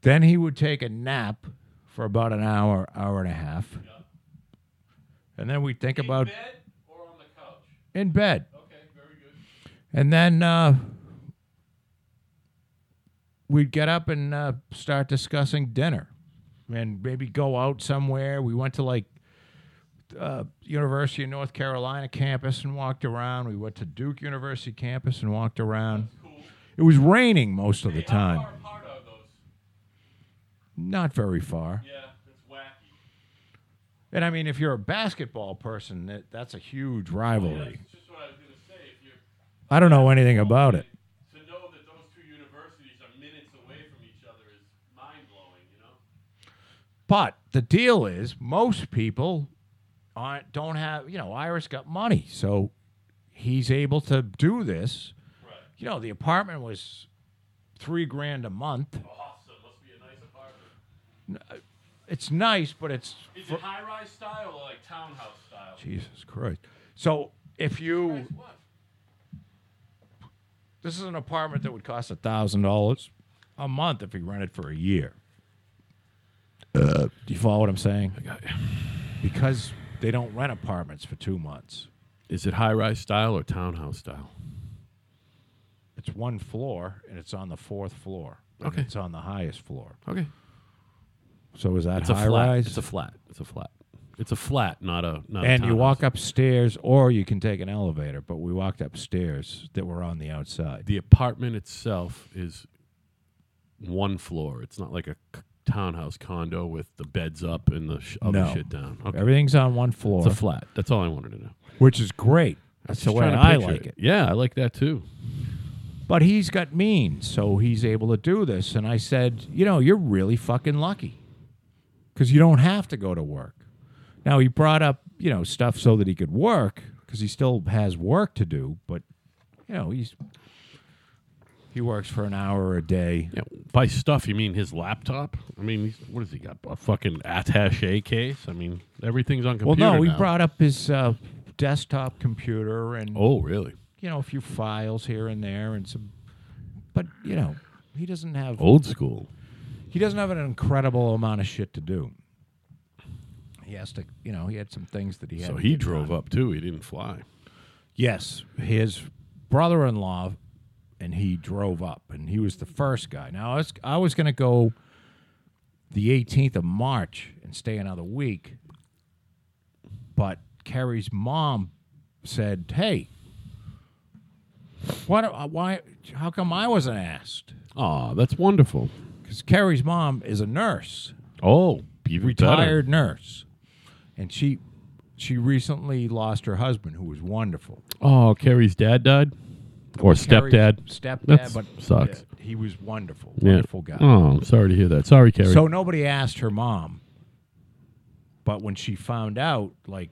[SPEAKER 2] Then he would take a nap for about an hour, hour and a half. And then we'd think about
[SPEAKER 1] or on the couch.
[SPEAKER 2] in bed.
[SPEAKER 1] Okay, very good.
[SPEAKER 2] And then uh, we'd get up and uh, start discussing dinner and maybe go out somewhere. We went to like uh, University of North Carolina campus and walked around. We went to Duke University campus and walked around. It was raining most of the time.
[SPEAKER 1] apart are those?
[SPEAKER 2] Not very far.
[SPEAKER 1] Yeah, that's wacky.
[SPEAKER 2] And I mean, if you're a basketball person, that, that's a huge rivalry.
[SPEAKER 1] just what I was gonna say. If you're
[SPEAKER 2] I don't know anything about it.
[SPEAKER 1] to know that those two universities are minutes away from each other is mind blowing. You know.
[SPEAKER 2] But the deal is, most people aren't don't have. You know, Iris got money, so he's able to do this. You know, the apartment was three grand a month.
[SPEAKER 1] Awesome. Must be a nice apartment.
[SPEAKER 2] It's nice, but it's
[SPEAKER 1] Is it high rise style or like townhouse style?
[SPEAKER 2] Jesus Christ. So if you
[SPEAKER 1] What?
[SPEAKER 2] this is an apartment that would cost a thousand dollars a month if he rented for a year. do you follow what I'm saying? Because they don't rent apartments for two months.
[SPEAKER 1] Is it high rise style or townhouse style?
[SPEAKER 2] It's one floor and it's on the fourth floor. and
[SPEAKER 1] Okay.
[SPEAKER 2] It's on the highest floor.
[SPEAKER 1] Okay.
[SPEAKER 2] So is that
[SPEAKER 1] It's
[SPEAKER 2] high
[SPEAKER 1] a flat.
[SPEAKER 2] rise?
[SPEAKER 1] It's a flat. It's a flat. It's a flat, not a not a
[SPEAKER 2] and you
[SPEAKER 1] townhouse.
[SPEAKER 2] walk upstairs or you can take an elevator, but we walked upstairs that were on the outside.
[SPEAKER 1] The apartment itself is one floor. It's not like a c- townhouse condo with the beds up and the sh- other
[SPEAKER 2] No.
[SPEAKER 1] shit down. Okay.
[SPEAKER 2] Everything's on one
[SPEAKER 1] It's
[SPEAKER 2] floor,
[SPEAKER 1] a flat. That's all I wanted to know.
[SPEAKER 2] which is great. That's the
[SPEAKER 1] Just
[SPEAKER 2] way
[SPEAKER 1] trying to
[SPEAKER 2] I
[SPEAKER 1] picture
[SPEAKER 2] like it.
[SPEAKER 1] Yeah, I like that too.
[SPEAKER 2] But he's got means, so he's able to do this. And I said, you know, you're really fucking lucky because you don't have to go to work. Now, he brought up, you know, stuff so that he could work because he still has work to do, but, you know, he's. He works for an hour a day.
[SPEAKER 1] Yeah, by stuff you mean his laptop? I mean, he's, what has he got? A fucking attaché case? I mean, everything's on
[SPEAKER 2] Well,
[SPEAKER 1] computer.
[SPEAKER 2] no, he
[SPEAKER 1] now.
[SPEAKER 2] brought up his uh, desktop computer and
[SPEAKER 1] Oh, really?
[SPEAKER 2] you know a few files here and there and some, but you know he doesn't have
[SPEAKER 1] Old school.
[SPEAKER 2] he doesn't have an incredible amount of shit to do. He has to, you know, he had some things that he had.
[SPEAKER 1] So
[SPEAKER 2] to
[SPEAKER 1] he
[SPEAKER 2] get
[SPEAKER 1] drove
[SPEAKER 2] done.
[SPEAKER 1] up too. He didn't fly.
[SPEAKER 2] Yes, his brother-in-law, and he drove up, and he was the first guy. Now I was I was going to go the 18th of March and stay another week, but Carrie's mom said, "Hey, why do, why how come I wasn't asked?"
[SPEAKER 1] Ah, that's wonderful.
[SPEAKER 2] Because Carrie's mom is a nurse.
[SPEAKER 1] Oh, even
[SPEAKER 2] retired nurse, and she she recently lost her husband, who was wonderful.
[SPEAKER 1] Better. Oh, Carrie's dad died, or stepdad.
[SPEAKER 2] Carrie's stepdad,
[SPEAKER 1] That's-
[SPEAKER 2] but
[SPEAKER 1] sucks.
[SPEAKER 2] yeah, he was wonderful,
[SPEAKER 1] Yeah.
[SPEAKER 2] wonderful guy.
[SPEAKER 1] Oh, I'm sorry to hear that. Sorry, Carrie.
[SPEAKER 2] So nobody asked her mom, but when she found out, like,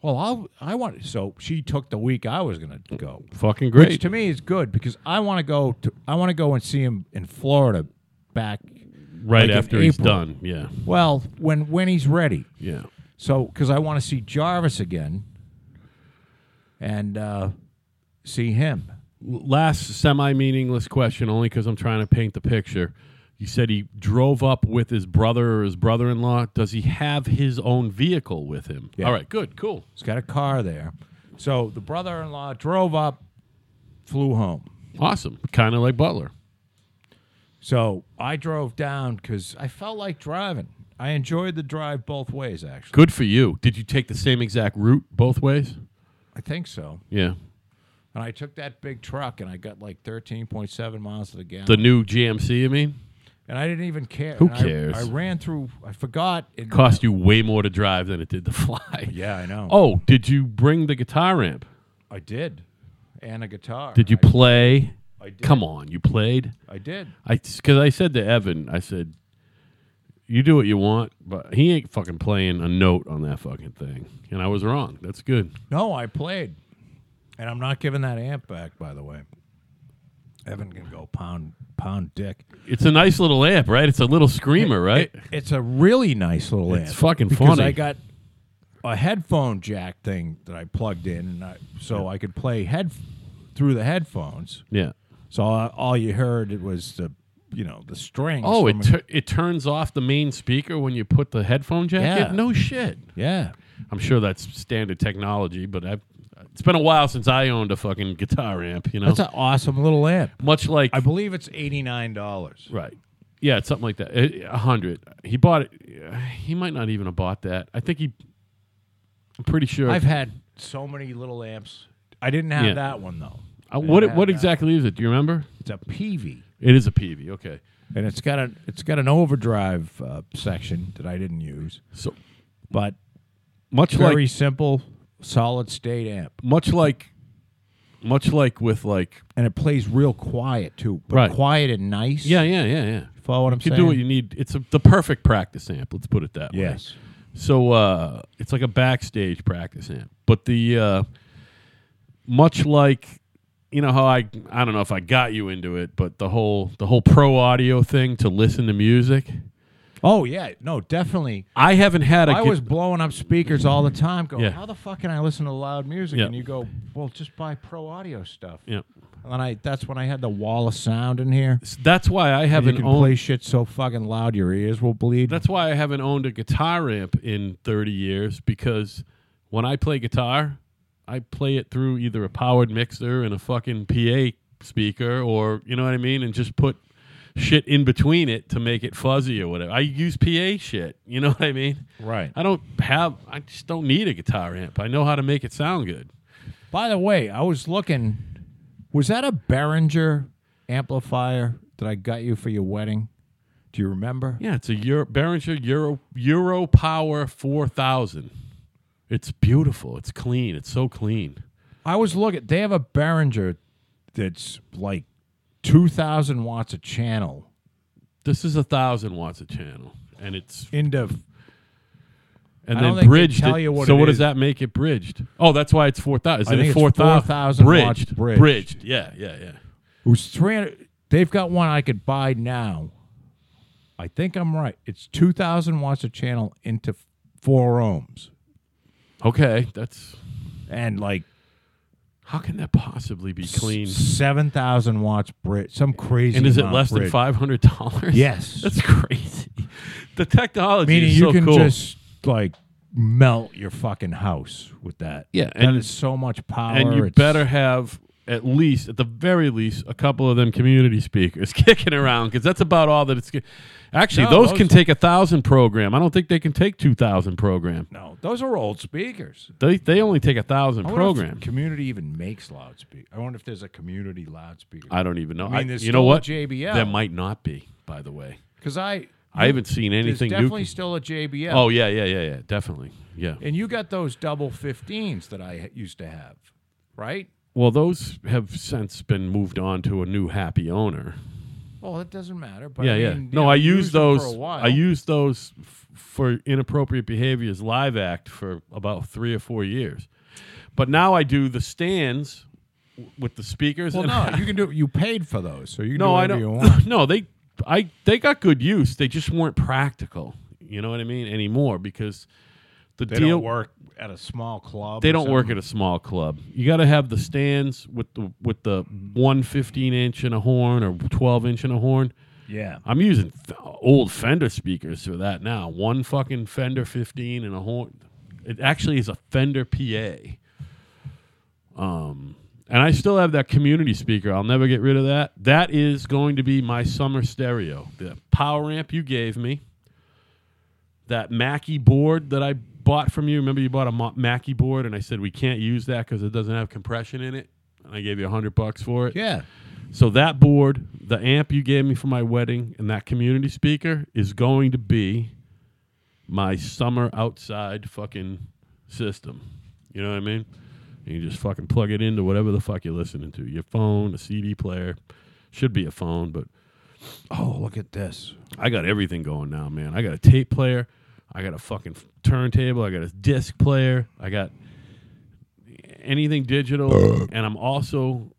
[SPEAKER 2] well, I'll, I want. So she took the week I was going to go,
[SPEAKER 1] Fucking
[SPEAKER 2] which
[SPEAKER 1] great.
[SPEAKER 2] to me is good because I want to go to I want to go and see him in Florida back.
[SPEAKER 1] right
[SPEAKER 2] like in
[SPEAKER 1] after he's
[SPEAKER 2] April.
[SPEAKER 1] done. Yeah,
[SPEAKER 2] Well, when when he's ready.
[SPEAKER 1] yeah.
[SPEAKER 2] So, because I want to see Jarvis again and uh, see him.
[SPEAKER 1] L- Last semi-meaningless question, only because I'm trying to paint the picture. You said he drove up with his brother or his brother-in-law. Does he have his own vehicle with him?
[SPEAKER 2] Yeah.
[SPEAKER 1] All right, good, cool.
[SPEAKER 2] He's got a car there. So the brother in law drove up, flew home.
[SPEAKER 1] Awesome. Kind of like Butler.
[SPEAKER 2] So I drove down because I felt like driving. I enjoyed the drive both ways, actually.
[SPEAKER 1] Good for you. Did you take the same exact route both ways?
[SPEAKER 2] I think so.
[SPEAKER 1] Yeah.
[SPEAKER 2] And I took that big truck and I got like 13.7 miles to the gallon.
[SPEAKER 1] The new GMC, you mean?
[SPEAKER 2] and I didn't even care.
[SPEAKER 1] Who
[SPEAKER 2] And I-
[SPEAKER 1] cares?
[SPEAKER 2] I, ran through, I forgot. It,
[SPEAKER 1] Cost you way more to drive than it did to fly.
[SPEAKER 2] yeah, I know.
[SPEAKER 1] Oh, did you bring the guitar amp?
[SPEAKER 2] I did. And a guitar.
[SPEAKER 1] Did you
[SPEAKER 2] I,
[SPEAKER 1] play?
[SPEAKER 2] I did.
[SPEAKER 1] Come on, you played.
[SPEAKER 2] I did.
[SPEAKER 1] I because I said to Evan, I said, "You do what you want, but he ain't fucking playing a note on that fucking thing." And I was wrong. That's good.
[SPEAKER 2] No, I played. And I'm not giving that amp back, by the way. Evan can go pound pound dick.
[SPEAKER 1] It's a nice little amp, right? It's a little screamer, right?
[SPEAKER 2] It's a really nice little amp.
[SPEAKER 1] It's fucking
[SPEAKER 2] because
[SPEAKER 1] funny.
[SPEAKER 2] I got a headphone jack thing that I plugged in, and I, so I could play head through the headphones.
[SPEAKER 1] yeah.
[SPEAKER 2] So all, all you heard it was the you know the strings.
[SPEAKER 1] Oh,
[SPEAKER 2] from
[SPEAKER 1] it
[SPEAKER 2] a-
[SPEAKER 1] tur it turns off the main speaker when you put the headphone jack
[SPEAKER 2] Yeah.
[SPEAKER 1] in. No shit.
[SPEAKER 2] yeah.
[SPEAKER 1] I'm sure that's standard technology, but I've it's been a while since I owned a fucking guitar amp. You know,
[SPEAKER 2] That's an awesome little amp.
[SPEAKER 1] much like
[SPEAKER 2] I believe it's eighty nine dollars.
[SPEAKER 1] Right. Yeah, it's something like that. A a hundred. He bought it. yeah, He might not even have bought that. I think he. I'm pretty sure.
[SPEAKER 2] I've had so many little amps. I didn't have
[SPEAKER 1] Yeah.
[SPEAKER 2] that one though.
[SPEAKER 1] Uh, what
[SPEAKER 2] I've
[SPEAKER 1] what
[SPEAKER 2] had that.
[SPEAKER 1] exactly is it? Do you remember?
[SPEAKER 2] It's a PV.
[SPEAKER 1] It is a PV. Okay.
[SPEAKER 2] and it's got a it's got an overdrive uh, section that I didn't use,
[SPEAKER 1] So
[SPEAKER 2] but
[SPEAKER 1] much
[SPEAKER 2] very
[SPEAKER 1] like
[SPEAKER 2] simple, solid state amp,
[SPEAKER 1] much like much like with like
[SPEAKER 2] and it plays real quiet too, but
[SPEAKER 1] Right.
[SPEAKER 2] quiet and nice.
[SPEAKER 1] yeah yeah yeah yeah.
[SPEAKER 2] follow what I'm
[SPEAKER 1] You
[SPEAKER 2] saying.
[SPEAKER 1] do what you need. It's a, the perfect practice amp. Let's put it that way.
[SPEAKER 2] yes,
[SPEAKER 1] So uh, it's like a backstage practice amp. But the uh, much like you know how I I don't know if I got you into it, but the whole the whole pro audio thing to listen to music.
[SPEAKER 2] Oh yeah, no, definitely.
[SPEAKER 1] I haven't had a
[SPEAKER 2] I
[SPEAKER 1] gu-
[SPEAKER 2] was blowing up speakers all the time, going,
[SPEAKER 1] Yeah.
[SPEAKER 2] "How the fuck can I listen to loud music?"
[SPEAKER 1] Yeah.
[SPEAKER 2] And you go, "Well, just buy pro audio stuff."
[SPEAKER 1] Yeah.
[SPEAKER 2] And then I that's when I had the wall of sound in here.
[SPEAKER 1] S- That's why I
[SPEAKER 2] You
[SPEAKER 1] haven't
[SPEAKER 2] can
[SPEAKER 1] owned.
[SPEAKER 2] play shit so fucking loud your ears will bleed.
[SPEAKER 1] That's why I haven't owned a guitar amp in 30 years because when I play guitar, I play it through either a powered mixer and a fucking PA speaker or, you know what I mean, and just put shit in between it to make it fuzzy or whatever. I use PA shit, you know what I mean?
[SPEAKER 2] right.
[SPEAKER 1] I don't have I just don't need a guitar amp. I know how to make it sound good.
[SPEAKER 2] By the way, I was looking. Was that a Behringer amplifier that I got you for your wedding? Do you remember?
[SPEAKER 1] Yeah, it's a Euro, Behringer Euro Euro Power 4000. It's beautiful. It's clean. It's so clean.
[SPEAKER 2] I was looking. They have a Behringer that's like two thousand watts a channel
[SPEAKER 1] This is a thousand watts a channel, and it's
[SPEAKER 2] into
[SPEAKER 1] and
[SPEAKER 2] I don't
[SPEAKER 1] then
[SPEAKER 2] think they
[SPEAKER 1] bridged.
[SPEAKER 2] tell
[SPEAKER 1] it-
[SPEAKER 2] you what
[SPEAKER 1] so
[SPEAKER 2] it
[SPEAKER 1] what does
[SPEAKER 2] is.
[SPEAKER 1] that make it bridged? Oh, that's why it's four thousand.
[SPEAKER 2] I think
[SPEAKER 1] it
[SPEAKER 2] it's
[SPEAKER 1] four thousand
[SPEAKER 2] 4,000 watts
[SPEAKER 1] bridged?
[SPEAKER 2] bridged.
[SPEAKER 1] Bridged. Yeah, yeah, yeah.
[SPEAKER 2] It was three hundred. They've got one I could buy now. I think I'm right. It's two thousand watts a channel into four ohms,
[SPEAKER 1] Okay, that's
[SPEAKER 2] and like
[SPEAKER 1] how can that possibly be clean?
[SPEAKER 2] seven thousand watts bridge. Some crazy.
[SPEAKER 1] And is it
[SPEAKER 2] amount
[SPEAKER 1] less than
[SPEAKER 2] bridge.
[SPEAKER 1] five hundred dollars?
[SPEAKER 2] Yes.
[SPEAKER 1] that's crazy. The technology
[SPEAKER 2] Meaning
[SPEAKER 1] is
[SPEAKER 2] you
[SPEAKER 1] so
[SPEAKER 2] can
[SPEAKER 1] cool.
[SPEAKER 2] just like melt your fucking house with that.
[SPEAKER 1] Yeah,
[SPEAKER 2] and
[SPEAKER 1] and-
[SPEAKER 2] it's so much power.
[SPEAKER 1] and you
[SPEAKER 2] it's-
[SPEAKER 1] better have at least at the very least a couple of them community speakers kicking around because that's about all that it's g- actually
[SPEAKER 2] No,
[SPEAKER 1] those,
[SPEAKER 2] those-
[SPEAKER 1] can take a thousand program i don't think they can take 2000 program
[SPEAKER 2] No, those are old speakers.
[SPEAKER 1] they, they only take a thousand
[SPEAKER 2] I wonder if
[SPEAKER 1] program
[SPEAKER 2] the community even makes loudspeaker. I wonder if there's a community loudspeaker.
[SPEAKER 1] i don't even know
[SPEAKER 2] I
[SPEAKER 1] I
[SPEAKER 2] mean, there's
[SPEAKER 1] you know
[SPEAKER 2] still
[SPEAKER 1] what
[SPEAKER 2] a JBL.
[SPEAKER 1] there might not be by the way
[SPEAKER 2] Because I,
[SPEAKER 1] i haven't seen
[SPEAKER 2] there's
[SPEAKER 1] anything new
[SPEAKER 2] definitely still a JBL.
[SPEAKER 1] oh yeah yeah yeah yeah definitely yeah
[SPEAKER 2] and you got those double 15s that I ha- used to have, right?
[SPEAKER 1] well those have since been moved on to a new happy owner
[SPEAKER 2] Well, that doesn't matter. But
[SPEAKER 1] yeah,
[SPEAKER 2] I
[SPEAKER 1] yeah.
[SPEAKER 2] mean,
[SPEAKER 1] No,
[SPEAKER 2] yeah,
[SPEAKER 1] I
[SPEAKER 2] we
[SPEAKER 1] used
[SPEAKER 2] them
[SPEAKER 1] those.
[SPEAKER 2] For a while.
[SPEAKER 1] I used those f- for inappropriate behaviors live act for about three or four years, but now I do the stands w- with the speakers.
[SPEAKER 2] Well,
[SPEAKER 1] and
[SPEAKER 2] no, you can do. You paid for those, so you can do
[SPEAKER 1] no, I
[SPEAKER 2] whatever you want.
[SPEAKER 1] don't. No, they, I, they got good use. They just weren't practical. You know what I mean anymore because the
[SPEAKER 2] They
[SPEAKER 1] deal
[SPEAKER 2] don't work at a small club.
[SPEAKER 1] they
[SPEAKER 2] or
[SPEAKER 1] don't work
[SPEAKER 2] something.
[SPEAKER 1] at a small club. You got to have the stands with the with the one fifteen inch and a horn or twelve inch and a horn.
[SPEAKER 2] Yeah.
[SPEAKER 1] I'm using f- old Fender speakers for that now. One fucking Fender 15 and a horn. It actually is a Fender PA. Um, and I still have that community speaker. I'll never get rid of that. That is going to be my summer stereo. The power amp you gave me, that Mackie board that I bought from you. Remember you bought a Mo- Mackie board, and I said we can't use that because it doesn't have compression in it. And I gave you a hundred bucks for it.
[SPEAKER 2] Yeah.
[SPEAKER 1] So that board, the amp you gave me for my wedding, and that community speaker is going to be my summer outside fucking system. You know what I mean? You just fucking plug it into whatever the fuck you're listening to. Your phone, a CD player. Should be a phone, but
[SPEAKER 2] Oh, look at this.
[SPEAKER 1] I got everything going now, man. I got a tape player. I got a fucking f- turntable. I got a disc player. I got anything digital. and I'm also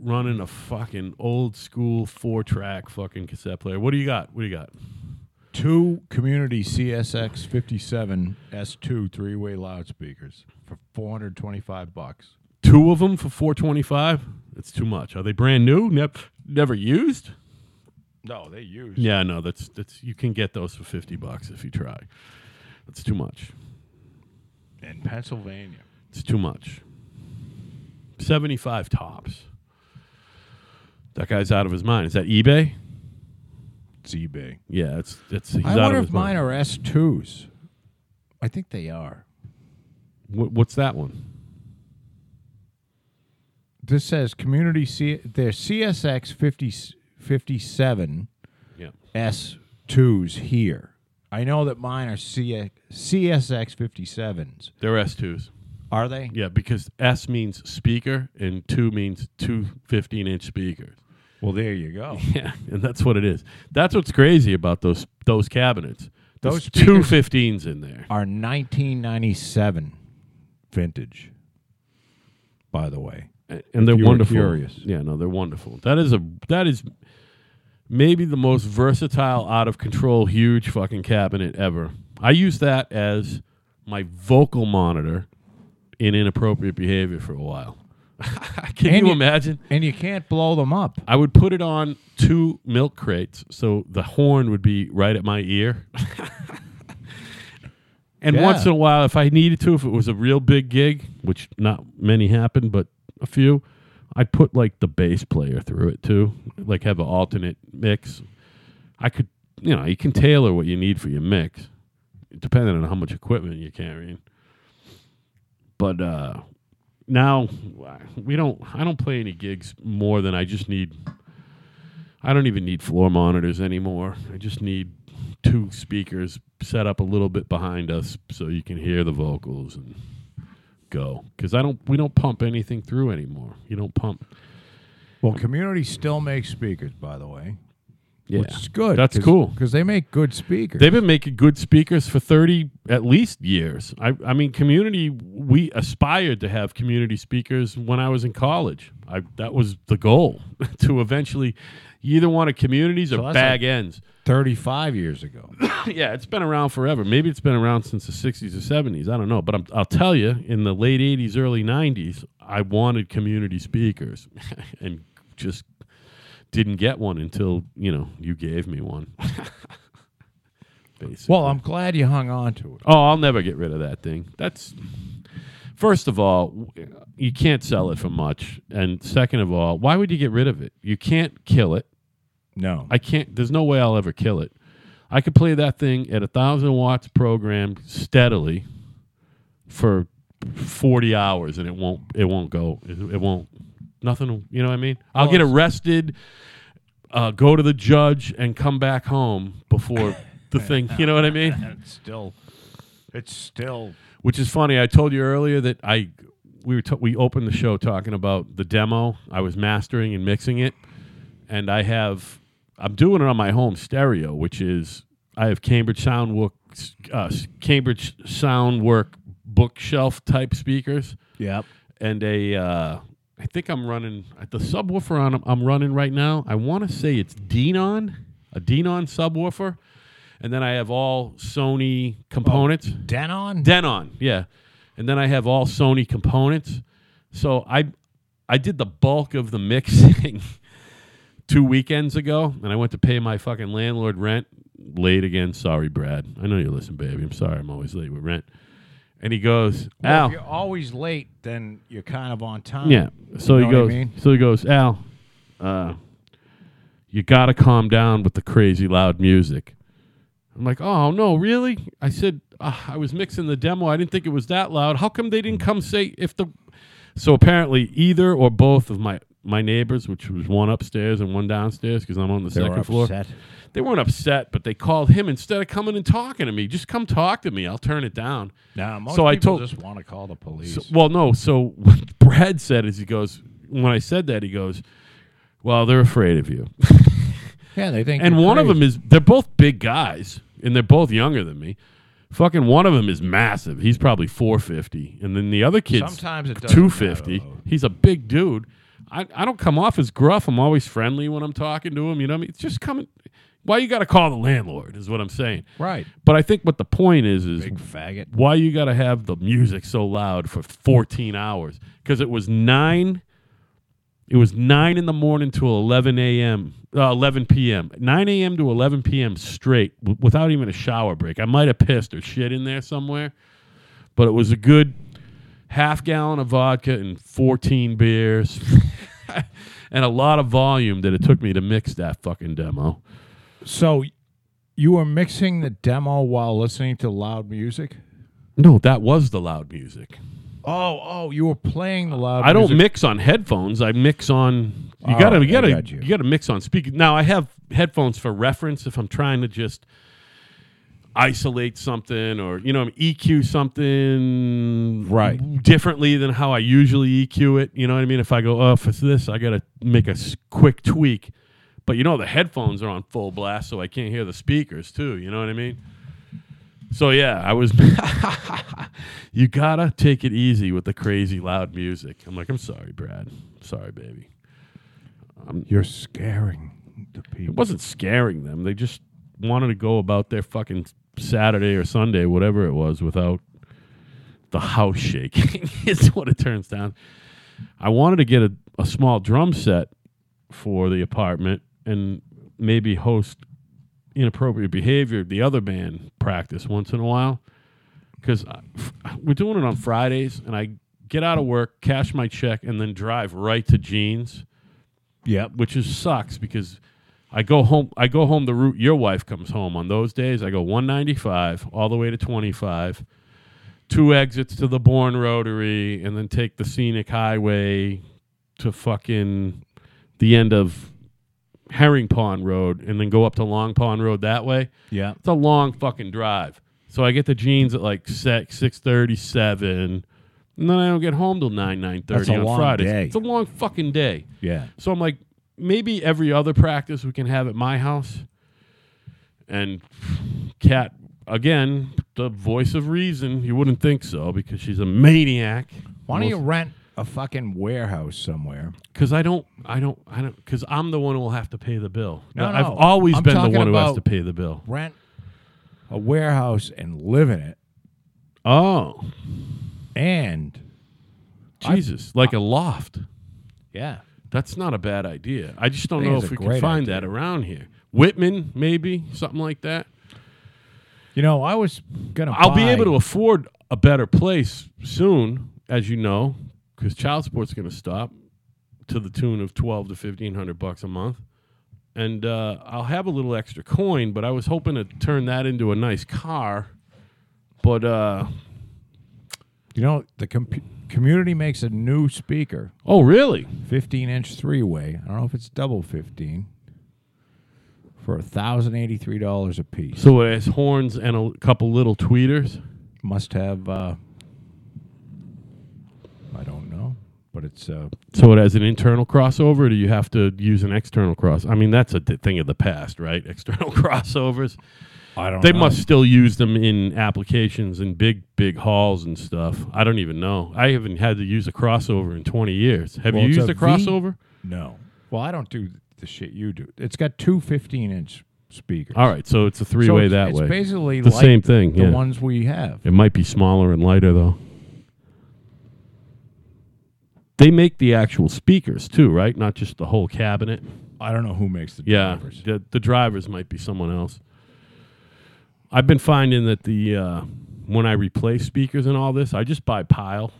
[SPEAKER 1] running a fucking old school four track fucking cassette player. What do you got? What do you got?
[SPEAKER 2] Two community CSX 57 S2 three way loudspeakers for 425 bucks.
[SPEAKER 1] Two of them for 425? That's too much. Are they brand new? Never, never used?
[SPEAKER 2] No, they use.
[SPEAKER 1] Yeah, no, that's that's you can get those for 50 bucks if you try. That's too much.
[SPEAKER 2] In Pennsylvania.
[SPEAKER 1] It's too much. 75 tops. That guy's out of his mind. Is that eBay?
[SPEAKER 2] It's eBay.
[SPEAKER 1] Yeah, it's it's he's
[SPEAKER 2] I
[SPEAKER 1] out
[SPEAKER 2] wonder
[SPEAKER 1] of
[SPEAKER 2] if
[SPEAKER 1] his
[SPEAKER 2] mine
[SPEAKER 1] mind.
[SPEAKER 2] are S2s. I think they are.
[SPEAKER 1] Wha- what's that one?
[SPEAKER 2] This says community C. They're CSX 50, 57
[SPEAKER 1] Yeah.
[SPEAKER 2] S2s here. I know that mine are CX, CSX 57s.
[SPEAKER 1] They're S2s.
[SPEAKER 2] Are they?
[SPEAKER 1] Yeah, because S means speaker and 2 means two 15-inch speakers.
[SPEAKER 2] Well, there you go.
[SPEAKER 1] Yeah, and that's what it is. That's what's crazy about those those cabinets.
[SPEAKER 2] Those
[SPEAKER 1] two
[SPEAKER 2] speakers
[SPEAKER 1] 15s in there.
[SPEAKER 2] are 1997 vintage. By the way,
[SPEAKER 1] A- and they're
[SPEAKER 2] you were
[SPEAKER 1] wonderful.
[SPEAKER 2] curious.
[SPEAKER 1] Yeah, no, they're wonderful. That is a that is maybe the most versatile, out of control, huge fucking cabinet ever. I use that as my vocal monitor in inappropriate behavior for a while. Can
[SPEAKER 2] And
[SPEAKER 1] you
[SPEAKER 2] you-
[SPEAKER 1] imagine?
[SPEAKER 2] and you can't blow them up.
[SPEAKER 1] I would put it on two milk crates, so the horn would be right at my ear. and
[SPEAKER 2] Yeah.
[SPEAKER 1] once in a while, if I needed to, if it was a real big gig, which not many happen, but a few, I'd put like the bass player through it too, like have an alternate mix. I could, you know, you can tailor what you need for your mix, depending on how much equipment you're carrying. But uh, now we don't. I don't play any gigs more than I just need. I don't even need floor monitors anymore. I just need two speakers set up a little bit behind us so you can hear the vocals and go. Because I don't. We don't pump anything through anymore. You don't pump.
[SPEAKER 2] Well, community still makes speakers, by the way, which is good.
[SPEAKER 1] That's cool.
[SPEAKER 2] because they make good speakers.
[SPEAKER 1] They've been making good speakers for 30 at least years. I, I mean, community, we aspired to have community speakers when I was in college. I, that was the goal to eventually you either want a communities or
[SPEAKER 2] So that's
[SPEAKER 1] bag
[SPEAKER 2] like-
[SPEAKER 1] ends.
[SPEAKER 2] 35 years ago.
[SPEAKER 1] yeah, it's been around forever. Maybe it's been around since the 60s or 70s. I don't know. But I'm, I'll tell you, in the late 80s, early 90s, I wanted community speakers and just didn't get one until, you know, you gave me one. Basically.
[SPEAKER 2] well, I'm glad you hung on to it.
[SPEAKER 1] Oh, I'll never get rid of that thing. That's first of all, w- you can't sell it for much, and second of all, why would you get rid of it? You can't kill it.
[SPEAKER 2] No,
[SPEAKER 1] I can't. There's no way I'll ever kill it. I could play that thing at a thousand watts program steadily for forty hours, and it won't. It won't go. It, it won't. Nothing. will- You know what I mean? I'll
[SPEAKER 2] Well,
[SPEAKER 1] get
[SPEAKER 2] it's-
[SPEAKER 1] arrested, uh, go to the judge, and come back home before the thing. You know what I mean?
[SPEAKER 2] it's still, it's still.
[SPEAKER 1] which is funny. I told you earlier that I we were t- we opened the show talking about the demo. I was mastering and mixing it, and I have I'm doing it on my home stereo, which is I have Cambridge Sound Work, uh, Cambridge Sound Work bookshelf type speakers
[SPEAKER 2] Yep.
[SPEAKER 1] and a uh, I think I'm running the subwoofer on 'em I'm running right now. I want to say it's Denon, a Denon subwoofer, and then I have all Sony components.
[SPEAKER 2] Denon.
[SPEAKER 1] Denon, yeah. And then I have all Sony components. So I I did the bulk of the mixing two weekends ago and I went to pay my fucking landlord rent late again. Sorry, Brad. I know you listen, baby. I'm sorry. I'm always late with rent. And he goes,
[SPEAKER 2] Well,
[SPEAKER 1] "Al,
[SPEAKER 2] if you're always late, then you're kind of on time.
[SPEAKER 1] yeah. So
[SPEAKER 2] You
[SPEAKER 1] he
[SPEAKER 2] know
[SPEAKER 1] goes.
[SPEAKER 2] what I mean?
[SPEAKER 1] So he goes. Al, uh, you gotta calm down with the crazy loud music. I'm like, oh no, really? I said uh, I was mixing the demo. I didn't think it was that loud. How come they didn't come say if the? So apparently, either or both of my my neighbors, which was one upstairs and one downstairs, because I'm on the
[SPEAKER 2] They were
[SPEAKER 1] second floor.
[SPEAKER 2] upset.
[SPEAKER 1] They weren't upset, but they called him instead of coming and talking to me. Just come talk to me. I'll turn it down.
[SPEAKER 2] Now, most
[SPEAKER 1] So
[SPEAKER 2] people
[SPEAKER 1] I told-
[SPEAKER 2] just want to call the police.
[SPEAKER 1] So, well, no. So what Brad said is he goes when I said that he goes, well, they're afraid of you.
[SPEAKER 2] yeah, they think.
[SPEAKER 1] And
[SPEAKER 2] you're
[SPEAKER 1] one of
[SPEAKER 2] crazy.
[SPEAKER 1] them is they're both big guys and they're both younger than me. Fucking one of them is massive. He's probably 450, and then the other kid's
[SPEAKER 2] Sometimes it doesn't
[SPEAKER 1] 250.
[SPEAKER 2] matter, though.
[SPEAKER 1] He's a big dude. I, I don't come off as gruff. I'm always friendly when I'm talking to him. You know what I mean? It's just coming. Why you got to call the landlord is what I'm saying.
[SPEAKER 2] right.
[SPEAKER 1] But I think what the point is is
[SPEAKER 2] Big faggot.
[SPEAKER 1] why you got to have the music so loud for 14 hours because it was 9 it was 9 in the morning to 11 a.m uh, 11 p.m 9 a.m to 11 p.m straight w- without even a shower break i might have pissed or shit in there somewhere but it was a good half gallon of vodka and 14 beers and a lot of volume that it took me to mix that fucking demo
[SPEAKER 2] So, you were mixing the demo while listening to loud music.
[SPEAKER 1] no that was the loud music
[SPEAKER 2] Oh, oh, you were playing the loud.
[SPEAKER 1] I don't
[SPEAKER 2] music.
[SPEAKER 1] mix on headphones. I mix on. You
[SPEAKER 2] Oh,
[SPEAKER 1] gotta,
[SPEAKER 2] I
[SPEAKER 1] you gotta,
[SPEAKER 2] got you.
[SPEAKER 1] you. gotta mix on speaker. Now I have headphones for reference if I'm trying to just isolate something or you know EQ something
[SPEAKER 2] Right.
[SPEAKER 1] differently than how I usually EQ it. You know what I mean? If I go, oh, if it's this, I gotta make a s- quick tweak. But you know the headphones are on full blast, so I can't hear the speakers too. You know what I mean? So yeah, I was. you gotta take it easy with the crazy loud music. I'm like, I'm sorry, Brad. Sorry, baby.
[SPEAKER 2] You're scaring the people.
[SPEAKER 1] It wasn't scaring them. They just wanted to go about their fucking Saturday or Sunday, whatever it was, without the house shaking. is what it turns down. I wanted to get a, a small drum set for the apartment and maybe host inappropriate behavior the other band practice once in a while because we're doing it on fridays and i get out of work cash my check and then drive right to jeans
[SPEAKER 2] Yep.
[SPEAKER 1] which is sucks because I go home. I go home the route your wife comes home on those days. I go 195 all the way to 25, two exits to the Bourne Rotary, and then take the scenic highway to fucking the end of Herring Pond Road, and then go up to Long Pond Road that way.
[SPEAKER 2] Yep.
[SPEAKER 1] It's a long fucking drive. So I get the jeans at like six six thirty seven, and then I don't get home till nine nine
[SPEAKER 2] That's a
[SPEAKER 1] thirty on
[SPEAKER 2] long
[SPEAKER 1] Fridays.
[SPEAKER 2] day.
[SPEAKER 1] It's a long fucking day.
[SPEAKER 2] Yeah.
[SPEAKER 1] So I'm like, maybe every other practice we can have at my house. And Kat, again, the voice of reason. You wouldn't think so because she's a maniac.
[SPEAKER 2] Why don't you rent a fucking warehouse somewhere?
[SPEAKER 1] Because I don't, I don't, I don't, because I'm the one who will have to pay the bill.
[SPEAKER 2] No,
[SPEAKER 1] I've
[SPEAKER 2] no.
[SPEAKER 1] always
[SPEAKER 2] I'm
[SPEAKER 1] been the
[SPEAKER 2] talking
[SPEAKER 1] one who has
[SPEAKER 2] about-
[SPEAKER 1] to pay the bill.
[SPEAKER 2] Rent a warehouse and live in it,
[SPEAKER 1] Oh,
[SPEAKER 2] and
[SPEAKER 1] Jesus. like a loft.
[SPEAKER 2] yeah,
[SPEAKER 1] That's not a bad idea. I just don't
[SPEAKER 2] think
[SPEAKER 1] know
[SPEAKER 2] it's
[SPEAKER 1] if
[SPEAKER 2] a
[SPEAKER 1] we can
[SPEAKER 2] great
[SPEAKER 1] find that around here. Whitman, maybe, something like that.
[SPEAKER 2] you know, I was gonna.
[SPEAKER 1] I'll be
[SPEAKER 2] buy-
[SPEAKER 1] able to afford a better place soon, as you know, because child support's going to stop to the tune of twelve to fifteen hundred bucks a month, and uh, I'll have a little extra coin. But I was hoping to turn that into a nice car. But uh,
[SPEAKER 2] You know, the com- community makes a new speaker,
[SPEAKER 1] oh, really?
[SPEAKER 2] 15 inch three way. I don't know if it's double 15 for $1,083 a piece.
[SPEAKER 1] So it has horns and a couple little tweeters.
[SPEAKER 2] Must have, uh, I don't know, but it's, uh,
[SPEAKER 1] So it has an internal crossover. Or do you have to use an external cross? I mean, that's a d- thing of the past, right? External crossovers.
[SPEAKER 2] I don't
[SPEAKER 1] They
[SPEAKER 2] know.
[SPEAKER 1] must still use them in applications and big, big halls and stuff. I don't even know. I haven't had to use a crossover in 20 years. Have
[SPEAKER 2] Well,
[SPEAKER 1] you
[SPEAKER 2] it's
[SPEAKER 1] used
[SPEAKER 2] a
[SPEAKER 1] a crossover?
[SPEAKER 2] No. Well, I don't do the shit you do. It's got two 15 inch speakers.
[SPEAKER 1] All right, so it's a three
[SPEAKER 2] So
[SPEAKER 1] way
[SPEAKER 2] it's,
[SPEAKER 1] that
[SPEAKER 2] it's
[SPEAKER 1] way.
[SPEAKER 2] basically
[SPEAKER 1] The
[SPEAKER 2] like
[SPEAKER 1] same thing,
[SPEAKER 2] The
[SPEAKER 1] yeah.
[SPEAKER 2] ones we have.
[SPEAKER 1] it might be smaller and lighter, though. They make the actual speakers, too, right? Not just the whole cabinet.
[SPEAKER 2] I don't know who makes the
[SPEAKER 1] Yeah,
[SPEAKER 2] drivers.
[SPEAKER 1] the, the drivers might be someone else. I've been finding that the uh, when I replace speakers and all this, I just buy pile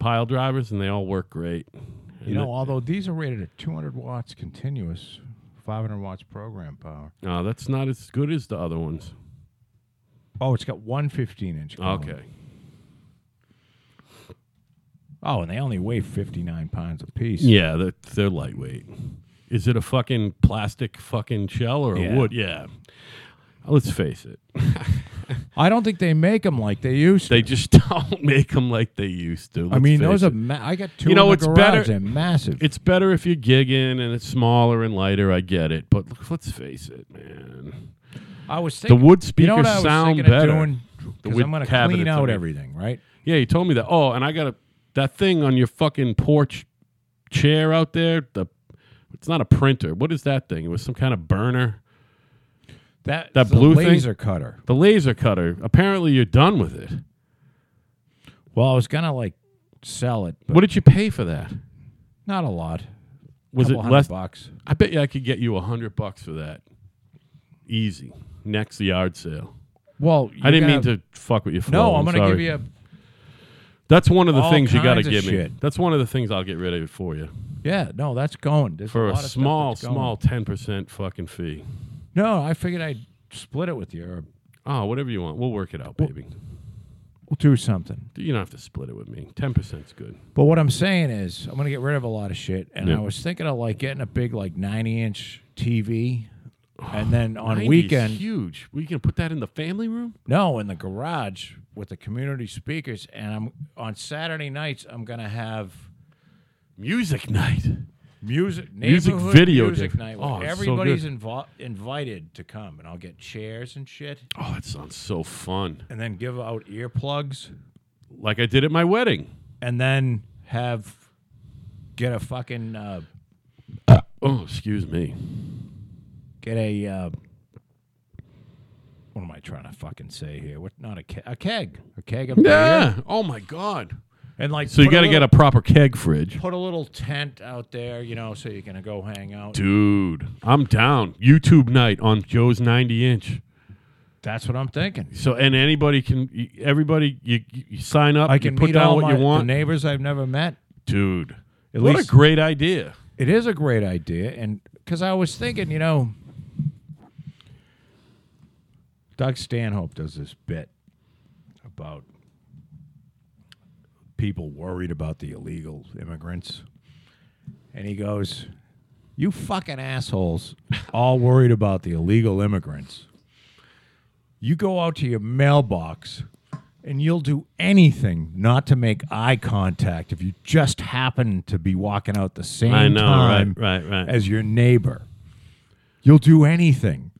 [SPEAKER 1] pile drivers, and they all work great.
[SPEAKER 2] You know, although these are rated at 200 watts continuous, 500 watts program power.
[SPEAKER 1] Uh, that's not as good as the other ones.
[SPEAKER 2] Oh, it's got one 15 inch. column.
[SPEAKER 1] Okay.
[SPEAKER 2] Oh, and they only weigh 59 pounds apiece.
[SPEAKER 1] Yeah, they're, they're lightweight. Is it a fucking plastic fucking shell or a
[SPEAKER 2] Yeah.
[SPEAKER 1] wood? Yeah. Let's face it.
[SPEAKER 2] I don't think they make them like they used to.
[SPEAKER 1] They just don't make them like they used to.
[SPEAKER 2] I
[SPEAKER 1] Let's
[SPEAKER 2] mean,
[SPEAKER 1] face
[SPEAKER 2] those
[SPEAKER 1] it.
[SPEAKER 2] are. Ma- I got two.
[SPEAKER 1] You know,
[SPEAKER 2] in
[SPEAKER 1] it's
[SPEAKER 2] the garage.
[SPEAKER 1] better-
[SPEAKER 2] They're massive.
[SPEAKER 1] It's better if you're gigging and it's smaller and lighter. I get it, but look, let's face it, man.
[SPEAKER 2] I was thinking.
[SPEAKER 1] The wood speakers
[SPEAKER 2] you know what I was
[SPEAKER 1] sound
[SPEAKER 2] thinking of
[SPEAKER 1] better.
[SPEAKER 2] doing?
[SPEAKER 1] The
[SPEAKER 2] 'Cause
[SPEAKER 1] wood
[SPEAKER 2] I'm going to
[SPEAKER 1] cabinets,
[SPEAKER 2] clean
[SPEAKER 1] I
[SPEAKER 2] out
[SPEAKER 1] mean.
[SPEAKER 2] everything, right?
[SPEAKER 1] Yeah, you told me that. Oh, and I got a that thing on your fucking porch chair out there. The it's not a printer. What is that thing? It was some kind of burner.
[SPEAKER 2] That
[SPEAKER 1] That blue thing?
[SPEAKER 2] laser cutter.
[SPEAKER 1] The laser cutter. Apparently, you're done with it.
[SPEAKER 2] Well, I was going to like sell it, but
[SPEAKER 1] What did you pay for that?
[SPEAKER 2] not a lot.
[SPEAKER 1] Was
[SPEAKER 2] Couple
[SPEAKER 1] it
[SPEAKER 2] hundred
[SPEAKER 1] less?
[SPEAKER 2] bucks?
[SPEAKER 1] I bet you I could get you a hundred bucks for that. Easy. Next yard sale.
[SPEAKER 2] Well,
[SPEAKER 1] I didn't mean to fuck with your flow.
[SPEAKER 2] No, I'm,
[SPEAKER 1] going
[SPEAKER 2] going
[SPEAKER 1] to
[SPEAKER 2] to give you a.
[SPEAKER 1] That's one of the
[SPEAKER 2] all
[SPEAKER 1] things you got to
[SPEAKER 2] kinds of
[SPEAKER 1] give me.
[SPEAKER 2] shit.
[SPEAKER 1] That's one of the things I'll get rid of it for you.
[SPEAKER 2] Yeah, no, that's going. There's
[SPEAKER 1] For a
[SPEAKER 2] a, lot of stuff
[SPEAKER 1] small,
[SPEAKER 2] that's going.
[SPEAKER 1] small 10% fucking fee.
[SPEAKER 2] No, I figured I'd split it with you or
[SPEAKER 1] Oh, whatever you want. We'll work it out, baby.
[SPEAKER 2] we'll do something.
[SPEAKER 1] You don't have to split it with me. 10%'s good.
[SPEAKER 2] But what I'm saying is, I'm gonna get rid of a lot of shit, and
[SPEAKER 1] Yeah.
[SPEAKER 2] I was thinking of like getting a big like 90 inch TV, and then on
[SPEAKER 1] 90's
[SPEAKER 2] weekend,
[SPEAKER 1] huge. We can put that in the family room?
[SPEAKER 2] no, in the garage with the community speakers, and I'm on Saturday nights, I'm gonna have
[SPEAKER 1] Music night.
[SPEAKER 2] music,
[SPEAKER 1] Music
[SPEAKER 2] neighborhood
[SPEAKER 1] video
[SPEAKER 2] music
[SPEAKER 1] day.
[SPEAKER 2] night.
[SPEAKER 1] Oh,
[SPEAKER 2] where
[SPEAKER 1] it's so
[SPEAKER 2] everybody's
[SPEAKER 1] good.
[SPEAKER 2] invo- invited to come, and I'll get chairs and shit,
[SPEAKER 1] Oh, that sounds so fun.
[SPEAKER 2] and then give out earplugs,
[SPEAKER 1] Like I did at my wedding.
[SPEAKER 2] and then have get a fucking uh,
[SPEAKER 1] Oh, excuse me.
[SPEAKER 2] get a uh, what am I trying to fucking say here? What? Not a keg, a keg, a keg of beer,
[SPEAKER 1] Yeah. Oh my God.
[SPEAKER 2] and like
[SPEAKER 1] So you
[SPEAKER 2] put
[SPEAKER 1] got to get
[SPEAKER 2] little-
[SPEAKER 1] a proper keg fridge.
[SPEAKER 2] put a little tent out there, you know, so you can go hang out.
[SPEAKER 1] Dude, I'm down. YouTube night on Joe's 90 inch.
[SPEAKER 2] That's what I'm thinking.
[SPEAKER 1] So and anybody can, everybody you, you sign up.
[SPEAKER 2] I can
[SPEAKER 1] you put
[SPEAKER 2] meet
[SPEAKER 1] down
[SPEAKER 2] all
[SPEAKER 1] what
[SPEAKER 2] my
[SPEAKER 1] you want,
[SPEAKER 2] The neighbors I've never met.
[SPEAKER 1] dude.
[SPEAKER 2] At
[SPEAKER 1] what
[SPEAKER 2] least-
[SPEAKER 1] a great idea.
[SPEAKER 2] It is a great idea, and because I was thinking, you know, Doug Stanhope does this bit about people worried about the illegal immigrants, and he goes, "You fucking assholes, all worried about the illegal immigrants. You go out to your mailbox." And you'll do anything not to make eye contact if you just happen to be walking out the same
[SPEAKER 1] I know, right,
[SPEAKER 2] time
[SPEAKER 1] right, right.
[SPEAKER 2] as your neighbor. You'll do anything.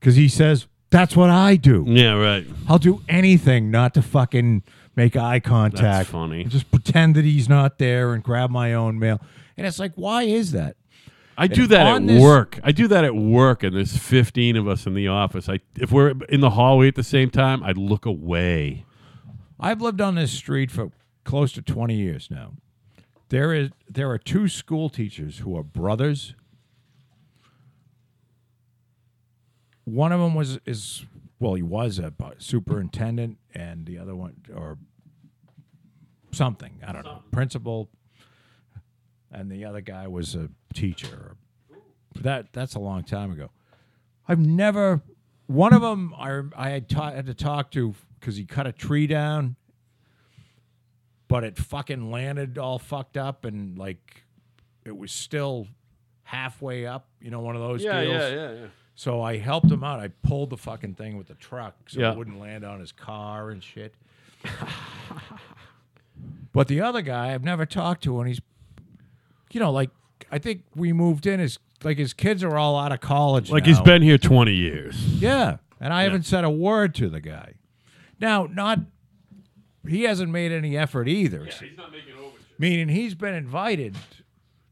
[SPEAKER 2] Because he says, that's what I do.
[SPEAKER 1] Yeah, right.
[SPEAKER 2] I'll do anything not to fucking make eye contact.
[SPEAKER 1] That's funny.
[SPEAKER 2] Just pretend that he's not there and grab my own mail. And it's like, why is that?
[SPEAKER 1] I do that
[SPEAKER 2] on
[SPEAKER 1] at
[SPEAKER 2] this-
[SPEAKER 1] work. I do that at work, and there's 15 of us in the office. I if we're in the hallway at the same time, I'd look away.
[SPEAKER 2] I've lived on this street for close to 20 years now. There is there are two school teachers who are brothers. One of them was is well, he was a bu- superintendent and the other one or something, I don't know, principal and the other guy was a teacher. That that's a long time ago. I've never. One of them I I had, ta- had to talk to because he cut a tree down, but it fucking landed all fucked up and like it was still halfway up. You know, one of those deals.
[SPEAKER 1] yeah, yeah.
[SPEAKER 2] So I helped him out. I pulled the fucking thing with the truck so
[SPEAKER 1] Yeah.
[SPEAKER 2] it wouldn't land on his car and shit. but the other guy I've never talked to, and he's, you know, like I think we moved in. His like his kids are all out of college.
[SPEAKER 1] Like
[SPEAKER 2] now.
[SPEAKER 1] he's been here 20 years.
[SPEAKER 2] Yeah, and I haven't said a word to the guy. Now, not he hasn't made any effort either.
[SPEAKER 1] He's not making overtures.
[SPEAKER 2] Meaning he's been invited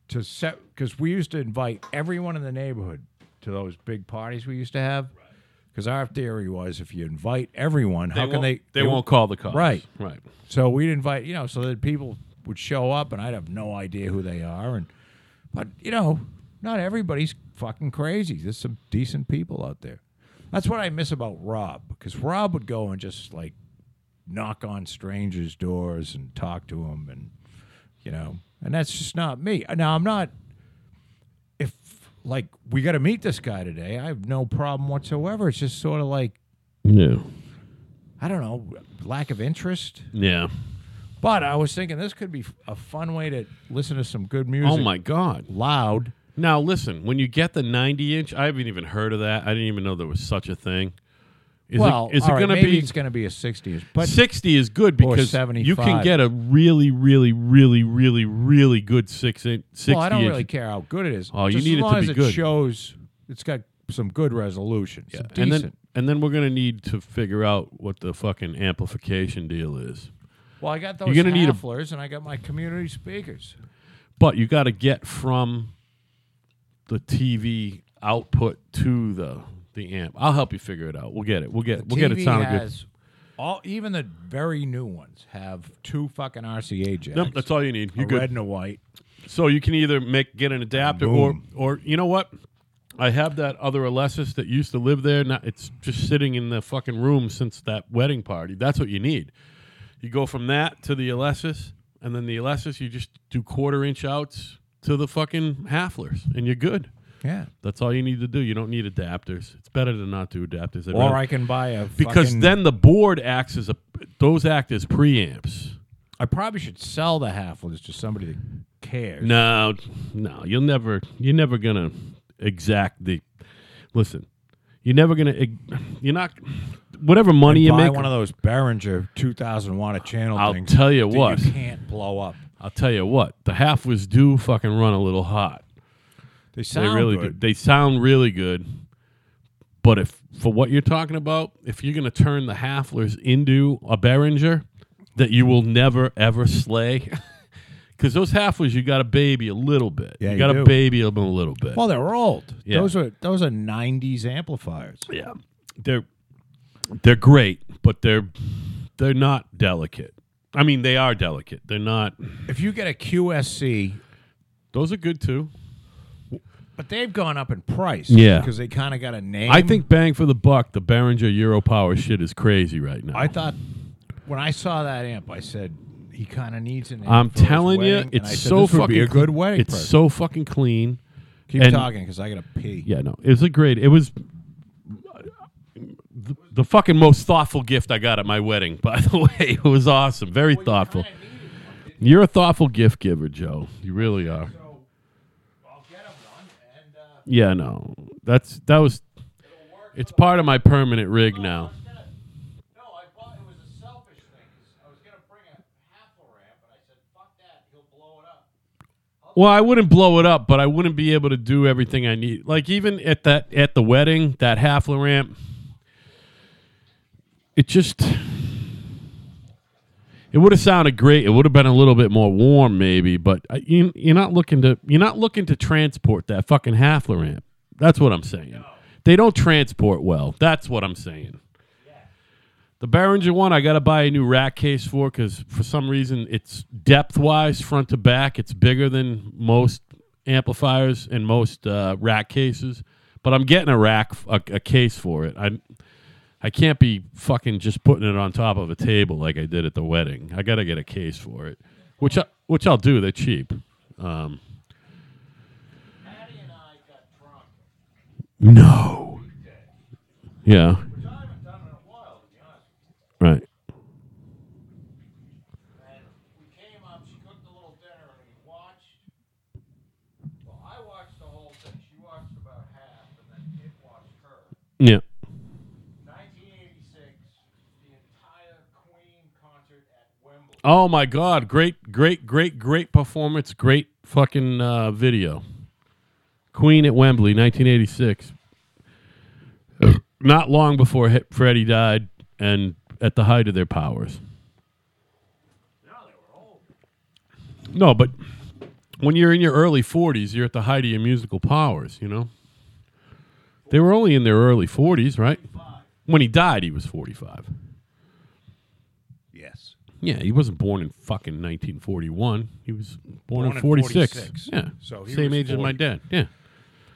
[SPEAKER 2] to set because we used to invite everyone in the neighborhood to those big parties we used to have. Because our theory was if you invite everyone, how can they?
[SPEAKER 1] They, won't call the cops.
[SPEAKER 2] Right.
[SPEAKER 1] Right.
[SPEAKER 2] So we'd invite you know so that people would show up and I'd have no idea who they are and but you know not everybody's fucking crazy. There's some decent people out there. That's what I miss about Rob because Rob would go and just like knock on strangers' doors and talk to them, and you know, and that's just not me. Now I'm not. If like we got to meet this guy today, I have no problem whatsoever. It's just sort of like
[SPEAKER 1] Yeah.
[SPEAKER 2] I don't know, lack of interest.
[SPEAKER 1] Yeah.
[SPEAKER 2] But I was thinking this could be a fun way to listen to some good music.
[SPEAKER 1] Oh my God.
[SPEAKER 2] Loud.
[SPEAKER 1] Now listen, when you get the 90 inch, I haven't even heard of that. I didn't even know there was such a thing. Is
[SPEAKER 2] well,
[SPEAKER 1] it, is it
[SPEAKER 2] all right,
[SPEAKER 1] going to
[SPEAKER 2] maybe
[SPEAKER 1] be
[SPEAKER 2] it's going to be a 60s, but
[SPEAKER 1] 60 is good because you
[SPEAKER 2] 75.
[SPEAKER 1] can get a really, really, really, really, really good six inch. 60
[SPEAKER 2] well, I don't
[SPEAKER 1] inch.
[SPEAKER 2] really care how good it is.
[SPEAKER 1] Oh, you
[SPEAKER 2] Just
[SPEAKER 1] need it
[SPEAKER 2] as
[SPEAKER 1] to
[SPEAKER 2] long as
[SPEAKER 1] be
[SPEAKER 2] it
[SPEAKER 1] good.
[SPEAKER 2] shows it's got some good resolution, some
[SPEAKER 1] and
[SPEAKER 2] decent.
[SPEAKER 1] then and then we're gonna need to figure out what the fucking amplification deal is.
[SPEAKER 2] Well, I got those
[SPEAKER 1] You're gonna need a-
[SPEAKER 2] halflers, and I got my community speakers.
[SPEAKER 1] But you got to get from the TV output to the the amp. I'll help you figure it out. We'll get it. We'll get we'll get it
[SPEAKER 2] TV
[SPEAKER 1] sounding good.
[SPEAKER 2] has all, even the very new ones have two fucking RCA jacks.
[SPEAKER 1] Nope, that's all you need.
[SPEAKER 2] a
[SPEAKER 1] You good?
[SPEAKER 2] red and a white.
[SPEAKER 1] So you can either make get an adapter
[SPEAKER 2] Boom.
[SPEAKER 1] or or you know what? I have that other Alessis that used to live there. Now it's just sitting in the fucking room since that wedding party. That's what you need. You go from that to the Alessis, and then the Alessis you just do quarter inch outs to the fucking halflers, and you're good.
[SPEAKER 2] Yeah.
[SPEAKER 1] That's all you need to do. You don't need adapters. It's better to not do adapters. I'd
[SPEAKER 2] Or
[SPEAKER 1] rather-
[SPEAKER 2] I can buy a
[SPEAKER 1] because
[SPEAKER 2] fucking-
[SPEAKER 1] then the board acts as a those act as preamps.
[SPEAKER 2] I probably should sell the halflers to somebody that cares.
[SPEAKER 1] No, no, you'll never. You're never gonna exact the. Listen, you're never gonna. ig- You're not. Whatever money you
[SPEAKER 2] buy
[SPEAKER 1] make,
[SPEAKER 2] one of those Behringer 2000 watt a channel
[SPEAKER 1] I'll
[SPEAKER 2] things.
[SPEAKER 1] tell you
[SPEAKER 2] that
[SPEAKER 1] what.
[SPEAKER 2] you can't blow up.
[SPEAKER 1] I'll tell you what, the half was due fucking run a little hot.
[SPEAKER 2] They
[SPEAKER 1] They
[SPEAKER 2] sound
[SPEAKER 1] really
[SPEAKER 2] good.
[SPEAKER 1] do. They sound really good. But if for what you're talking about, if you're gonna turn the halflers into a Behringer that you will never ever slay, because those halflers you got to baby a little bit.
[SPEAKER 2] Yeah,
[SPEAKER 1] you
[SPEAKER 2] you
[SPEAKER 1] got to
[SPEAKER 2] do.
[SPEAKER 1] baby them a little bit.
[SPEAKER 2] Well, they're old.
[SPEAKER 1] Yeah.
[SPEAKER 2] Those are those are '90s amplifiers.
[SPEAKER 1] yeah, they're they're great, but they're they're not delicate. I mean, they are delicate. They're not.
[SPEAKER 2] If you get a QSC,
[SPEAKER 1] Those are good too.
[SPEAKER 2] but they've gone up in price.
[SPEAKER 1] Yeah.
[SPEAKER 2] because they kind of got a name.
[SPEAKER 1] I think bang for the buck, the Behringer Euro Power shit is crazy right now.
[SPEAKER 2] I thought when I saw that amp, I said he kind of needs an. Amp
[SPEAKER 1] I'm
[SPEAKER 2] for his
[SPEAKER 1] telling you,
[SPEAKER 2] wedding," and I
[SPEAKER 1] it's
[SPEAKER 2] said,
[SPEAKER 1] so
[SPEAKER 2] this would
[SPEAKER 1] fucking
[SPEAKER 2] be a good
[SPEAKER 1] cl-
[SPEAKER 2] wedding.
[SPEAKER 1] It's
[SPEAKER 2] present.
[SPEAKER 1] so fucking clean.
[SPEAKER 2] Keep
[SPEAKER 1] and-
[SPEAKER 2] talking because I gotta pee.
[SPEAKER 1] Yeah, no, it was a great. It was the, the fucking most thoughtful gift I got at my wedding. By the way, it was awesome. Very thoughtful. You're a thoughtful gift giver, Joe. You really are.
[SPEAKER 2] uh,
[SPEAKER 1] Yeah, no, that's that was. It's part of my permanent rig now. Well, I wouldn't blow it up, but I wouldn't be able to do everything I need. Like even at that at the wedding, that half ramp, it just it would have sounded great. It would have been a little bit more warm, maybe, but I, you, you're not looking to you're not looking to transport that fucking half ramp. That's what I'm saying. They don't transport well. That's what I'm saying. The Behringer one, I got to buy a new rack case for because for some reason it's depth wise, front to back, it's bigger than most amplifiers and most uh, rack cases. But I'm getting a rack, a, a case for it. I, I can't be fucking just putting it on top of a table like I did at the wedding. I got to get a case for it, which I, which I'll do. They're cheap. Um, no. Yeah. Right. Yeah. Oh my God! Great, great, great, great performance. Great fucking uh, video. Queen at Wembley, 1986. Not long before He- Freddie died, and at the height of their powers. No, but when you're in your early 40s, you're at the height of your musical powers. You know, they were only in their early 40s, right? When he died, he was 45.
[SPEAKER 2] Yes.
[SPEAKER 1] Yeah, he wasn't born in fucking 1941. He was born,
[SPEAKER 2] Born
[SPEAKER 1] in
[SPEAKER 2] in
[SPEAKER 1] 46.
[SPEAKER 2] 46.
[SPEAKER 1] Yeah.
[SPEAKER 2] So he
[SPEAKER 1] same
[SPEAKER 2] was
[SPEAKER 1] age as my
[SPEAKER 2] 40.
[SPEAKER 1] dad. Yeah.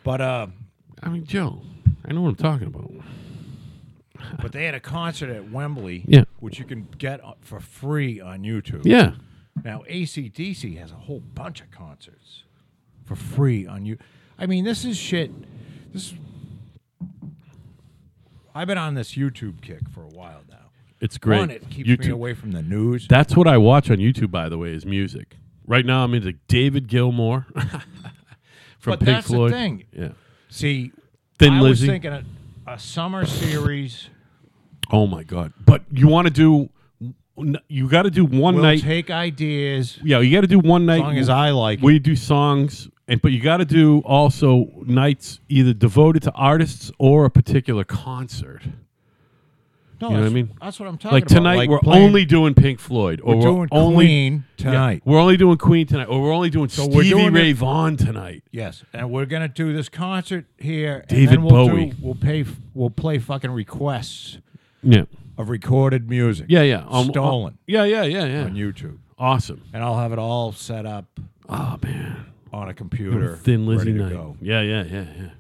[SPEAKER 2] But uh,
[SPEAKER 1] I mean, Joe, I know what I'm talking about.
[SPEAKER 2] but they had a concert at Wembley.
[SPEAKER 1] Yeah.
[SPEAKER 2] Which you can get uh, for free on YouTube.
[SPEAKER 1] Yeah.
[SPEAKER 2] Now ACDC has a whole bunch of concerts for free on you. I mean, this is shit. This. Is, I've been on this YouTube kick for a while now.
[SPEAKER 1] It's great.
[SPEAKER 2] One, it keeps me
[SPEAKER 1] YouTube-
[SPEAKER 2] away from the news.
[SPEAKER 1] That's what I watch on YouTube, by the way, is music. Right now, I'm into David Gilmour from
[SPEAKER 2] But
[SPEAKER 1] Pink
[SPEAKER 2] that's the
[SPEAKER 1] Floyd.
[SPEAKER 2] thing.
[SPEAKER 1] Yeah.
[SPEAKER 2] See,
[SPEAKER 1] Thin
[SPEAKER 2] I
[SPEAKER 1] Lizzy.
[SPEAKER 2] was thinking a, a summer series.
[SPEAKER 1] Oh my God! But you want to do? You got to do one
[SPEAKER 2] We'll
[SPEAKER 1] night.
[SPEAKER 2] take ideas.
[SPEAKER 1] yeah, you got to do one night.
[SPEAKER 2] As long as I like
[SPEAKER 1] we do songs and but you got to do also nights either devoted to artists or a particular concert
[SPEAKER 2] No,
[SPEAKER 1] You know what I
[SPEAKER 2] that's-
[SPEAKER 1] mean?
[SPEAKER 2] That's what I'm talking
[SPEAKER 1] like
[SPEAKER 2] about.
[SPEAKER 1] tonight we're
[SPEAKER 2] playing-
[SPEAKER 1] only doing pink floyd or
[SPEAKER 2] we're doing
[SPEAKER 1] only
[SPEAKER 2] Queen
[SPEAKER 1] yeah,
[SPEAKER 2] tonight.
[SPEAKER 1] we're only doing queen tonight or we're only doing
[SPEAKER 2] we're
[SPEAKER 1] stevie
[SPEAKER 2] doing
[SPEAKER 1] ray
[SPEAKER 2] it-
[SPEAKER 1] vaughan tonight
[SPEAKER 2] Yes, and we're gonna do this concert here.
[SPEAKER 1] David
[SPEAKER 2] and then we'll
[SPEAKER 1] Bowie.
[SPEAKER 2] Do, we'll pay. f- We'll play fucking requests
[SPEAKER 1] yeah
[SPEAKER 2] of recorded music.
[SPEAKER 1] yeah yeah Um,
[SPEAKER 2] Stolen.
[SPEAKER 1] uh, yeah yeah yeah yeah
[SPEAKER 2] on YouTube,
[SPEAKER 1] awesome
[SPEAKER 2] and I'll have it all set up
[SPEAKER 1] oh man
[SPEAKER 2] on a computer.
[SPEAKER 1] thin lizzy
[SPEAKER 2] ready to
[SPEAKER 1] night
[SPEAKER 2] go.
[SPEAKER 1] yeah yeah yeah yeah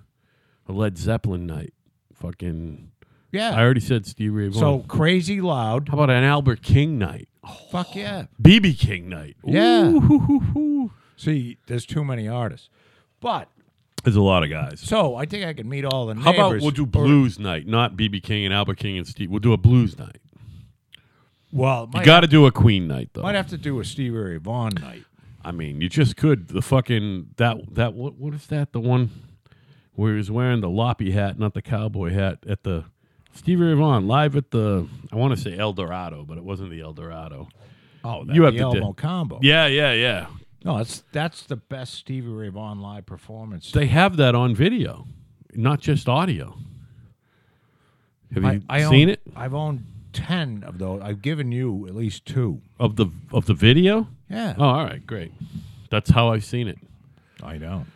[SPEAKER 1] a led zeppelin night fucking i
[SPEAKER 2] Yeah.
[SPEAKER 1] already said stevie ray vaughan
[SPEAKER 2] So crazy loud.
[SPEAKER 1] how about an albert king night
[SPEAKER 2] Fuck yeah.
[SPEAKER 1] bb king night
[SPEAKER 2] Yeah.
[SPEAKER 1] Ooh, hoo, hoo, hoo.
[SPEAKER 2] See, there's too many artists, but
[SPEAKER 1] There's a lot of guys.
[SPEAKER 2] so I think I could meet all the
[SPEAKER 1] How about
[SPEAKER 2] neighbors.
[SPEAKER 1] we'll do
[SPEAKER 2] or-
[SPEAKER 1] blues night, not BB King and Albert King and Steve. We'll do a blues night.
[SPEAKER 2] well, might,
[SPEAKER 1] You got to do a Queen night though.
[SPEAKER 2] might have to do a Stevie Ray Vaughan night.
[SPEAKER 1] I mean, you just could the fucking that that what what is that the one where he was wearing the loppy hat, not the cowboy hat at the Stevie Ray Vaughan live at the I want to say El Dorado, but it wasn't the El Dorado.
[SPEAKER 2] Oh, that
[SPEAKER 1] You have
[SPEAKER 2] the
[SPEAKER 1] to
[SPEAKER 2] elbow
[SPEAKER 1] do-
[SPEAKER 2] combo.
[SPEAKER 1] Yeah, yeah, yeah.
[SPEAKER 2] No, that's that's the best Stevie Ray Vaughan live performance.
[SPEAKER 1] They have that on video, not just audio. Have you seen
[SPEAKER 2] own,
[SPEAKER 1] it
[SPEAKER 2] I've owned ten of those. I've given you at least two.
[SPEAKER 1] of the of the video?
[SPEAKER 2] Yeah.
[SPEAKER 1] Oh, all right, great. That's how I've seen it.
[SPEAKER 2] I know.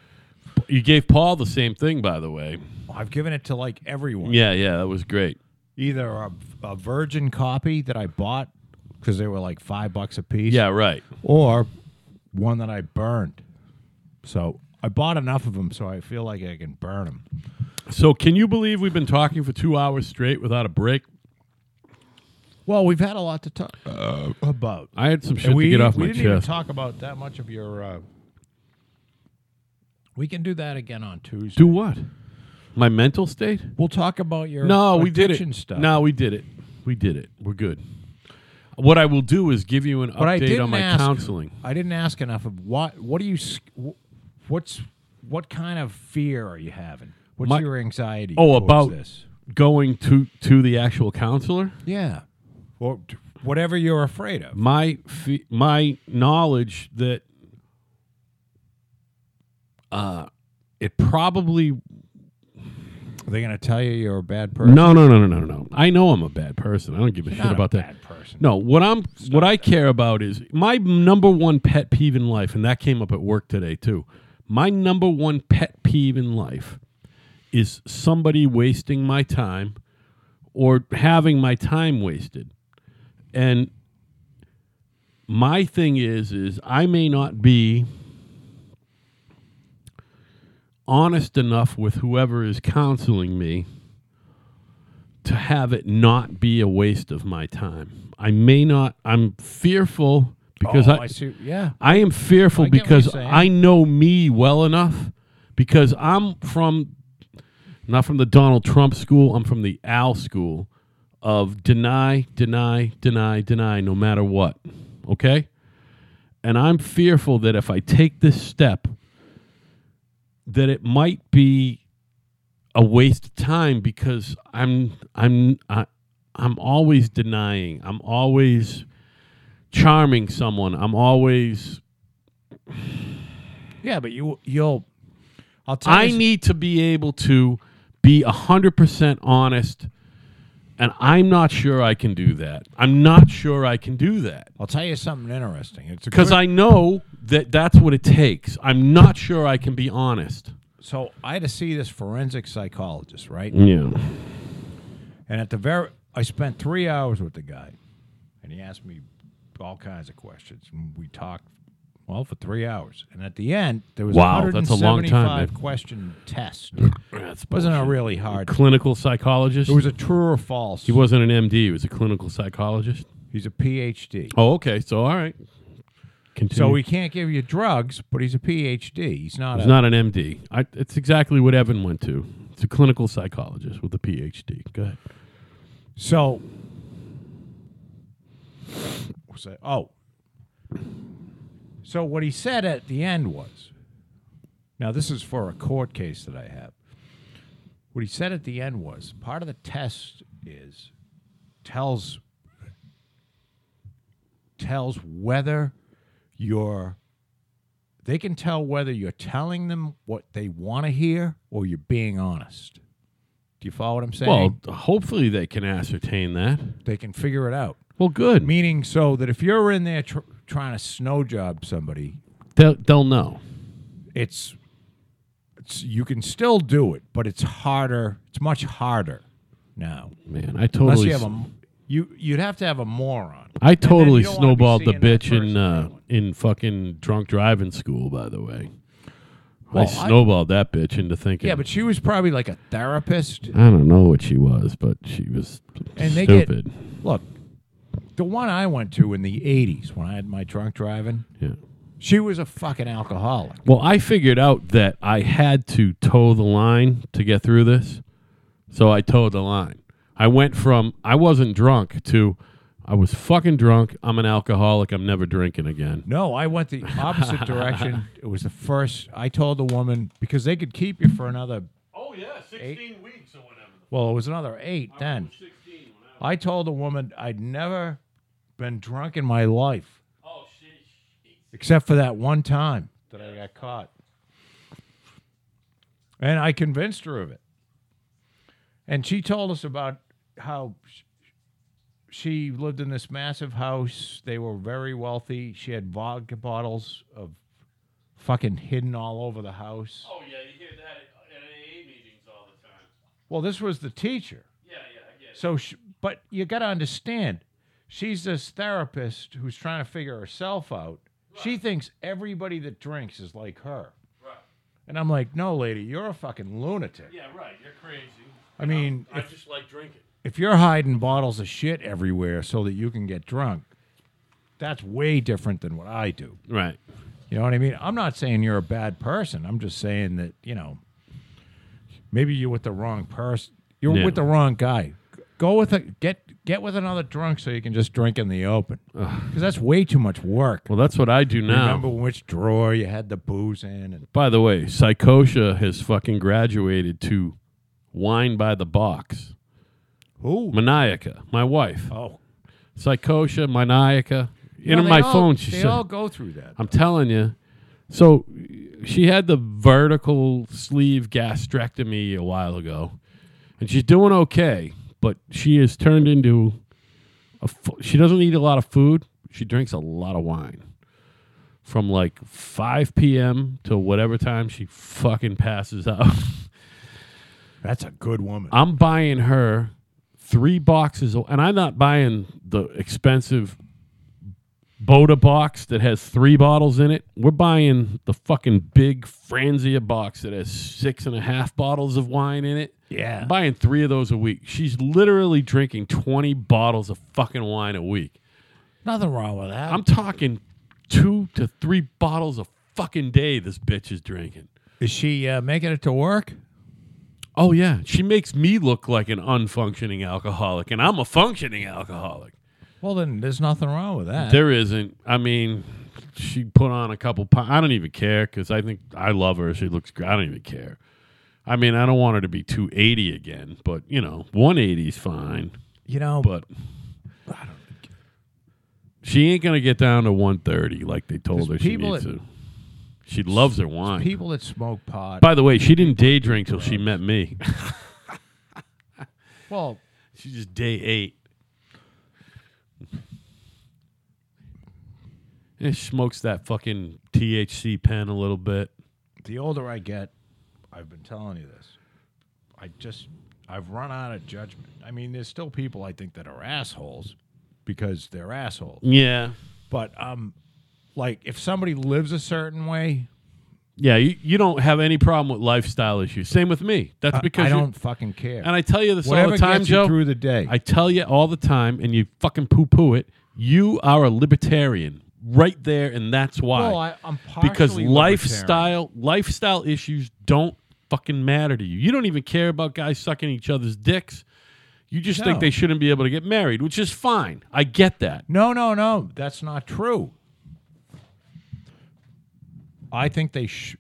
[SPEAKER 1] You gave Paul the same thing, by the way.
[SPEAKER 2] I've given it to like everyone.
[SPEAKER 1] Yeah, yeah, that was great.
[SPEAKER 2] Either a, a virgin copy that I bought because they were like five bucks a piece.
[SPEAKER 1] Yeah, right.
[SPEAKER 2] Or one that I burned. So I bought enough of them, so I feel like I can burn them.
[SPEAKER 1] So, can you believe we've been talking for two hours straight without a break?
[SPEAKER 2] Well, we've had a lot to talk about.
[SPEAKER 1] I had some
[SPEAKER 2] And
[SPEAKER 1] shit
[SPEAKER 2] we
[SPEAKER 1] to get off
[SPEAKER 2] we
[SPEAKER 1] my
[SPEAKER 2] didn't even
[SPEAKER 1] chest.
[SPEAKER 2] talk about that much of your. Uh, we can do that again on Tuesday.
[SPEAKER 1] Do what? My mental state?
[SPEAKER 2] we'll talk about your
[SPEAKER 1] No, we did
[SPEAKER 2] addiction
[SPEAKER 1] it.
[SPEAKER 2] Stuff.
[SPEAKER 1] No, we did it. We did it. We're good. What I will do is give you an
[SPEAKER 2] but I
[SPEAKER 1] update
[SPEAKER 2] didn't
[SPEAKER 1] on my
[SPEAKER 2] ask-
[SPEAKER 1] counseling.
[SPEAKER 2] I didn't ask enough of what. What do you? s- wh- What's what kind of fear are you having? What's
[SPEAKER 1] My-
[SPEAKER 2] your anxiety?
[SPEAKER 1] Oh,
[SPEAKER 2] towards
[SPEAKER 1] about-
[SPEAKER 2] this?
[SPEAKER 1] Going to to the actual counselor,
[SPEAKER 2] Yeah, or t- whatever you're afraid of.
[SPEAKER 1] my fe- my knowledge that uh, it probably
[SPEAKER 2] Are they going to tell you you're a bad person?
[SPEAKER 1] no no no no no no. I know I'm a bad person. I don't give a shit
[SPEAKER 2] Not
[SPEAKER 1] about
[SPEAKER 2] a
[SPEAKER 1] that.
[SPEAKER 2] Bad person.
[SPEAKER 1] No, what I'm what I care about is my number one pet peeve in life, and that came up at work today too. My number one pet peeve in life is somebody wasting my time or having my time wasted. And my thing is is I may not be honest enough with whoever is counseling me to have it not be a waste of my time. I may not. I'm fearful because
[SPEAKER 2] Oh,
[SPEAKER 1] I,
[SPEAKER 2] I see. Yeah.
[SPEAKER 1] I am fearful
[SPEAKER 2] I get what you're
[SPEAKER 1] because
[SPEAKER 2] saying.
[SPEAKER 1] I know me well enough because I'm from not from the Donald Trump school, I'm from the Al school of deny, deny, deny, deny no matter what. Okay? And I'm fearful that if I take this step that it might be a waste of time because I'm I'm I, I'm always denying. I'm always charming someone. I'm always
[SPEAKER 2] Yeah, but you you'll. I'll tell
[SPEAKER 1] I
[SPEAKER 2] you. s-
[SPEAKER 1] need to be able to be 100% honest and I'm not sure I can do that. I'm not sure I can do that
[SPEAKER 2] I'll tell you something interesting. It's a
[SPEAKER 1] because
[SPEAKER 2] good-
[SPEAKER 1] I know that that's what it takes. I'm not sure I can be honest.
[SPEAKER 2] so I had to see this forensic psychologist, right?
[SPEAKER 1] Yeah.
[SPEAKER 2] And at the very, I spent three hours with the guy, and he asked me all kinds of questions, and we talked well for three hours. And at the end, there was
[SPEAKER 1] Wow,
[SPEAKER 2] a
[SPEAKER 1] that's a long time,
[SPEAKER 2] 175
[SPEAKER 1] man.
[SPEAKER 2] question test.
[SPEAKER 1] That's
[SPEAKER 2] wasn't a really hard.
[SPEAKER 1] clinical psychologist.
[SPEAKER 2] It was a true or false.
[SPEAKER 1] he wasn't an MD, he was a clinical psychologist.
[SPEAKER 2] He's a PhD,
[SPEAKER 1] Oh, okay. So all right. Continue.
[SPEAKER 2] so he can't give you drugs, but he's a PhD. He's not.
[SPEAKER 1] It's
[SPEAKER 2] a,
[SPEAKER 1] not an MD. I, it's exactly what Evan went to. It's a clinical psychologist with a PhD. Go ahead.
[SPEAKER 2] So, what's that? Oh. So, what he said at the end was now, this is for a court case that I have. What he said at the end was part of the test is tells tells whether you're they can tell whether you're telling them what they want to hear or you're being honest. Do you follow what I'm saying?
[SPEAKER 1] Well, hopefully they can ascertain that.
[SPEAKER 2] they can figure it out.
[SPEAKER 1] Well, good.
[SPEAKER 2] Meaning, so that if you're in there tr- trying to snow job somebody,
[SPEAKER 1] They'll, they'll know.
[SPEAKER 2] it's, it's you can still do it, but it's harder. It's much harder now,
[SPEAKER 1] Man, I
[SPEAKER 2] unless
[SPEAKER 1] totally,
[SPEAKER 2] you have a m- you you'd have to have a moron.
[SPEAKER 1] I totally
[SPEAKER 2] you don't wanna be
[SPEAKER 1] snowballed the
[SPEAKER 2] seeing that
[SPEAKER 1] bitch in
[SPEAKER 2] person
[SPEAKER 1] uh,
[SPEAKER 2] anyway.
[SPEAKER 1] in fucking drunk driving school. By the way, I
[SPEAKER 2] Well, I-
[SPEAKER 1] snowballed that bitch into thinking.
[SPEAKER 2] Yeah, but she was probably like a therapist,
[SPEAKER 1] I don't know what she was, but she was
[SPEAKER 2] and they get
[SPEAKER 1] stupid.
[SPEAKER 2] look. The one I went to in the '80s when I had my drunk driving,
[SPEAKER 1] yeah.
[SPEAKER 2] she was a fucking alcoholic.
[SPEAKER 1] Well, I figured out that I had to toe the line to get through this. So I towed the line. I went from I wasn't drunk to I was fucking drunk. I'm an alcoholic. I'm never drinking again.
[SPEAKER 2] No, I went the opposite direction. It was the first. I told the woman because they could keep you for another.
[SPEAKER 1] Oh yeah, 16 weeks or whatever.
[SPEAKER 2] Well, it was another eight then. I told the woman I'd never been drunk in my life,
[SPEAKER 1] Oh, shit.
[SPEAKER 2] except for that one time that I got caught. And I convinced her of it. And she told us about how sh- she lived in this massive house. They were very wealthy. She had vodka bottles of fucking hidden all over the house.
[SPEAKER 1] Oh, yeah, you hear that at AA meetings all the time.
[SPEAKER 2] Well, this was the teacher.
[SPEAKER 1] Yeah, yeah, I get
[SPEAKER 2] So, sh but you got to understand, she's this therapist who's trying to figure herself out. She thinks everybody that drinks is like her.
[SPEAKER 1] Right.
[SPEAKER 2] And I'm like, no, lady, you're a fucking lunatic.
[SPEAKER 1] Yeah, right. You're crazy.
[SPEAKER 2] I mean,
[SPEAKER 1] I
[SPEAKER 2] if,
[SPEAKER 1] just like drinking.
[SPEAKER 2] if you're hiding bottles of shit everywhere so that you can get drunk, that's way different than what I do.
[SPEAKER 1] Right.
[SPEAKER 2] You know what I mean? I'm not saying you're a bad person. I'm just saying that, you know, maybe you're with the wrong person. You're
[SPEAKER 1] Yeah.
[SPEAKER 2] with the wrong guy. Go with a get get with another drunk so you can just drink in the open. Cuz that's way too much work.
[SPEAKER 1] Well, that's what I do now.
[SPEAKER 2] Remember which drawer you had the booze in and
[SPEAKER 1] By the way, Psychosia has fucking graduated to wine by the box.
[SPEAKER 2] who?
[SPEAKER 1] Maniaca, my wife.
[SPEAKER 2] Oh.
[SPEAKER 1] Psychosia, Maniaca. In
[SPEAKER 2] Well,
[SPEAKER 1] my
[SPEAKER 2] they all-
[SPEAKER 1] phone, she
[SPEAKER 2] They
[SPEAKER 1] said.
[SPEAKER 2] all go through that.
[SPEAKER 1] I'm telling you. So she had the vertical sleeve gastrectomy a while ago, and she's doing okay, but she has turned into a. fu- She doesn't eat a lot of food. She drinks a lot of wine. From like 5 p.m. to whatever time she fucking passes out.
[SPEAKER 2] That's a good woman.
[SPEAKER 1] I'm buying her three boxes, of- and I'm not buying the expensive Boda box that has three bottles in it. We're buying the fucking big Franzia box that has six and a half bottles of wine in it.
[SPEAKER 2] yeah.
[SPEAKER 1] I'm buying three of those a week. She's literally drinking 20 bottles of fucking wine a week.
[SPEAKER 2] Nothing wrong with that.
[SPEAKER 1] I'm talking two to three bottles a fucking day this bitch is drinking.
[SPEAKER 2] Is she uh, making it to work?
[SPEAKER 1] Oh yeah, she makes me look like an unfunctioning alcoholic, and I'm a functioning alcoholic.
[SPEAKER 2] Well, then there's nothing wrong with that.
[SPEAKER 1] There isn't. I mean, she put on a couple. Po- I don't even care because I think I love her. She looks. gr- I don't even care. I mean, I don't want her to be 280 again, but you know, 180 is fine.
[SPEAKER 2] you know,
[SPEAKER 1] But she ain't gonna get down to 130 like they told her
[SPEAKER 2] There's
[SPEAKER 1] she
[SPEAKER 2] people
[SPEAKER 1] needs
[SPEAKER 2] that-
[SPEAKER 1] to. She loves her wine.
[SPEAKER 2] people that smoke pot.
[SPEAKER 1] By the way, she didn't day drink till she met me.
[SPEAKER 2] well,
[SPEAKER 1] She's just day eight. And she smokes that fucking THC pen a little bit.
[SPEAKER 2] the older I get, I've been telling you this. I just I've run out of judgment. I mean, there's still people I think that are assholes because they're assholes.
[SPEAKER 1] Yeah.
[SPEAKER 2] But um like if somebody lives a certain way,
[SPEAKER 1] Yeah, you, you don't have any problem with lifestyle issues. Same with me. That's because
[SPEAKER 2] I
[SPEAKER 1] you-
[SPEAKER 2] don't fucking care.
[SPEAKER 1] and I tell you this all
[SPEAKER 2] Whatever
[SPEAKER 1] the time,
[SPEAKER 2] gets
[SPEAKER 1] Joe.
[SPEAKER 2] you through the day.
[SPEAKER 1] I tell you all the time, and you fucking poo poo it. You are a libertarian right there, and that's why.
[SPEAKER 2] well, I, I'm
[SPEAKER 1] because
[SPEAKER 2] partially libertarian.
[SPEAKER 1] lifestyle lifestyle issues don't fucking matter to you. You don't even care about guys sucking each other's dicks. You just think
[SPEAKER 2] No.
[SPEAKER 1] they shouldn't be able to get married, which is fine. I get that.
[SPEAKER 2] No, no, no. That's not true. I think they sh-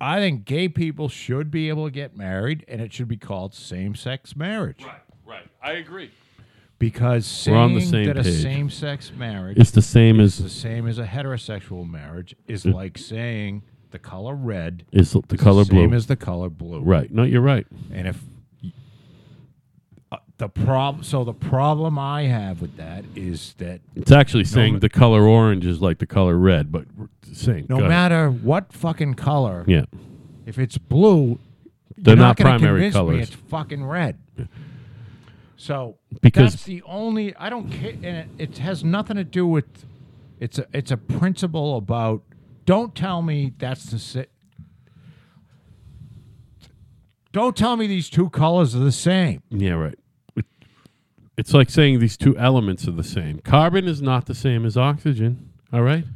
[SPEAKER 2] I think gay people should be able to get married and it should be called same-sex marriage.
[SPEAKER 1] right. I agree.
[SPEAKER 2] Because saying
[SPEAKER 1] We're on the same
[SPEAKER 2] that a
[SPEAKER 1] page.
[SPEAKER 2] same-sex marriage
[SPEAKER 1] It's the same
[SPEAKER 2] is the
[SPEAKER 1] as
[SPEAKER 2] same as a heterosexual marriage is like saying the color red
[SPEAKER 1] is the color
[SPEAKER 2] is the same
[SPEAKER 1] blue.
[SPEAKER 2] as the color blue.
[SPEAKER 1] Right. No, you're right.
[SPEAKER 2] And if uh, the problem so the problem I have with that is that
[SPEAKER 1] It's actually saying the color orange is like the color red, but r- the same. Go
[SPEAKER 2] no
[SPEAKER 1] ahead.
[SPEAKER 2] matter what fucking color
[SPEAKER 1] Yeah.
[SPEAKER 2] If it's blue,
[SPEAKER 1] They're
[SPEAKER 2] you're
[SPEAKER 1] not
[SPEAKER 2] not, gonna
[SPEAKER 1] primary
[SPEAKER 2] convince
[SPEAKER 1] colors.
[SPEAKER 2] Me it's fucking red. So
[SPEAKER 1] Because-
[SPEAKER 2] that's the only I don't care, and it, it has nothing to do with. It's a it's a principle about. Don't tell me that's the. Si- don't tell me these two colors are the same.
[SPEAKER 1] Yeah, right. It- It's like saying these two elements are the same. Carbon is not the same as oxygen. All right?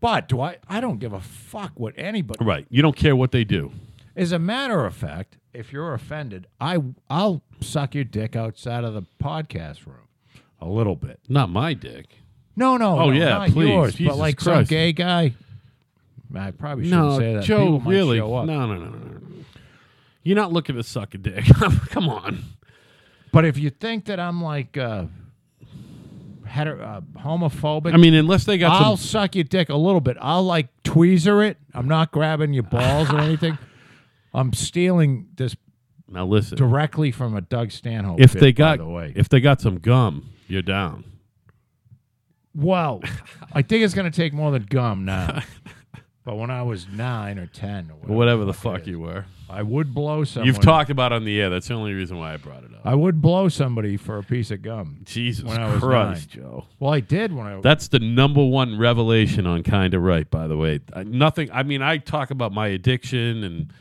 [SPEAKER 2] But do I? I don't give a fuck what anybody.
[SPEAKER 1] Right. You don't care what they do.
[SPEAKER 2] As a matter of fact, if you're offended, I I'll suck your dick outside of the podcast room, a little bit.
[SPEAKER 1] Not my dick.
[SPEAKER 2] No, no.
[SPEAKER 1] Oh,
[SPEAKER 2] no,
[SPEAKER 1] yeah,
[SPEAKER 2] not
[SPEAKER 1] please.
[SPEAKER 2] yours,
[SPEAKER 1] Jesus
[SPEAKER 2] but like some
[SPEAKER 1] Christ.
[SPEAKER 2] gay guy. I probably shouldn't
[SPEAKER 1] No,
[SPEAKER 2] say that.
[SPEAKER 1] Joe,
[SPEAKER 2] People might
[SPEAKER 1] really?
[SPEAKER 2] show
[SPEAKER 1] No,
[SPEAKER 2] up.
[SPEAKER 1] no, no, no, no. You're not looking to suck a dick. Come on.
[SPEAKER 2] But if you think that I'm like uh, heter- uh, homophobic.
[SPEAKER 1] I mean, unless they got
[SPEAKER 2] I'll
[SPEAKER 1] some.
[SPEAKER 2] suck your dick a little bit. I'll like tweezer it. I'm not grabbing your balls or anything. I'm stealing this
[SPEAKER 1] Now listen,
[SPEAKER 2] directly from a Doug Stanhope.
[SPEAKER 1] if
[SPEAKER 2] bit,
[SPEAKER 1] they
[SPEAKER 2] by
[SPEAKER 1] got
[SPEAKER 2] the way,
[SPEAKER 1] if they got some gum, you're down.
[SPEAKER 2] well, I think it's gonna take more than gum now. but when I was nine or ten, or whatever,
[SPEAKER 1] Whatever the
[SPEAKER 2] it
[SPEAKER 1] fuck
[SPEAKER 2] is,
[SPEAKER 1] you were.
[SPEAKER 2] I would blow someone.
[SPEAKER 1] You've talked about it on the air. That's the only reason why I brought it up.
[SPEAKER 2] I would blow somebody for a piece of gum.
[SPEAKER 1] Jesus
[SPEAKER 2] when I was
[SPEAKER 1] Christ, Joe.
[SPEAKER 2] Well, I did when I.
[SPEAKER 1] That's the number one revelation on Kinda Right, by the way. I, nothing, I mean, I talk about my addiction, and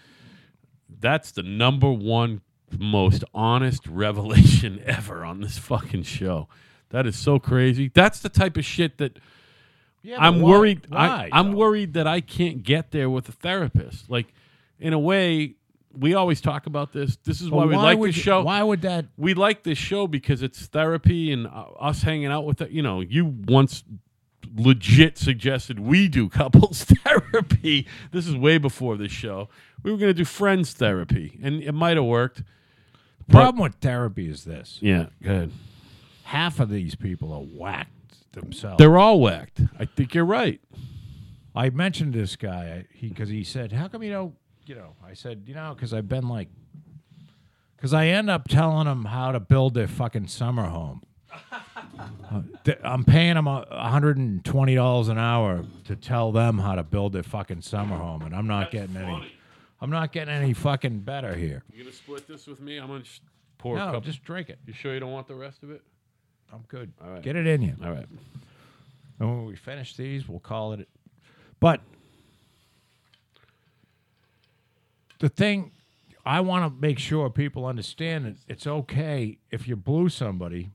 [SPEAKER 1] that's the number one most honest revelation ever on this fucking show. That is so crazy. That's the type of shit that
[SPEAKER 2] Yeah, but
[SPEAKER 1] I'm
[SPEAKER 2] why-
[SPEAKER 1] worried.
[SPEAKER 2] why,
[SPEAKER 1] I, I'm
[SPEAKER 2] though?
[SPEAKER 1] worried that I can't get there with a therapist. Like, in a way, we always talk about this. This is
[SPEAKER 2] But
[SPEAKER 1] why we like
[SPEAKER 2] would
[SPEAKER 1] this
[SPEAKER 2] you-
[SPEAKER 1] show
[SPEAKER 2] Why would that?
[SPEAKER 1] we like this show because it's therapy and uh, us hanging out with the, you know you once legit suggested we do couples therapy this is way before this show we were going to do friends therapy and it might have worked
[SPEAKER 2] Problem with therapy is this:
[SPEAKER 1] yeah good
[SPEAKER 2] half of these people are whacked themselves.
[SPEAKER 1] they're all whacked i think you're right
[SPEAKER 2] I mentioned this guy he because he said, "How come you don't?" You know, I said, "You know, because I've been like, because I end up telling them how to build their fucking summer home. Uh, th- I'm paying them a hundred and twenty dollars an hour to tell them how to build their fucking summer home, and I'm not getting any. I'm not getting any fucking better here.
[SPEAKER 1] you gonna split this with me i'm gonna just pour
[SPEAKER 2] No, just drink it.
[SPEAKER 1] you sure you don't want the rest of it
[SPEAKER 2] I'm good.
[SPEAKER 1] right.
[SPEAKER 2] Get it in you.
[SPEAKER 1] all right
[SPEAKER 2] And when we finish these, we'll call it. But the thing I want to make sure people understand is it's okay if you blew somebody.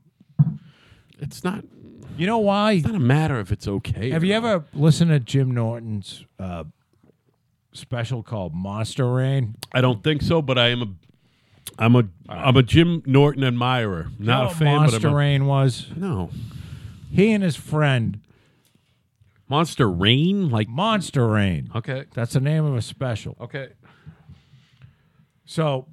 [SPEAKER 1] it's not
[SPEAKER 2] You know why?
[SPEAKER 1] not a matter if it's okay
[SPEAKER 2] Have you
[SPEAKER 1] or not.
[SPEAKER 2] ever listened to Jim Norton's uh, special called Monster Rain?
[SPEAKER 1] i don't think so but i am a I'm a am a Jim Norton admirer,
[SPEAKER 2] You know
[SPEAKER 1] not a
[SPEAKER 2] what
[SPEAKER 1] fan,
[SPEAKER 2] Monster
[SPEAKER 1] but I'm a,
[SPEAKER 2] Rain was
[SPEAKER 1] No.
[SPEAKER 2] he and his friend
[SPEAKER 1] Monster Rain? Like
[SPEAKER 2] Monster Rain.
[SPEAKER 1] Okay.
[SPEAKER 2] That's the name of a special.
[SPEAKER 1] Okay.
[SPEAKER 2] So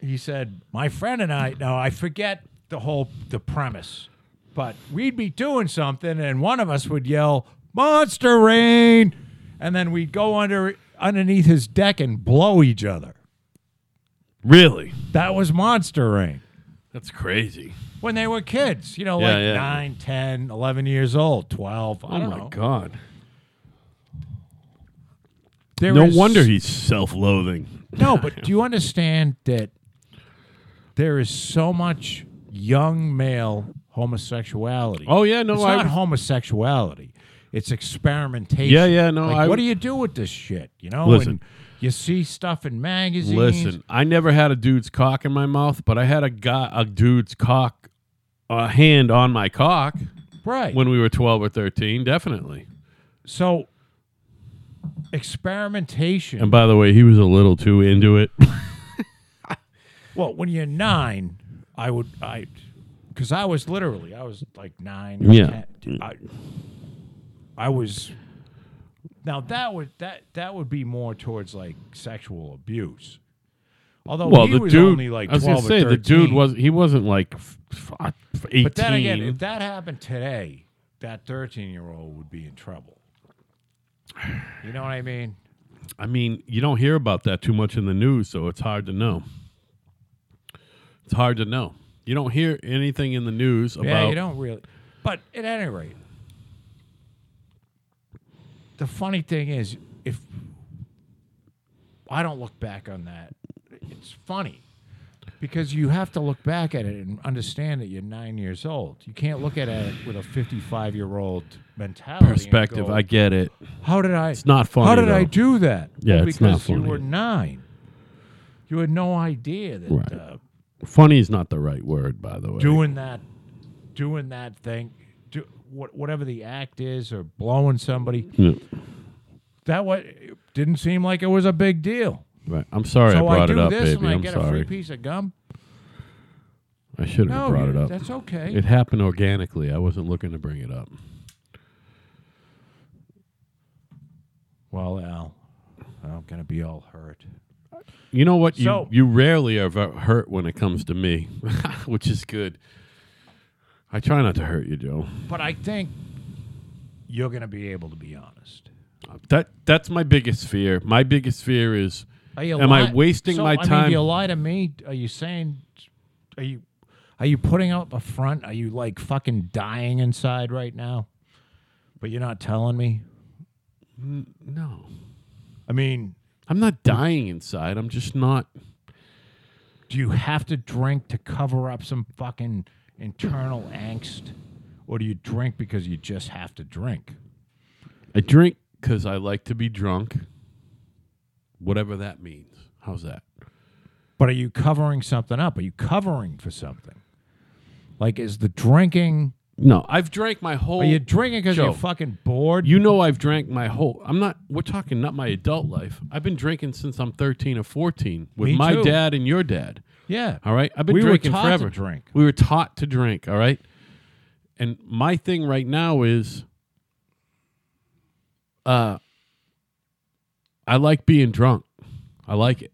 [SPEAKER 2] he said, "My friend and I. Now I forget the whole the premise, but we'd be doing something, and one of us would yell "Monster Rain," and then we'd go under underneath his deck and blow each other.
[SPEAKER 1] Really?
[SPEAKER 2] That was Monster Rain
[SPEAKER 1] That's crazy.
[SPEAKER 2] when they were kids. You know,
[SPEAKER 1] Yeah,
[SPEAKER 2] like
[SPEAKER 1] yeah.
[SPEAKER 2] nine, ten, eleven 9, 10, 11 years old, 12. I
[SPEAKER 1] Oh
[SPEAKER 2] don't
[SPEAKER 1] my
[SPEAKER 2] know.
[SPEAKER 1] god.
[SPEAKER 2] There
[SPEAKER 1] No
[SPEAKER 2] is-
[SPEAKER 1] wonder he's self-loathing.
[SPEAKER 2] No, but do you understand that there is so much young male homosexuality?
[SPEAKER 1] Oh, yeah, no,
[SPEAKER 2] it's
[SPEAKER 1] I-
[SPEAKER 2] not homosexuality. It's experimentation.
[SPEAKER 1] Yeah, yeah, no,
[SPEAKER 2] Like,
[SPEAKER 1] I-
[SPEAKER 2] what do you do with this shit? You know,
[SPEAKER 1] Listen.
[SPEAKER 2] and you see stuff in magazines.
[SPEAKER 1] Listen, I never had a dude's cock in my mouth, but I had a guy a dude's cock a hand on my cock
[SPEAKER 2] right?
[SPEAKER 1] when we were 12 or 13, definitely.
[SPEAKER 2] so experimentation.
[SPEAKER 1] And by the way, he was a little too into it.
[SPEAKER 2] well, when you're nine, I would I, because I was literally I was like nine. or
[SPEAKER 1] Yeah.
[SPEAKER 2] 10. I, I was. Now that would that that would be more towards like sexual abuse. Although
[SPEAKER 1] well,
[SPEAKER 2] he
[SPEAKER 1] the
[SPEAKER 2] was
[SPEAKER 1] dude
[SPEAKER 2] only like
[SPEAKER 1] I was gonna
[SPEAKER 2] twelve
[SPEAKER 1] say
[SPEAKER 2] or
[SPEAKER 1] the dude
[SPEAKER 2] 13.
[SPEAKER 1] was he wasn't like f- uh, f- 18.
[SPEAKER 2] But then again, if that happened today, that thirteen-year-old would be in trouble. You know what I mean?
[SPEAKER 1] I mean, you don't hear about that too much in the news, so it's hard to know. It's hard to know. You don't hear anything in the news about.
[SPEAKER 2] Yeah, you don't really. But at any rate, the funny thing is, if I don't look back on that, it's funny because you have to look back at it and understand that you're nine years old. You can't look at it with a 55 year old mentality. and
[SPEAKER 1] perspective.
[SPEAKER 2] go,
[SPEAKER 1] I get it.
[SPEAKER 2] how did I?
[SPEAKER 1] It's not funny.
[SPEAKER 2] How did
[SPEAKER 1] though.
[SPEAKER 2] I do that?
[SPEAKER 1] Yeah,
[SPEAKER 2] well,
[SPEAKER 1] it's
[SPEAKER 2] because
[SPEAKER 1] not
[SPEAKER 2] you
[SPEAKER 1] funny.
[SPEAKER 2] were nine. You had no idea that
[SPEAKER 1] Right.
[SPEAKER 2] uh,
[SPEAKER 1] Funny is not the right word, by the way.
[SPEAKER 2] doing that, doing that thing, do, what, whatever the act is, or blowing somebody.
[SPEAKER 1] No.
[SPEAKER 2] That what it didn't seem like it was a big deal.
[SPEAKER 1] Right. I'm sorry
[SPEAKER 2] so
[SPEAKER 1] I
[SPEAKER 2] I
[SPEAKER 1] brought
[SPEAKER 2] do
[SPEAKER 1] it up,
[SPEAKER 2] this
[SPEAKER 1] baby.
[SPEAKER 2] and I
[SPEAKER 1] I'm
[SPEAKER 2] get a
[SPEAKER 1] sorry.
[SPEAKER 2] free piece of gum.
[SPEAKER 1] I should have
[SPEAKER 2] No,
[SPEAKER 1] brought
[SPEAKER 2] you-
[SPEAKER 1] it up.
[SPEAKER 2] that's okay.
[SPEAKER 1] It happened organically. I wasn't looking to bring it up.
[SPEAKER 2] well, Al, I'm gonna be all hurt.
[SPEAKER 1] You know what? You,
[SPEAKER 2] So-
[SPEAKER 1] you rarely are v- hurt when it comes to me, which is good. I try not to hurt you, Joe.
[SPEAKER 2] But I think you're going to be able to be honest.
[SPEAKER 1] That that's my biggest fear. My biggest fear is
[SPEAKER 2] Are you
[SPEAKER 1] Am I
[SPEAKER 2] li-
[SPEAKER 1] wasting
[SPEAKER 2] so,
[SPEAKER 1] my
[SPEAKER 2] I mean,
[SPEAKER 1] time-
[SPEAKER 2] do you lie to me? Are you saying? Are you? Are you putting up a front? Are you like fucking dying inside right now? But you're not telling me.
[SPEAKER 1] no.
[SPEAKER 2] I mean,
[SPEAKER 1] I'm not dying inside. I'm just not.
[SPEAKER 2] do you have to drink to cover up some fucking internal angst, or do you drink because you just have to drink?
[SPEAKER 1] I drink because I like to be drunk. Whatever that means. How's that?
[SPEAKER 2] But are you covering something up? Are you covering for something? Like, is the drinking?
[SPEAKER 1] No, I've drank my whole.
[SPEAKER 2] Are you drinking because
[SPEAKER 1] Joe.
[SPEAKER 2] you're fucking bored?
[SPEAKER 1] You know I've drank my whole I'm not we're talking not my adult life. I've been drinking since I'm 13 or 14 with
[SPEAKER 2] Me
[SPEAKER 1] my
[SPEAKER 2] too.
[SPEAKER 1] dad and your dad.
[SPEAKER 2] yeah.
[SPEAKER 1] All right? I've been
[SPEAKER 2] We were
[SPEAKER 1] drinking
[SPEAKER 2] taught to
[SPEAKER 1] forever.
[SPEAKER 2] drink.
[SPEAKER 1] We were taught to drink, all right? And my thing right now is uh I like being drunk. I like it.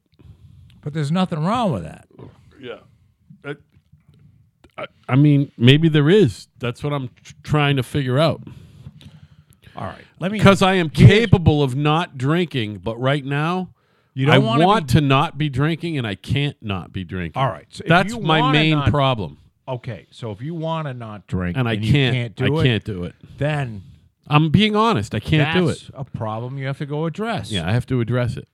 [SPEAKER 2] But there's nothing wrong with that.
[SPEAKER 1] Yeah. I, I, I mean, maybe there is. That's what I'm tr- trying to figure out.
[SPEAKER 2] All right. Let me.
[SPEAKER 1] Because I am capable of not drinking, but right now,
[SPEAKER 2] You
[SPEAKER 1] I
[SPEAKER 2] don't wanna
[SPEAKER 1] want
[SPEAKER 2] be-
[SPEAKER 1] to not be drinking, and I can't not be drinking.
[SPEAKER 2] All right. So if
[SPEAKER 1] that's
[SPEAKER 2] you
[SPEAKER 1] my
[SPEAKER 2] wanna
[SPEAKER 1] main
[SPEAKER 2] not-
[SPEAKER 1] problem,
[SPEAKER 2] Okay. So if you want to not drink
[SPEAKER 1] and I
[SPEAKER 2] you
[SPEAKER 1] can't.
[SPEAKER 2] do
[SPEAKER 1] I
[SPEAKER 2] it,
[SPEAKER 1] can't do it.
[SPEAKER 2] then
[SPEAKER 1] I'm being honest. I can't do
[SPEAKER 2] that's
[SPEAKER 1] it.
[SPEAKER 2] a problem you have to go address.
[SPEAKER 1] Yeah, I have to address it,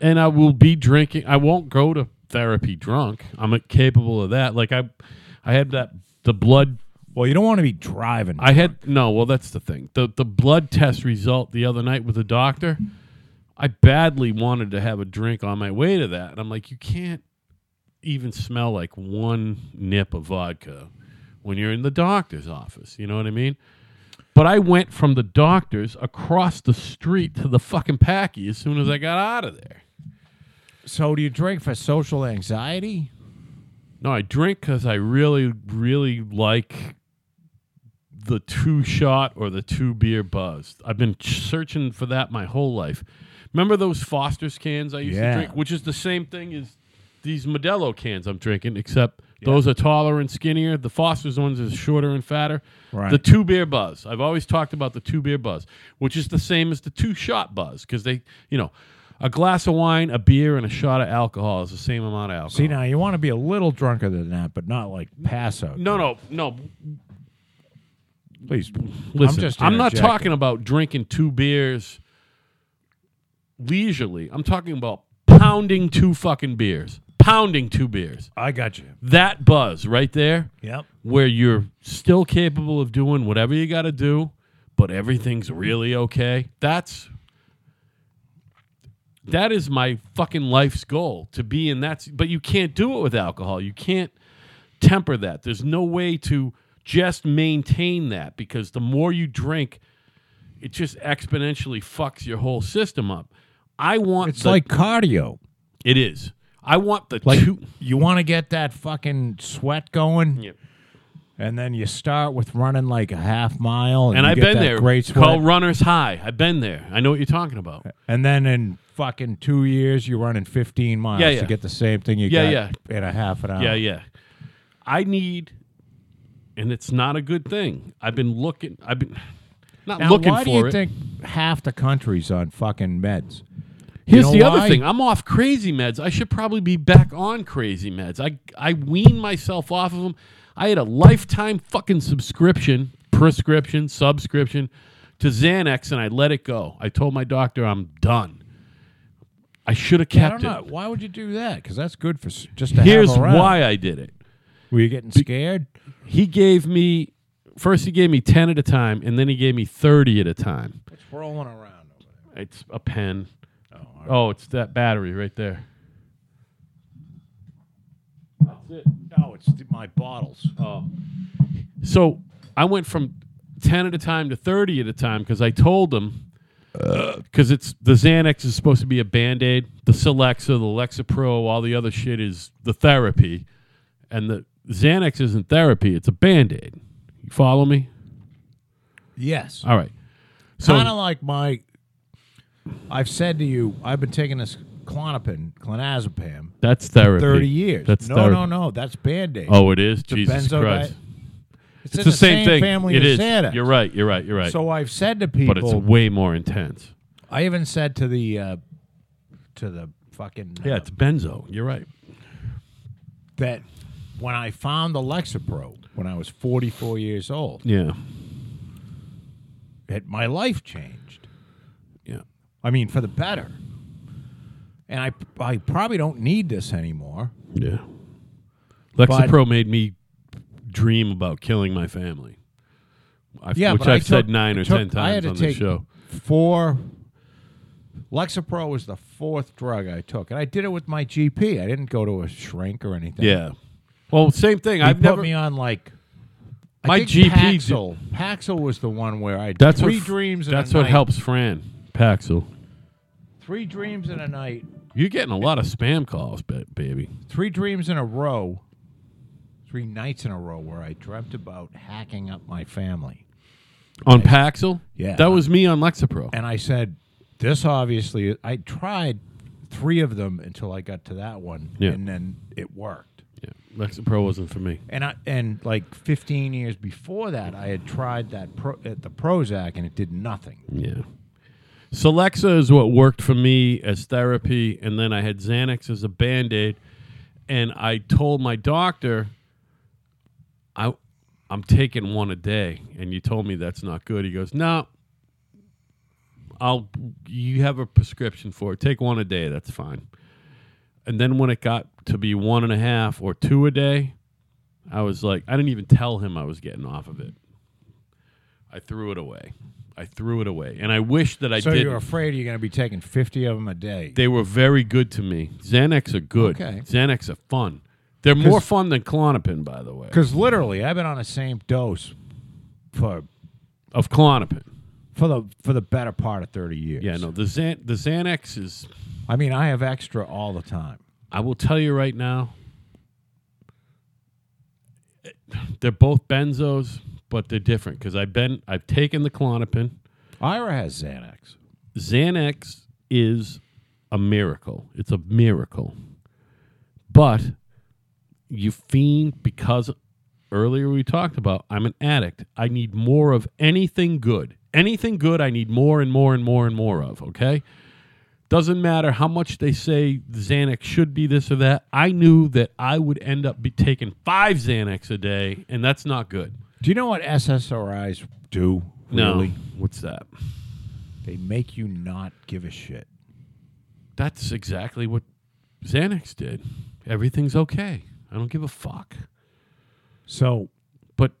[SPEAKER 1] and I will be drinking. I won't go to therapy drunk. I'm capable of that. Like I, I had that the blood
[SPEAKER 2] Well, you don't want to be driving.
[SPEAKER 1] I had no. Well, that's the thing. the The blood test result the other night with the doctor. I badly wanted to have a drink on my way to that, and I'm like, you can't even smell like one nip of vodka when you're in the doctor's office. You know what I mean? But I went from the doctor's across the street to the fucking packy as soon as I got out of there.
[SPEAKER 2] so do you drink for social anxiety?
[SPEAKER 1] No, I drink because I really, really like the two shot or the two beer buzz. I've been ch- searching for that my whole life. Remember those Foster's cans I used
[SPEAKER 2] Yeah.
[SPEAKER 1] to drink, which is the same thing as these Modelo cans I'm drinking, except those are taller and skinnier. The Foster's ones is shorter and fatter.
[SPEAKER 2] Right.
[SPEAKER 1] The two beer buzz. I've always talked about the two beer buzz, which is the same as the two shot buzz because they, you know, a glass of wine, a beer, and a shot of alcohol is the same amount of alcohol.
[SPEAKER 2] See, now you want to be a little drunker than that, but not like pass out.
[SPEAKER 1] No, no, no.
[SPEAKER 2] please.
[SPEAKER 1] Listen, I'm,
[SPEAKER 2] just
[SPEAKER 1] not
[SPEAKER 2] interjecting.
[SPEAKER 1] talking about drinking two beers leisurely. I'm talking about pounding two fucking beers. Pounding two beers.
[SPEAKER 2] I got you.
[SPEAKER 1] That buzz right there,
[SPEAKER 2] Yep.
[SPEAKER 1] where you're still capable of doing whatever you got to do, but everything's really okay. That's that is my fucking life's goal to be in that. s- But you can't do it with alcohol. You can't temper that. There's no way to just maintain that because the more you drink, it just exponentially fucks your whole system up. I want
[SPEAKER 2] It's
[SPEAKER 1] the-
[SPEAKER 2] like cardio.
[SPEAKER 1] it is. I want the
[SPEAKER 2] Like
[SPEAKER 1] two.
[SPEAKER 2] you want to get that fucking sweat going,
[SPEAKER 1] Yeah.
[SPEAKER 2] and then you start with running like a half mile, and,
[SPEAKER 1] And
[SPEAKER 2] you
[SPEAKER 1] I've
[SPEAKER 2] get
[SPEAKER 1] been
[SPEAKER 2] that
[SPEAKER 1] there.
[SPEAKER 2] Great sweat,
[SPEAKER 1] Call runners high. I've been there. I know what you're talking about.
[SPEAKER 2] and then in fucking two years you're running 15 miles
[SPEAKER 1] Yeah, yeah.
[SPEAKER 2] to get the same thing you
[SPEAKER 1] Yeah,
[SPEAKER 2] got in a half an hour.
[SPEAKER 1] Yeah, yeah. I need, and it's not a good thing. I've been looking. I've been not
[SPEAKER 2] Now,
[SPEAKER 1] looking
[SPEAKER 2] why do
[SPEAKER 1] for
[SPEAKER 2] you
[SPEAKER 1] it.
[SPEAKER 2] think half the country's on fucking meds?
[SPEAKER 1] Here's
[SPEAKER 2] know
[SPEAKER 1] the other
[SPEAKER 2] why?
[SPEAKER 1] thing. I'm off crazy meds. I should probably be back on crazy meds. I I wean myself off of them. I had a lifetime fucking subscription, prescription, subscription to Xanax, and I let it go. I told my doctor I'm done. I should have
[SPEAKER 2] I
[SPEAKER 1] kept
[SPEAKER 2] don't know.
[SPEAKER 1] it.
[SPEAKER 2] Why would you do that? Because that's good for s- just to
[SPEAKER 1] Here's
[SPEAKER 2] have around.
[SPEAKER 1] why I did it.
[SPEAKER 2] Were you getting scared?
[SPEAKER 1] he gave me first he gave me 10 at a time and then he gave me 30 at a time
[SPEAKER 2] It's rolling around. Over there.
[SPEAKER 1] it's a pen oh, it's that battery right there
[SPEAKER 2] No, it's th- my bottles.
[SPEAKER 1] Oh. so i went from 10 at a time to 30 at a time because i told him because it's the xanax is supposed to be a band-aid the celexa the lexapro all the other shit is the therapy and the xanax isn't therapy it's a band-aid you follow me
[SPEAKER 2] yes.
[SPEAKER 1] all right so
[SPEAKER 2] Kind of like my. I've said to you, I've been taking this clonopin, clonazepam,
[SPEAKER 1] that's therapy
[SPEAKER 2] 30 years.
[SPEAKER 1] that's
[SPEAKER 2] no,
[SPEAKER 1] therapy.
[SPEAKER 2] no, no. That's Band-Aid.
[SPEAKER 1] Oh, it is? Jesus
[SPEAKER 2] benzo
[SPEAKER 1] Christ.
[SPEAKER 2] di- It's,
[SPEAKER 1] It's
[SPEAKER 2] in
[SPEAKER 1] the, same, thing.
[SPEAKER 2] family
[SPEAKER 1] It
[SPEAKER 2] as
[SPEAKER 1] is.
[SPEAKER 2] Xanax.
[SPEAKER 1] You're right. You're right. You're right.
[SPEAKER 2] So I've said to people,
[SPEAKER 1] but it's way more intense.
[SPEAKER 2] I even said to the uh, to the fucking uh,
[SPEAKER 1] Yeah, it's benzo. You're right.
[SPEAKER 2] that when I found the Lexapro when I was 44 years old,
[SPEAKER 1] Yeah.
[SPEAKER 2] it, my life changed.
[SPEAKER 1] Yeah.
[SPEAKER 2] I mean, for the better. And I, I probably don't need this anymore.
[SPEAKER 1] Yeah. Lexapro made me dream about killing my family. I,
[SPEAKER 2] Yeah,
[SPEAKER 1] which
[SPEAKER 2] but I
[SPEAKER 1] I've said
[SPEAKER 2] took-
[SPEAKER 1] nine or
[SPEAKER 2] took-
[SPEAKER 1] ten
[SPEAKER 2] I had
[SPEAKER 1] times
[SPEAKER 2] to
[SPEAKER 1] on this
[SPEAKER 2] take
[SPEAKER 1] show.
[SPEAKER 2] Four. Lexapro was the fourth drug I took, and I did it with my GP. I didn't go to a shrink or anything.
[SPEAKER 1] Yeah. Well, same thing.
[SPEAKER 2] he
[SPEAKER 1] I've
[SPEAKER 2] put
[SPEAKER 1] never.
[SPEAKER 2] me on like. I
[SPEAKER 1] My
[SPEAKER 2] think
[SPEAKER 1] GP did-
[SPEAKER 2] Paxil. Paxil was the one where I
[SPEAKER 1] that's
[SPEAKER 2] three
[SPEAKER 1] what.
[SPEAKER 2] dreams. in a
[SPEAKER 1] That's what
[SPEAKER 2] night.
[SPEAKER 1] helps Fran Paxil.
[SPEAKER 2] Three dreams in a night.
[SPEAKER 1] You're getting a lot of spam calls, ba- baby.
[SPEAKER 2] Three dreams in a row. Three nights in a row where I dreamt about hacking up my family.
[SPEAKER 1] On Paxil?
[SPEAKER 2] Yeah.
[SPEAKER 1] That was me on Lexapro.
[SPEAKER 2] and I said, "This obviously." I tried three of them until I got to that one,
[SPEAKER 1] Yeah.
[SPEAKER 2] and then it worked.
[SPEAKER 1] Yeah. Lexapro wasn't for me.
[SPEAKER 2] And I and like 15 years before that, I had tried that pro, at the Prozac, and it did nothing.
[SPEAKER 1] Yeah. So Lexa is what worked for me as therapy, and then I had Xanax as a band aid. And I told my doctor, I, I'm taking one a day. And you told me that's not good. He goes, No, I'll, you have a prescription for it. Take one a day. That's fine. And then when it got to be one and a half or two a day, I was like, I didn't even tell him I was getting off of it. I threw it away. I threw it away. And I wish that I
[SPEAKER 2] so
[SPEAKER 1] did.
[SPEAKER 2] you're afraid you're going to be taking 50 of them a day.
[SPEAKER 1] They were very good to me. Xanax are good.
[SPEAKER 2] Okay.
[SPEAKER 1] Xanax are fun. They're more
[SPEAKER 2] 'Cause-
[SPEAKER 1] fun than Clonopin, by the way.
[SPEAKER 2] Because literally, I've been on the same dose for
[SPEAKER 1] Of Clonopin.
[SPEAKER 2] for the for the better part of 30 years.
[SPEAKER 1] Yeah, no. The Xan- the Xanax is.
[SPEAKER 2] I mean, I have extra all the time.
[SPEAKER 1] I will tell you right now. They're both benzos, but they're different because I've been I've taken the Clonopin.
[SPEAKER 2] Ira has Xanax.
[SPEAKER 1] Xanax is a miracle. It's a miracle. But you fiend because earlier we talked about I'm an addict. I need more of anything good. Anything good I need more and more and more and more of, okay? Doesn't matter how much they say Xanax should be this or that. I knew that I would end up be taking 5 Xanax a day and that's not good.
[SPEAKER 2] Do you know what SSRIs do? Really?
[SPEAKER 1] No. What's that?
[SPEAKER 2] They make you not give a shit.
[SPEAKER 1] That's exactly what Xanax did. Everything's okay. I don't give a fuck.
[SPEAKER 2] So
[SPEAKER 1] But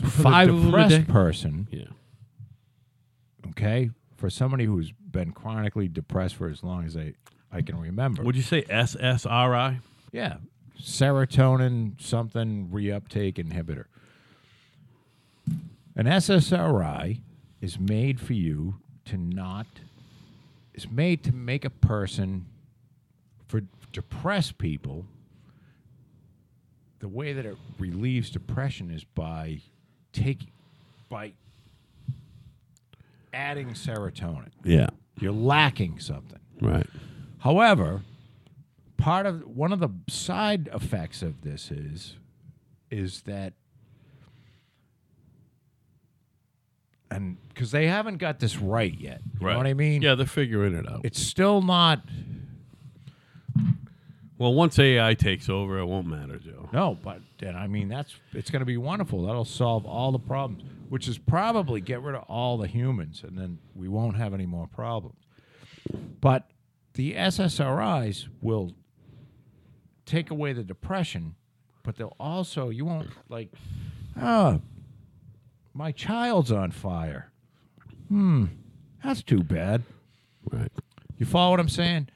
[SPEAKER 2] for
[SPEAKER 1] five
[SPEAKER 2] the
[SPEAKER 1] of them a
[SPEAKER 2] depressed
[SPEAKER 1] day.
[SPEAKER 2] person,
[SPEAKER 1] yeah,
[SPEAKER 2] okay, for somebody who's been chronically depressed for as long as I, I can remember.
[SPEAKER 1] would you say SSRI?
[SPEAKER 2] yeah. Serotonin something reuptake inhibitor. An SSRI is made for you to not is made to make a person for depressed people the way that it relieves depression is by taking by adding serotonin
[SPEAKER 1] Yeah,
[SPEAKER 2] you're lacking something
[SPEAKER 1] right.
[SPEAKER 2] However, part of one of the side effects of this is is that and because they haven't got this right yet. You
[SPEAKER 1] right.
[SPEAKER 2] know what I mean?
[SPEAKER 1] Yeah, they're figuring it out.
[SPEAKER 2] It's still not
[SPEAKER 1] well, once AI takes over, it won't matter, Joe.
[SPEAKER 2] no, but and I mean that's it's gonna be wonderful. That'll solve all the problems. Which is probably get rid of all the humans and then we won't have any more problems. But the SSRIs will take away the depression, but they'll also you won't like, oh, my child's on fire. Hmm, that's too bad.
[SPEAKER 1] Right.
[SPEAKER 2] You follow what I'm saying?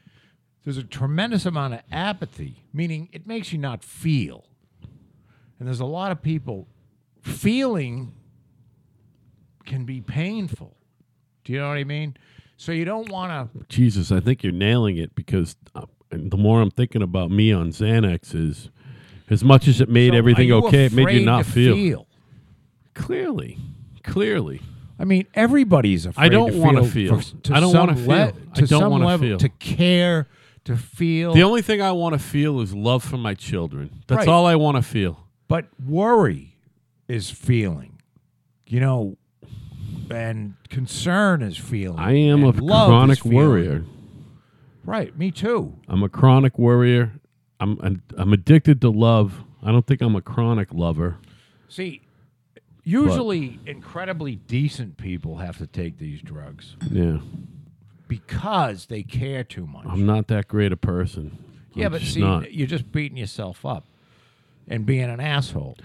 [SPEAKER 2] There's a tremendous amount of apathy, meaning it makes you not feel. And there's a lot of people feeling can be painful. Do you know what I mean? So you don't want to.
[SPEAKER 1] Jesus, I think you're nailing it because uh, and the more I'm thinking about me on Xanax is, as much as it made everything okay, it made you not feel. Clearly, clearly.
[SPEAKER 2] I mean, everybody's afraid.
[SPEAKER 1] I don't
[SPEAKER 2] to
[SPEAKER 1] wanna feel.
[SPEAKER 2] for- to
[SPEAKER 1] I don't
[SPEAKER 2] some
[SPEAKER 1] wanna feel.
[SPEAKER 2] le-
[SPEAKER 1] I
[SPEAKER 2] To
[SPEAKER 1] don't
[SPEAKER 2] some
[SPEAKER 1] wanna
[SPEAKER 2] level,
[SPEAKER 1] feel.
[SPEAKER 2] to care, to feel,
[SPEAKER 1] The only thing I want to feel is love for my children. That's
[SPEAKER 2] Right.
[SPEAKER 1] all I want to feel.
[SPEAKER 2] but worry is feeling, you know, and concern is feeling.
[SPEAKER 1] I am a
[SPEAKER 2] and love is
[SPEAKER 1] chronic
[SPEAKER 2] feeling.
[SPEAKER 1] worrier.
[SPEAKER 2] Right, me too.
[SPEAKER 1] I'm a chronic worrier. I'm, I'm I'm addicted to love. I don't think I'm a chronic lover.
[SPEAKER 2] See, usually incredibly decent people have to take these drugs
[SPEAKER 1] Yeah,
[SPEAKER 2] because they care too much.
[SPEAKER 1] I'm not that great a person.
[SPEAKER 2] yeah,
[SPEAKER 1] I'm
[SPEAKER 2] but
[SPEAKER 1] just
[SPEAKER 2] see, eh,
[SPEAKER 1] not.
[SPEAKER 2] you're just beating yourself up and being an asshole.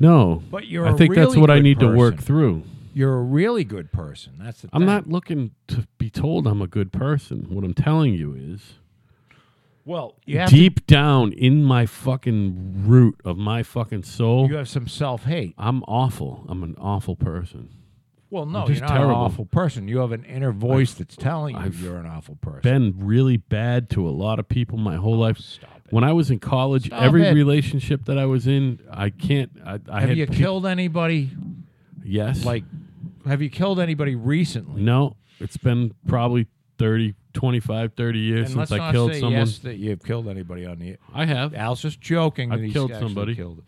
[SPEAKER 1] no.
[SPEAKER 2] But you're
[SPEAKER 1] I
[SPEAKER 2] a
[SPEAKER 1] think that's
[SPEAKER 2] really
[SPEAKER 1] what I
[SPEAKER 2] good
[SPEAKER 1] need to work
[SPEAKER 2] person.
[SPEAKER 1] through.
[SPEAKER 2] You're a really good person. That's the
[SPEAKER 1] I'm
[SPEAKER 2] thing.
[SPEAKER 1] not looking to be told I'm a good person. What I'm telling you is
[SPEAKER 2] Well, you have,
[SPEAKER 1] deep down in my fucking root of my fucking soul,
[SPEAKER 2] you have some self hate.
[SPEAKER 1] I'm awful. I'm an awful person.
[SPEAKER 2] Well, no,
[SPEAKER 1] just
[SPEAKER 2] you're not
[SPEAKER 1] terrible.
[SPEAKER 2] an awful person. You have an inner voice that's telling you
[SPEAKER 1] I've
[SPEAKER 2] you're an awful person.
[SPEAKER 1] Been really bad to a lot of people my whole life.
[SPEAKER 2] Oh, Stop it.
[SPEAKER 1] When I was in college,
[SPEAKER 2] Stop
[SPEAKER 1] every
[SPEAKER 2] it.
[SPEAKER 1] relationship that I was in, I can't. I, I
[SPEAKER 2] Have
[SPEAKER 1] had
[SPEAKER 2] you
[SPEAKER 1] pe-
[SPEAKER 2] killed anybody?
[SPEAKER 1] Yes.
[SPEAKER 2] Like, have you killed anybody recently?
[SPEAKER 1] no. It's been probably 30, 25, 30 years
[SPEAKER 2] and
[SPEAKER 1] since
[SPEAKER 2] let's
[SPEAKER 1] I
[SPEAKER 2] not
[SPEAKER 1] killed
[SPEAKER 2] say
[SPEAKER 1] someone.
[SPEAKER 2] yes that you've killed anybody on the.
[SPEAKER 1] I have.
[SPEAKER 2] Al's just joking.
[SPEAKER 1] I've
[SPEAKER 2] that he's
[SPEAKER 1] killed
[SPEAKER 2] actually
[SPEAKER 1] somebody.
[SPEAKER 2] Killed.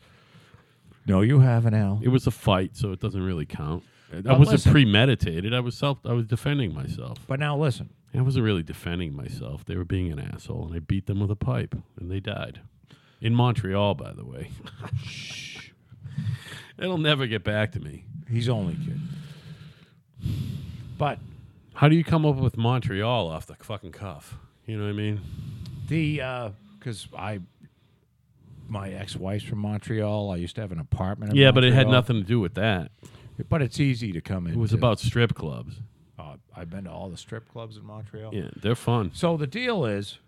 [SPEAKER 2] No, you haven't, Al.
[SPEAKER 1] It was a fight, so it doesn't really count. I
[SPEAKER 2] But
[SPEAKER 1] wasn't
[SPEAKER 2] listen-
[SPEAKER 1] premeditated. I was self. I was defending myself.
[SPEAKER 2] But now listen,
[SPEAKER 1] I wasn't really defending myself. They were being an asshole, and I beat them with a pipe, and they died. In Montreal, by the way. It'll never get back to me.
[SPEAKER 2] he's only kidding. But
[SPEAKER 1] How do you come up with Montreal off the fucking cuff? You know what I mean?
[SPEAKER 2] the because I, my ex-wife's from Montreal. I used to have an apartment. In
[SPEAKER 1] Yeah, but it had
[SPEAKER 2] Montreal.
[SPEAKER 1] nothing to do with that.
[SPEAKER 2] But it's easy to come in.
[SPEAKER 1] It was about strip clubs.
[SPEAKER 2] Uh, I've been to all the strip clubs in Montreal.
[SPEAKER 1] Yeah, they're fun.
[SPEAKER 2] So the deal is,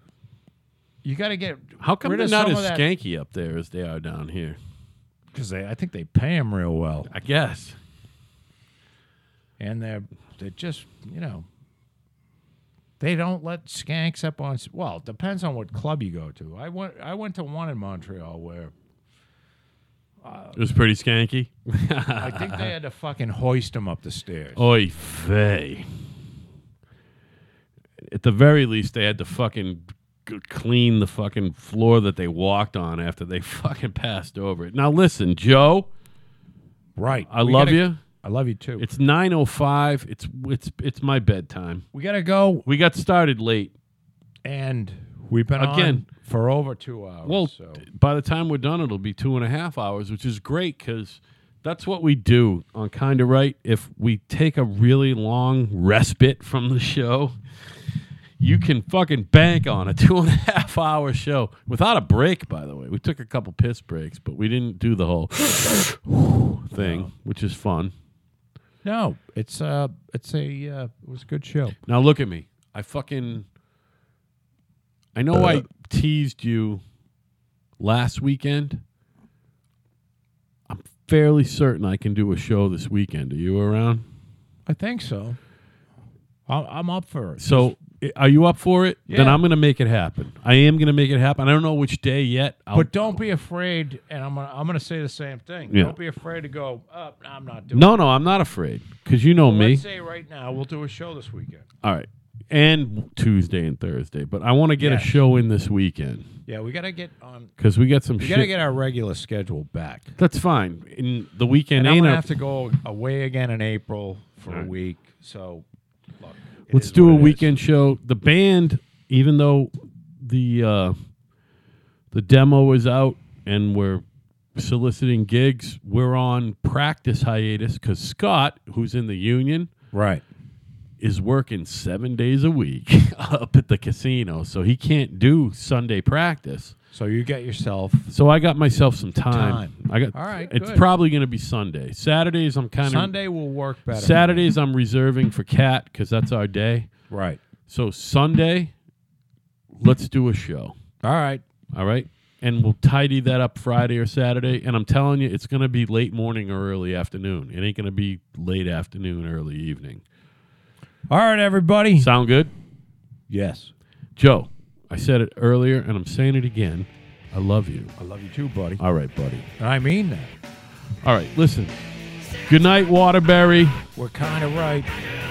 [SPEAKER 2] you got to get
[SPEAKER 1] How come
[SPEAKER 2] rid
[SPEAKER 1] they're
[SPEAKER 2] of
[SPEAKER 1] not
[SPEAKER 2] some
[SPEAKER 1] as
[SPEAKER 2] of that-
[SPEAKER 1] skanky up there as they are down here?
[SPEAKER 2] because I think they pay them real well,
[SPEAKER 1] I guess.
[SPEAKER 2] and they're they're just you know. They don't let skanks up on. s- Well, it depends on what club you go to. I went. I went to one in Montreal where
[SPEAKER 1] It was pretty skanky.
[SPEAKER 2] I think they had to fucking hoist them up the stairs.
[SPEAKER 1] Oy vey. At the very least, they had to fucking g- clean the fucking floor that they walked on after they fucking passed over it. Now listen, Joe,
[SPEAKER 2] Right.
[SPEAKER 1] I
[SPEAKER 2] We
[SPEAKER 1] love
[SPEAKER 2] gotta-
[SPEAKER 1] you.
[SPEAKER 2] I love you too.
[SPEAKER 1] It's nine oh five. It's it's it's my bedtime.
[SPEAKER 2] we gotta go,
[SPEAKER 1] We got started late.
[SPEAKER 2] and we've been
[SPEAKER 1] Again.
[SPEAKER 2] on for over two hours.
[SPEAKER 1] Well,
[SPEAKER 2] so.
[SPEAKER 1] d- by the time we're done, it'll be two and a half hours, which is great because that's what we do on Kinda Right. If we take a really long respite from the show, you can fucking bank on a two and a half hour show without a break, by the way. We took a couple piss breaks, but we didn't do the whole thing, which is fun.
[SPEAKER 2] no, it's uh, it's a uh, it was a good show.
[SPEAKER 1] Now look at me. I fucking. I know
[SPEAKER 2] Uh,
[SPEAKER 1] I teased you last weekend. I'm fairly certain I can do a show this weekend. Are you around?
[SPEAKER 2] I think so. I'm, I'm up for it.
[SPEAKER 1] So i- are you up for it? Then
[SPEAKER 2] Yeah.
[SPEAKER 1] I'm going to make it happen. I am going to make it happen. I don't know which day yet. I'll,
[SPEAKER 2] But don't be afraid, and I'm gonna I'm gonna say the same thing.
[SPEAKER 1] Yeah.
[SPEAKER 2] Don't be afraid to go. Uh, I'm not doing.
[SPEAKER 1] no, no, I'm not afraid because you know
[SPEAKER 2] it.
[SPEAKER 1] me.
[SPEAKER 2] Let's say right now we'll do a show this weekend.
[SPEAKER 1] All right. And Tuesday and Thursday. But I want to get
[SPEAKER 2] Yes.
[SPEAKER 1] a show in this weekend
[SPEAKER 2] Yeah, we gotta get on.
[SPEAKER 1] because we got some
[SPEAKER 2] We
[SPEAKER 1] shit.
[SPEAKER 2] gotta get our regular schedule back.
[SPEAKER 1] That's fine. In the weekend
[SPEAKER 2] And I'm
[SPEAKER 1] ain't
[SPEAKER 2] gonna
[SPEAKER 1] a-
[SPEAKER 2] have to go away again in April for a week. So look, it
[SPEAKER 1] Let's
[SPEAKER 2] is
[SPEAKER 1] do
[SPEAKER 2] what
[SPEAKER 1] a
[SPEAKER 2] it is.
[SPEAKER 1] weekend show. The band, even though the uh, the demo is out and we're soliciting gigs, we're on practice hiatus because Scott, who's in the union,
[SPEAKER 2] Right.
[SPEAKER 1] is working seven days a week up at the casino, so he can't do Sunday practice.
[SPEAKER 2] So you get yourself
[SPEAKER 1] So I got myself some time.
[SPEAKER 2] Time.
[SPEAKER 1] I got.
[SPEAKER 2] All right,
[SPEAKER 1] It's
[SPEAKER 2] good.
[SPEAKER 1] probably going to be Sunday. Saturdays, I'm kind of.
[SPEAKER 2] Sunday will work better.
[SPEAKER 1] Saturdays, I'm reserving for Cat because that's our day.
[SPEAKER 2] Right.
[SPEAKER 1] So Sunday, let's do a show.
[SPEAKER 2] All right.
[SPEAKER 1] All right. And we'll tidy that up Friday or Saturday. And I'm telling you, it's going to be late morning or early afternoon. It ain't going to be late afternoon, early evening.
[SPEAKER 2] All right, everybody.
[SPEAKER 1] Sound good?
[SPEAKER 2] Yes.
[SPEAKER 1] Joe, I said it earlier and I'm saying it again. I love you.
[SPEAKER 2] I love you too, buddy.
[SPEAKER 1] All right, buddy.
[SPEAKER 2] And I mean that.
[SPEAKER 1] All right, listen. Good night, Waterbury.
[SPEAKER 2] We're kind of right.